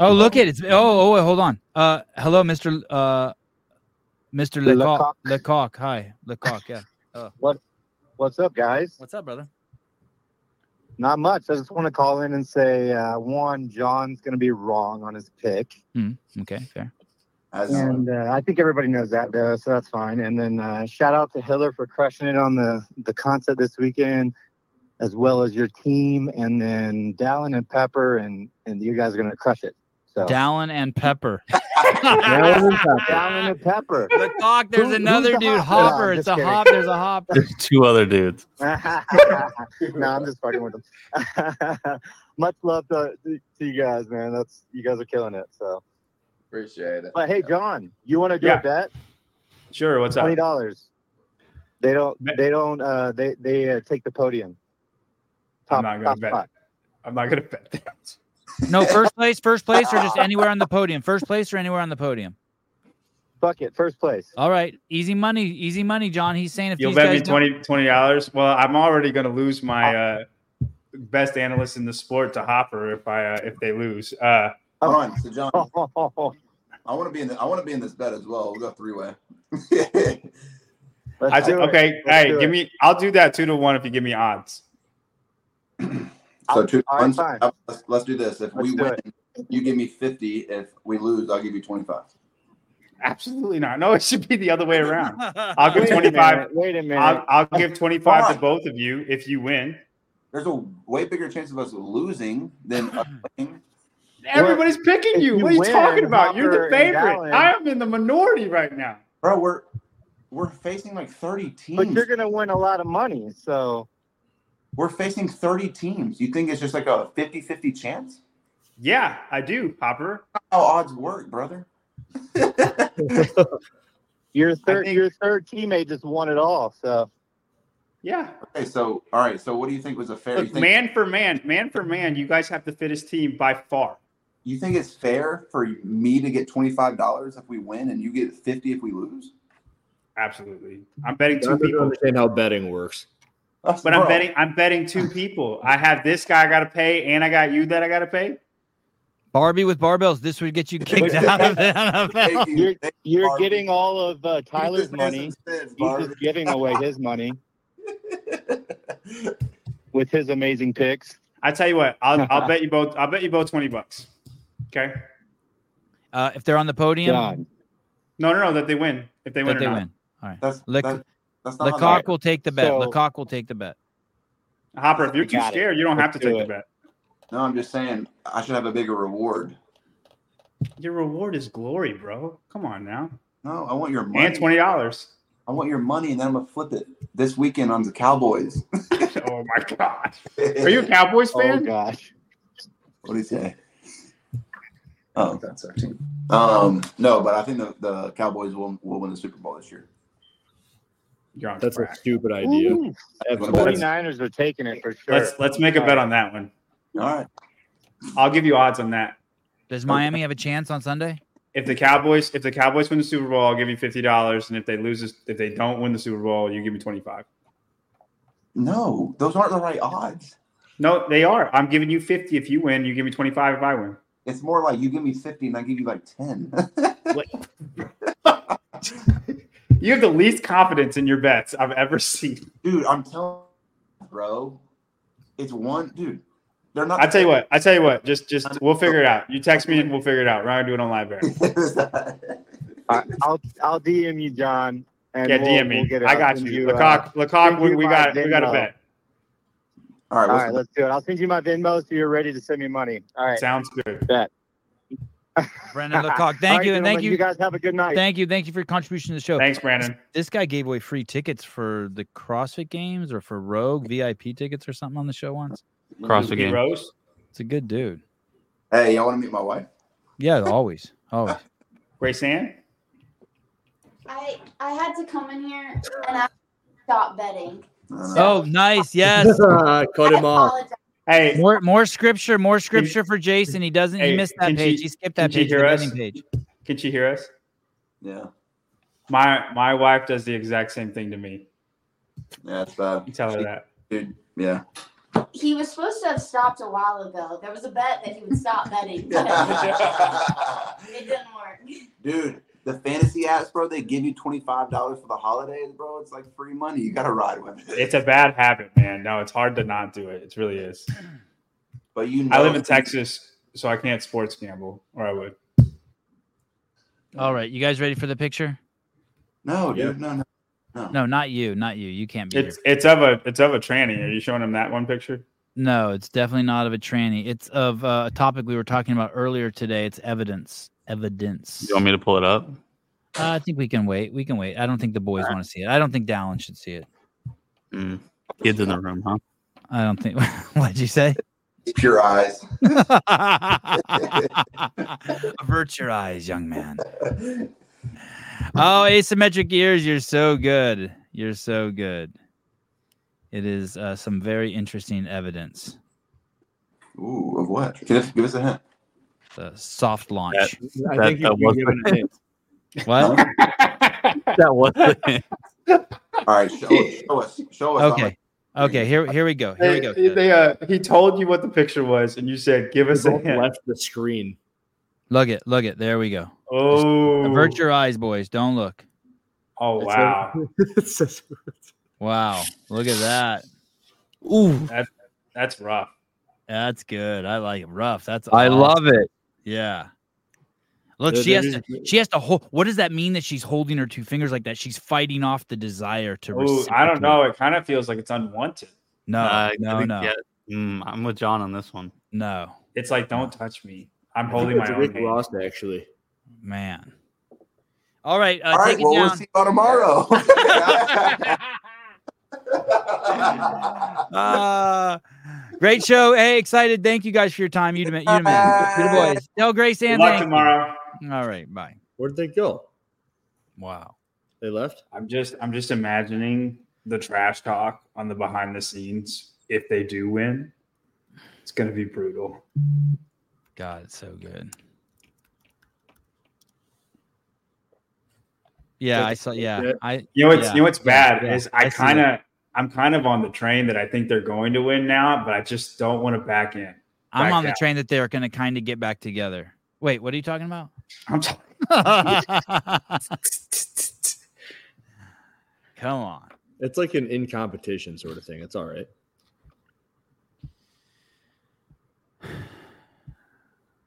Speaker 1: Oh, look at it. It's, oh, oh, wait, hold on. Uh, hello, Mr. Uh, Mr. Lecoq. Lecoq. Hi, Lecoq. Yeah. Oh.
Speaker 16: What What's up, guys?
Speaker 1: What's up, brother?
Speaker 16: Not much. I just want to call in and say uh, one, John's going to be wrong on his pick,
Speaker 1: Hmm. Okay. Fair.
Speaker 16: and uh, I think everybody knows that, though, so that's fine. And then uh, shout out to Hiller for crushing it on the the concert this weekend, as well as your team, and then Dallin and Pepper, and and you guys are going to crush it. So
Speaker 1: Dallin and Pepper.
Speaker 16: Dallin and Pepper. Dallin and Pepper.
Speaker 1: Lecoq. There's
Speaker 16: Who-
Speaker 1: another
Speaker 16: who's the
Speaker 1: dude.
Speaker 16: hopper?
Speaker 1: Hopper.
Speaker 16: I'm
Speaker 1: It's
Speaker 16: just
Speaker 1: a
Speaker 16: kidding.
Speaker 1: hop. There's a hop.
Speaker 9: There's two other dudes.
Speaker 16: no, I'm just fucking with them. Much love to, to you guys, man. That's you guys are killing it. So
Speaker 12: Appreciate it.
Speaker 16: But hey, John, you want to do
Speaker 12: Yeah.
Speaker 16: a bet?
Speaker 8: Sure. What's up?
Speaker 16: Twenty dollars. They don't. They don't. Uh, they they uh, take the podium. Top,
Speaker 8: I'm not gonna
Speaker 16: top
Speaker 8: bet.
Speaker 16: spot.
Speaker 8: I'm not gonna bet that.
Speaker 1: No, first place, first place, or just anywhere on the podium. First place or anywhere on the podium.
Speaker 16: Fuck it, first place.
Speaker 1: All right, easy money, easy money, John. He's saying if
Speaker 8: You'll
Speaker 1: these
Speaker 8: bet
Speaker 1: guys
Speaker 8: me
Speaker 1: don't-
Speaker 8: 20 dollars. Well, I'm already gonna lose my uh, best analyst in the sport to Hopper if I uh, if they lose. Uh,
Speaker 13: Hold on, so John, I want to be in. The, I want to be in this bet as well. We'll go three way.
Speaker 8: I think okay. hey, give me. I'll do that two to one if you give me odds.
Speaker 13: So two
Speaker 8: All right,
Speaker 13: ones- Uh,
Speaker 8: fine.
Speaker 13: Let's, let's do this. If we
Speaker 8: Let's do
Speaker 13: win, you give me fifty. If we lose, I'll give you twenty five.
Speaker 8: Absolutely not. No, it should be the other way around. I'll give
Speaker 13: Wait a
Speaker 8: twenty five.
Speaker 13: minute, wait a minute.
Speaker 8: I'll, I'll give twenty five to
Speaker 13: Fine.
Speaker 8: both of you if you win.
Speaker 13: There's a way bigger chance of us losing than us winning.
Speaker 8: Everybody's picking you.
Speaker 13: if
Speaker 8: What are
Speaker 13: you
Speaker 8: you
Speaker 13: win,
Speaker 8: talking about? You're
Speaker 13: Hopper
Speaker 8: the
Speaker 13: and
Speaker 8: favorite.
Speaker 13: Allen-
Speaker 8: I am in the minority right now.
Speaker 13: Bro, we're we're facing like thirty teams.
Speaker 16: But you're gonna win a lot of money. So
Speaker 13: We're facing thirty teams. You think it's just like a 50-50 chance?
Speaker 8: Yeah, I do, Hopper.
Speaker 13: How odds work, brother?
Speaker 16: your third your third teammate just won it all. So
Speaker 8: Yeah.
Speaker 13: Okay, so all right. So what do you think was a fair? you
Speaker 8: Look,
Speaker 13: think,
Speaker 8: man for man, man for man, you guys have the fittest team by far.
Speaker 13: You think it's fair for me to get twenty five dollars if we win, and you get fifty if we lose?
Speaker 8: Absolutely. I'm betting
Speaker 13: I
Speaker 8: two
Speaker 13: don't
Speaker 8: people.
Speaker 13: understand
Speaker 14: how betting works.
Speaker 8: But I'm betting I'm betting two people. I have this guy I gotta pay, and I got you that I gotta pay.
Speaker 1: Barbie with barbells, this would get you kicked out of the NFL.
Speaker 16: Oh, you're you're getting all of uh, Tyler's money. He's just giving away his money with his amazing picks.
Speaker 8: I tell you what, I'll I'll bet you both I'll bet you both twenty bucks. Okay.
Speaker 1: Uh, if they're on the podium,
Speaker 8: God. No, no, no, that they win. If they
Speaker 1: That
Speaker 8: win or
Speaker 1: they
Speaker 8: not.
Speaker 1: win. All right.
Speaker 13: That's,
Speaker 1: Lec-
Speaker 8: not
Speaker 13: that's
Speaker 8: how that
Speaker 1: Lecoq
Speaker 8: works.
Speaker 1: will take the bet.
Speaker 8: So-
Speaker 1: Lecoq will take the bet.
Speaker 8: Hopper, if you're too
Speaker 13: Got it.
Speaker 8: scared, you don't have to
Speaker 13: Let's
Speaker 8: take
Speaker 13: do
Speaker 8: the
Speaker 13: it.
Speaker 8: bet.
Speaker 13: No, I'm just saying I should have a bigger reward.
Speaker 8: Your reward is glory, bro. Come on now.
Speaker 13: No, I want your money.
Speaker 8: And twenty dollars.
Speaker 13: I want your money, and then I'm gonna flip it this weekend on the Cowboys.
Speaker 8: oh my gosh! Are you a Cowboys
Speaker 16: Oh
Speaker 8: fan?
Speaker 16: gosh.
Speaker 13: What do you say? Oh, that's our team. Um, no, but I think the, the Cowboys will will win the Super Bowl this year.
Speaker 8: That's
Speaker 14: a stupid idea.
Speaker 16: Ooh.
Speaker 14: That's-
Speaker 16: 49ers are taking it for sure.
Speaker 8: Let's let's make a bet on that one.
Speaker 13: All right.
Speaker 8: I'll give you odds on that.
Speaker 1: Does Miami have a chance on Sunday?
Speaker 8: If the Cowboys if the Cowboys win the Super Bowl, I'll give you fifty dollars, and if they lose, this- if they don't win the Super Bowl, you give me twenty five.
Speaker 13: No, those aren't the right odds.
Speaker 8: No, they are. I'm giving you fifty if you win. You give me twenty five if I win.
Speaker 13: It's more like you give me fifty, and I give you like ten.
Speaker 8: You have the least confidence in your bets I've ever seen.
Speaker 13: dude, I'm telling, you, bro, it's one dude. They're not.
Speaker 8: I tell you what. I tell you what. Just, just we'll figure it out. You text me and we'll figure it out. We're not gonna do it on live air.
Speaker 16: I- I'll I'll DM you, John. And
Speaker 8: yeah,
Speaker 16: we'll,
Speaker 8: DM me.
Speaker 16: We'll get it
Speaker 8: I
Speaker 16: I'll
Speaker 8: got
Speaker 16: send
Speaker 8: you.
Speaker 16: uh,
Speaker 8: Lecoq, Lecoq,
Speaker 16: send
Speaker 8: we,
Speaker 16: you
Speaker 8: we
Speaker 16: my
Speaker 8: got we got a
Speaker 16: Venmo.
Speaker 8: bet.
Speaker 13: All right,
Speaker 16: All right, let's do it. I'll send you my Venmo so you're ready to send me money. All right.
Speaker 8: Sounds good.
Speaker 16: Bet.
Speaker 1: Brandon Lecoq,
Speaker 16: All
Speaker 1: thank
Speaker 16: right,
Speaker 1: you, and thank
Speaker 16: gentlemen,
Speaker 1: you.
Speaker 16: You guys have a good night.
Speaker 1: Thank you, thank you for your contribution to the show.
Speaker 8: Thanks, Brandon.
Speaker 1: This guy gave away free tickets for the CrossFit Games or for Rogue VIP tickets or something on the show once.
Speaker 9: CrossFit Games.
Speaker 8: Rose?
Speaker 1: It's a good dude.
Speaker 13: Hey, y'all want to meet my wife?
Speaker 1: Yeah, always, always.
Speaker 8: Grace Ann.
Speaker 17: I I had to come in here and I stopped betting.
Speaker 1: Oh, nice. Yes.
Speaker 17: Cut him off.
Speaker 8: Hey,
Speaker 1: more more scripture, more scripture for Jason. He doesn't.
Speaker 8: Hey,
Speaker 1: he missed
Speaker 8: can
Speaker 1: that page.
Speaker 8: she-
Speaker 1: he skipped
Speaker 8: can
Speaker 1: that
Speaker 8: she
Speaker 1: page. the
Speaker 8: hear us?
Speaker 1: betting page.
Speaker 8: Can she hear us?
Speaker 13: Yeah.
Speaker 8: My my wife does the exact same thing to me.
Speaker 13: Yeah, it's bad.
Speaker 8: You tell her that.
Speaker 13: Dude, yeah.
Speaker 17: He was supposed to have stopped a while ago. There was a bet that he would stop betting. it didn't work.
Speaker 13: Dude, the fantasy apps, bro, they give you twenty five dollars for the holidays, bro. It's like free money. You gotta ride with it.
Speaker 8: It's a bad habit, man. No, it's hard to not do it. It really is.
Speaker 13: But you,
Speaker 8: I
Speaker 13: know-
Speaker 8: live in Texas, so I can't sports gamble, or I would.
Speaker 1: All right, you guys ready for the picture?
Speaker 13: No,
Speaker 8: Yeah.
Speaker 13: Oh, dude, no, no. no.
Speaker 1: not you, not you. You can't be.
Speaker 8: It's
Speaker 1: here.
Speaker 8: it's of a it's of a tranny. Are you showing him that one picture?
Speaker 1: No, it's definitely not of a tranny. It's of uh, a topic we were talking about earlier today. It's evidence. Evidence.
Speaker 9: You want me to pull it up?
Speaker 1: Uh, I think we can wait. We can wait. I don't think the boys want to see it. I don't think Dallin should see it.
Speaker 9: Mm. Kids in the room, huh?
Speaker 1: I don't think. What'd you say?
Speaker 13: Pure eyes.
Speaker 1: Avert your eyes, young man. Oh, asymmetric ears. You're so good. You're so good. It is uh, some very interesting evidence.
Speaker 13: Ooh, of what? Give us, give us a hint.
Speaker 1: The soft launch.
Speaker 9: I that- think that you've been was- given a
Speaker 1: What?
Speaker 9: that was
Speaker 13: All right, show, show us. Show us. I'm
Speaker 1: Okay.
Speaker 13: like,
Speaker 1: Okay. Here, here we go. Here we
Speaker 8: They-
Speaker 1: go.
Speaker 8: they, uh, he told you what the picture was, and you said, "Give us a hint."
Speaker 14: left the screen.
Speaker 1: Look it. Look it. There we go.
Speaker 8: Oh,
Speaker 1: Avert your eyes, boys. Don't look.
Speaker 8: oh
Speaker 14: That's
Speaker 8: wow!
Speaker 1: Wow. Look at that. Ooh.
Speaker 8: That, that's rough.
Speaker 1: That's good. I like it. rough. That's
Speaker 15: I love
Speaker 1: awesome.
Speaker 15: it.
Speaker 1: Yeah. Look,
Speaker 15: There-
Speaker 1: she has
Speaker 15: there
Speaker 1: to, she has to hold. What does that mean that she's holding her two fingers like that? She's fighting off the desire to.
Speaker 8: Oh, I don't know. It kind of feels like it's unwanted.
Speaker 1: No,
Speaker 9: Uh, I
Speaker 1: no,
Speaker 9: think,
Speaker 1: no,
Speaker 9: yeah, mm, I'm with John on this one.
Speaker 1: no,
Speaker 8: It's like, "Don't touch me. I'm
Speaker 14: I
Speaker 8: holding
Speaker 14: think
Speaker 8: my
Speaker 14: that's
Speaker 8: own."
Speaker 14: Rick
Speaker 8: hand.
Speaker 14: Ross actually.
Speaker 1: man. All right, uh,
Speaker 13: All right,
Speaker 1: take it
Speaker 13: well, we'll
Speaker 1: down.
Speaker 13: see you tomorrow.
Speaker 1: Uh, great show. Hey, excited. Thank you guys for your time. You, the- you the man. You the boys. Tell Grace
Speaker 8: Good
Speaker 1: and
Speaker 8: luck
Speaker 1: thank you.
Speaker 8: tomorrow.
Speaker 1: All right, bye.
Speaker 14: Where'd they go?
Speaker 1: Wow.
Speaker 14: They left.
Speaker 8: I'm just I'm just imagining the trash talk on the behind the scenes if they do win. It's gonna be brutal.
Speaker 1: God, it's so good. Yeah, I saw. Yeah, I.
Speaker 8: You know what's
Speaker 1: yeah,
Speaker 8: you know what's
Speaker 1: yeah,
Speaker 8: bad
Speaker 1: yeah,
Speaker 8: is I
Speaker 1: see
Speaker 8: kind
Speaker 1: that.
Speaker 8: of I'm kind of on the train that I think they're going to win now, but I just don't want to back in.
Speaker 1: I'm
Speaker 8: back
Speaker 1: on the
Speaker 8: out.
Speaker 1: train that they're going to kind of get back together. Wait, what are you talking about?
Speaker 8: I'm t-
Speaker 1: Come on.
Speaker 14: It's like an in competition sort of thing. It's all right.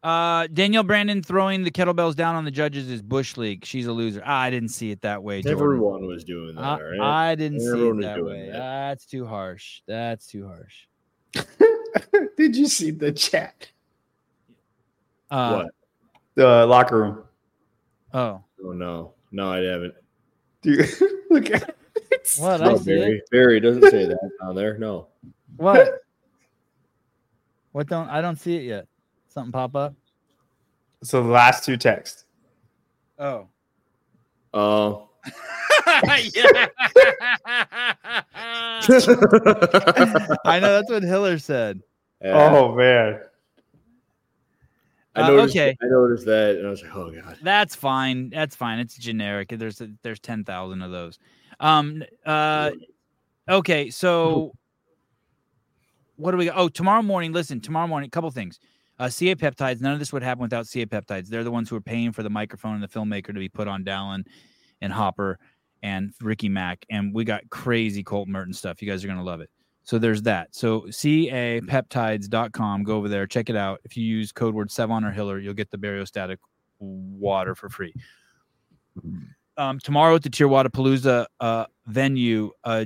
Speaker 1: Uh, Danielle Brandon throwing the kettlebells down on the judges is Bush League. She's a loser. Ah, I didn't see it that way. Jordan.
Speaker 14: Everyone was doing that.
Speaker 1: I,
Speaker 14: all right.
Speaker 1: I didn't see
Speaker 14: Everyone
Speaker 1: it
Speaker 14: was
Speaker 1: that
Speaker 14: doing
Speaker 1: way.
Speaker 14: that.
Speaker 1: That's too harsh. That's too harsh.
Speaker 8: Did you see the chat?
Speaker 1: Uh,
Speaker 14: what?
Speaker 8: The locker room.
Speaker 1: Oh,
Speaker 14: Oh no, no, I haven't.
Speaker 8: Dude, look at
Speaker 1: what? I
Speaker 14: No,
Speaker 1: see it.
Speaker 14: Barry. Barry doesn't say that down there. No.
Speaker 1: What? what don't I don't see it yet? Something pop up?
Speaker 8: So the last two texts.
Speaker 1: Oh.
Speaker 14: Oh.
Speaker 1: I know that's what Hiller said.
Speaker 8: Oh man.
Speaker 14: I
Speaker 1: Uh,
Speaker 14: noticed,
Speaker 1: okay.
Speaker 14: I noticed that, and I was like, "Oh god."
Speaker 1: That's fine. That's fine. It's generic. There's there's ten thousand of those. Um. Uh. Okay. So. What do we? Oh, tomorrow morning. Listen, tomorrow morning. A couple things. Uh, CA peptides. None of this would happen without CA peptides. They're the ones who are paying for the microphone and the filmmaker to be put on Dallin and Hopper and Ricky Mack. And we got crazy Colt Merton stuff. You guys are gonna love it. So there's that. So capeptides.com. Go over there, check it out. If you use code word Sevon or Hiller, you'll get the bariostatic water for free. Um, tomorrow at the Tijuana uh, venue, uh,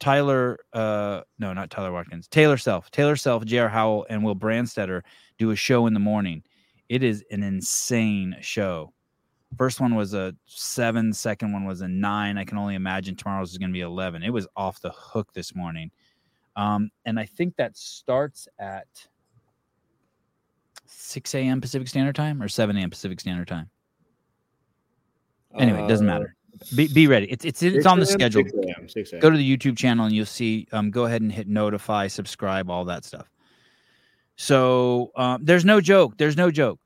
Speaker 1: Tyler, uh, no, not Tyler Watkins, Taylor Self, Taylor Self, J.R. Howell, and Will Branstetter do a show in the morning. It is an insane show. First one was a seven, second one was a nine. I can only imagine tomorrow's is going to be 11. It was off the hook this morning. Um, and I think that starts at 6 a.m. Pacific Standard Time or 7 a.m. Pacific Standard Time. Anyway, it doesn't
Speaker 14: Uh,
Speaker 1: matter. Be, be ready. It's it's it's on the
Speaker 14: 6 a.m.,
Speaker 1: schedule.
Speaker 14: 6 a.m., 6 a.m.
Speaker 1: Go to the YouTube channel and you'll see. Um, go ahead and hit notify, subscribe, all that stuff. So um, there's no joke. There's no joke.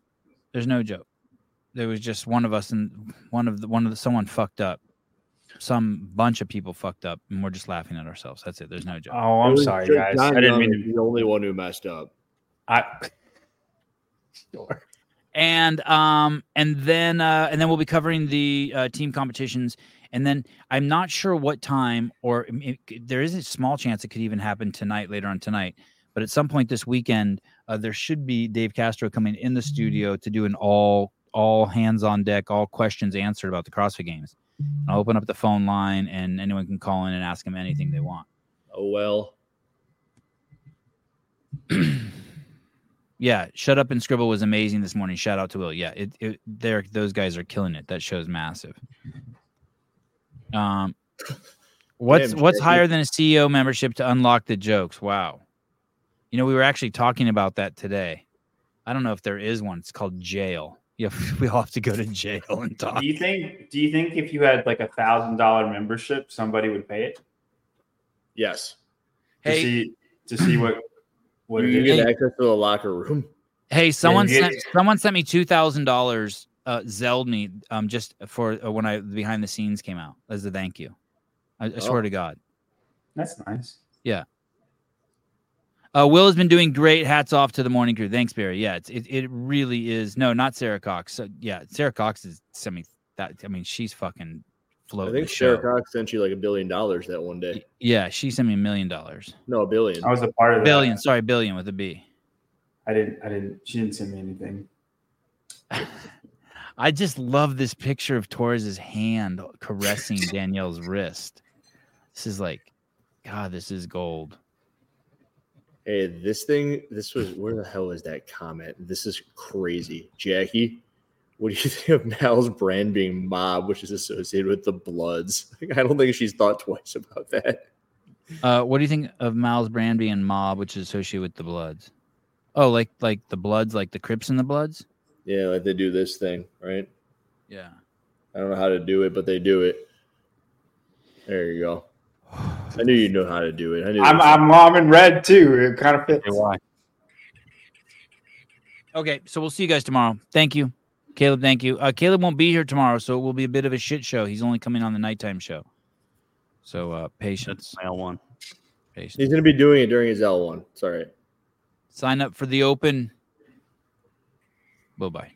Speaker 1: There's no joke. There was just one of us and one of the one of the someone fucked up. Some bunch of people fucked up, and we're just laughing at ourselves. That's it. There's no joke.
Speaker 8: Oh, I'm
Speaker 14: It was
Speaker 8: sorry,
Speaker 14: just
Speaker 8: guys.
Speaker 14: John
Speaker 8: I
Speaker 14: Young
Speaker 8: didn't mean
Speaker 14: is the only one who messed up.
Speaker 8: I
Speaker 1: and um and then uh and then we'll be covering the uh, team competitions and then i'm not sure what time or I mean, it- there is a small chance it could even happen tonight later on tonight but at some point this weekend uh, there should be dave castro coming in
Speaker 14: Mm-hmm.
Speaker 1: the studio to do an all all hands on deck all questions answered about the crossfit games and i'll open up the phone line and anyone can call in and ask him anything they want
Speaker 14: Oh well.
Speaker 1: yeah shut up and scribble was amazing this morning shout out to will yeah it, it they're those guys are killing it that show's massive um what's
Speaker 14: Damn,
Speaker 1: what's
Speaker 14: Jay.
Speaker 1: higher than a ceo membership to unlock the jokes wow you know we were actually talking about that today i don't know if there is one it's called jail yeah we all have to go to jail and talk
Speaker 8: Do you think? Do you think if you had like a thousand dollar membership, somebody would pay it?
Speaker 14: Yes.
Speaker 8: To
Speaker 1: Hey.
Speaker 8: see to see what what
Speaker 14: you
Speaker 8: it
Speaker 14: get
Speaker 8: is.
Speaker 14: access to the locker room.
Speaker 1: Hey, someone
Speaker 8: you get-
Speaker 1: sent someone sent me two thousand dollars. Uh, Zelled me um just for uh, when I behind the scenes came out as a thank you. I, I swear
Speaker 8: Oh.
Speaker 1: to God.
Speaker 8: That's nice.
Speaker 1: Yeah. Uh, Will has been doing great. Hats off to the morning crew. Thanks, Barry. Yeah, it's, it it really is. No, not Sarah Cox. So, yeah, Sarah Cox is semi. That I mean, she's fucking
Speaker 14: I
Speaker 1: floating.
Speaker 14: think
Speaker 1: the show.
Speaker 14: Sarah Cox sent you like a billion dollars that one day.
Speaker 1: Yeah, she sent me a million dollars.
Speaker 14: No, a billion.
Speaker 8: I was a part of that.
Speaker 1: Billion. Sorry, billion with a B.
Speaker 8: I didn't. I didn't. She didn't send me anything.
Speaker 1: I just love this picture of Torres's hand caressing Danielle's wrist. This is like, God, this is gold.
Speaker 14: Hey, this thing, this was where the hell is that comment? This is crazy. Jackie, what do you think of Mal's brand being mob, which is associated with the Bloods? Like, I don't think she's thought twice about that.
Speaker 1: Uh, what do you think of Miles Brand being mob, which is associated with the Bloods? Oh, like like the Bloods, like the Crips and the Bloods.
Speaker 14: Yeah, like they do this thing, right?
Speaker 1: Yeah.
Speaker 14: I don't know how to do it, but they do it. There you go. I knew you know how to do it. I knew
Speaker 8: I'm
Speaker 14: that's-
Speaker 8: I'm mom in red too. It kind of fits.
Speaker 1: Okay, so we'll see you guys tomorrow. Thank you, Caleb. Thank you. Uh, Caleb won't be here tomorrow, so it will be a bit of a shit show. He's only coming on the nighttime show. So uh, patience.
Speaker 9: I one.
Speaker 1: Patience.
Speaker 14: He's going to be doing it during his L1. It's all right.
Speaker 1: Sign up for the open. Bye bye.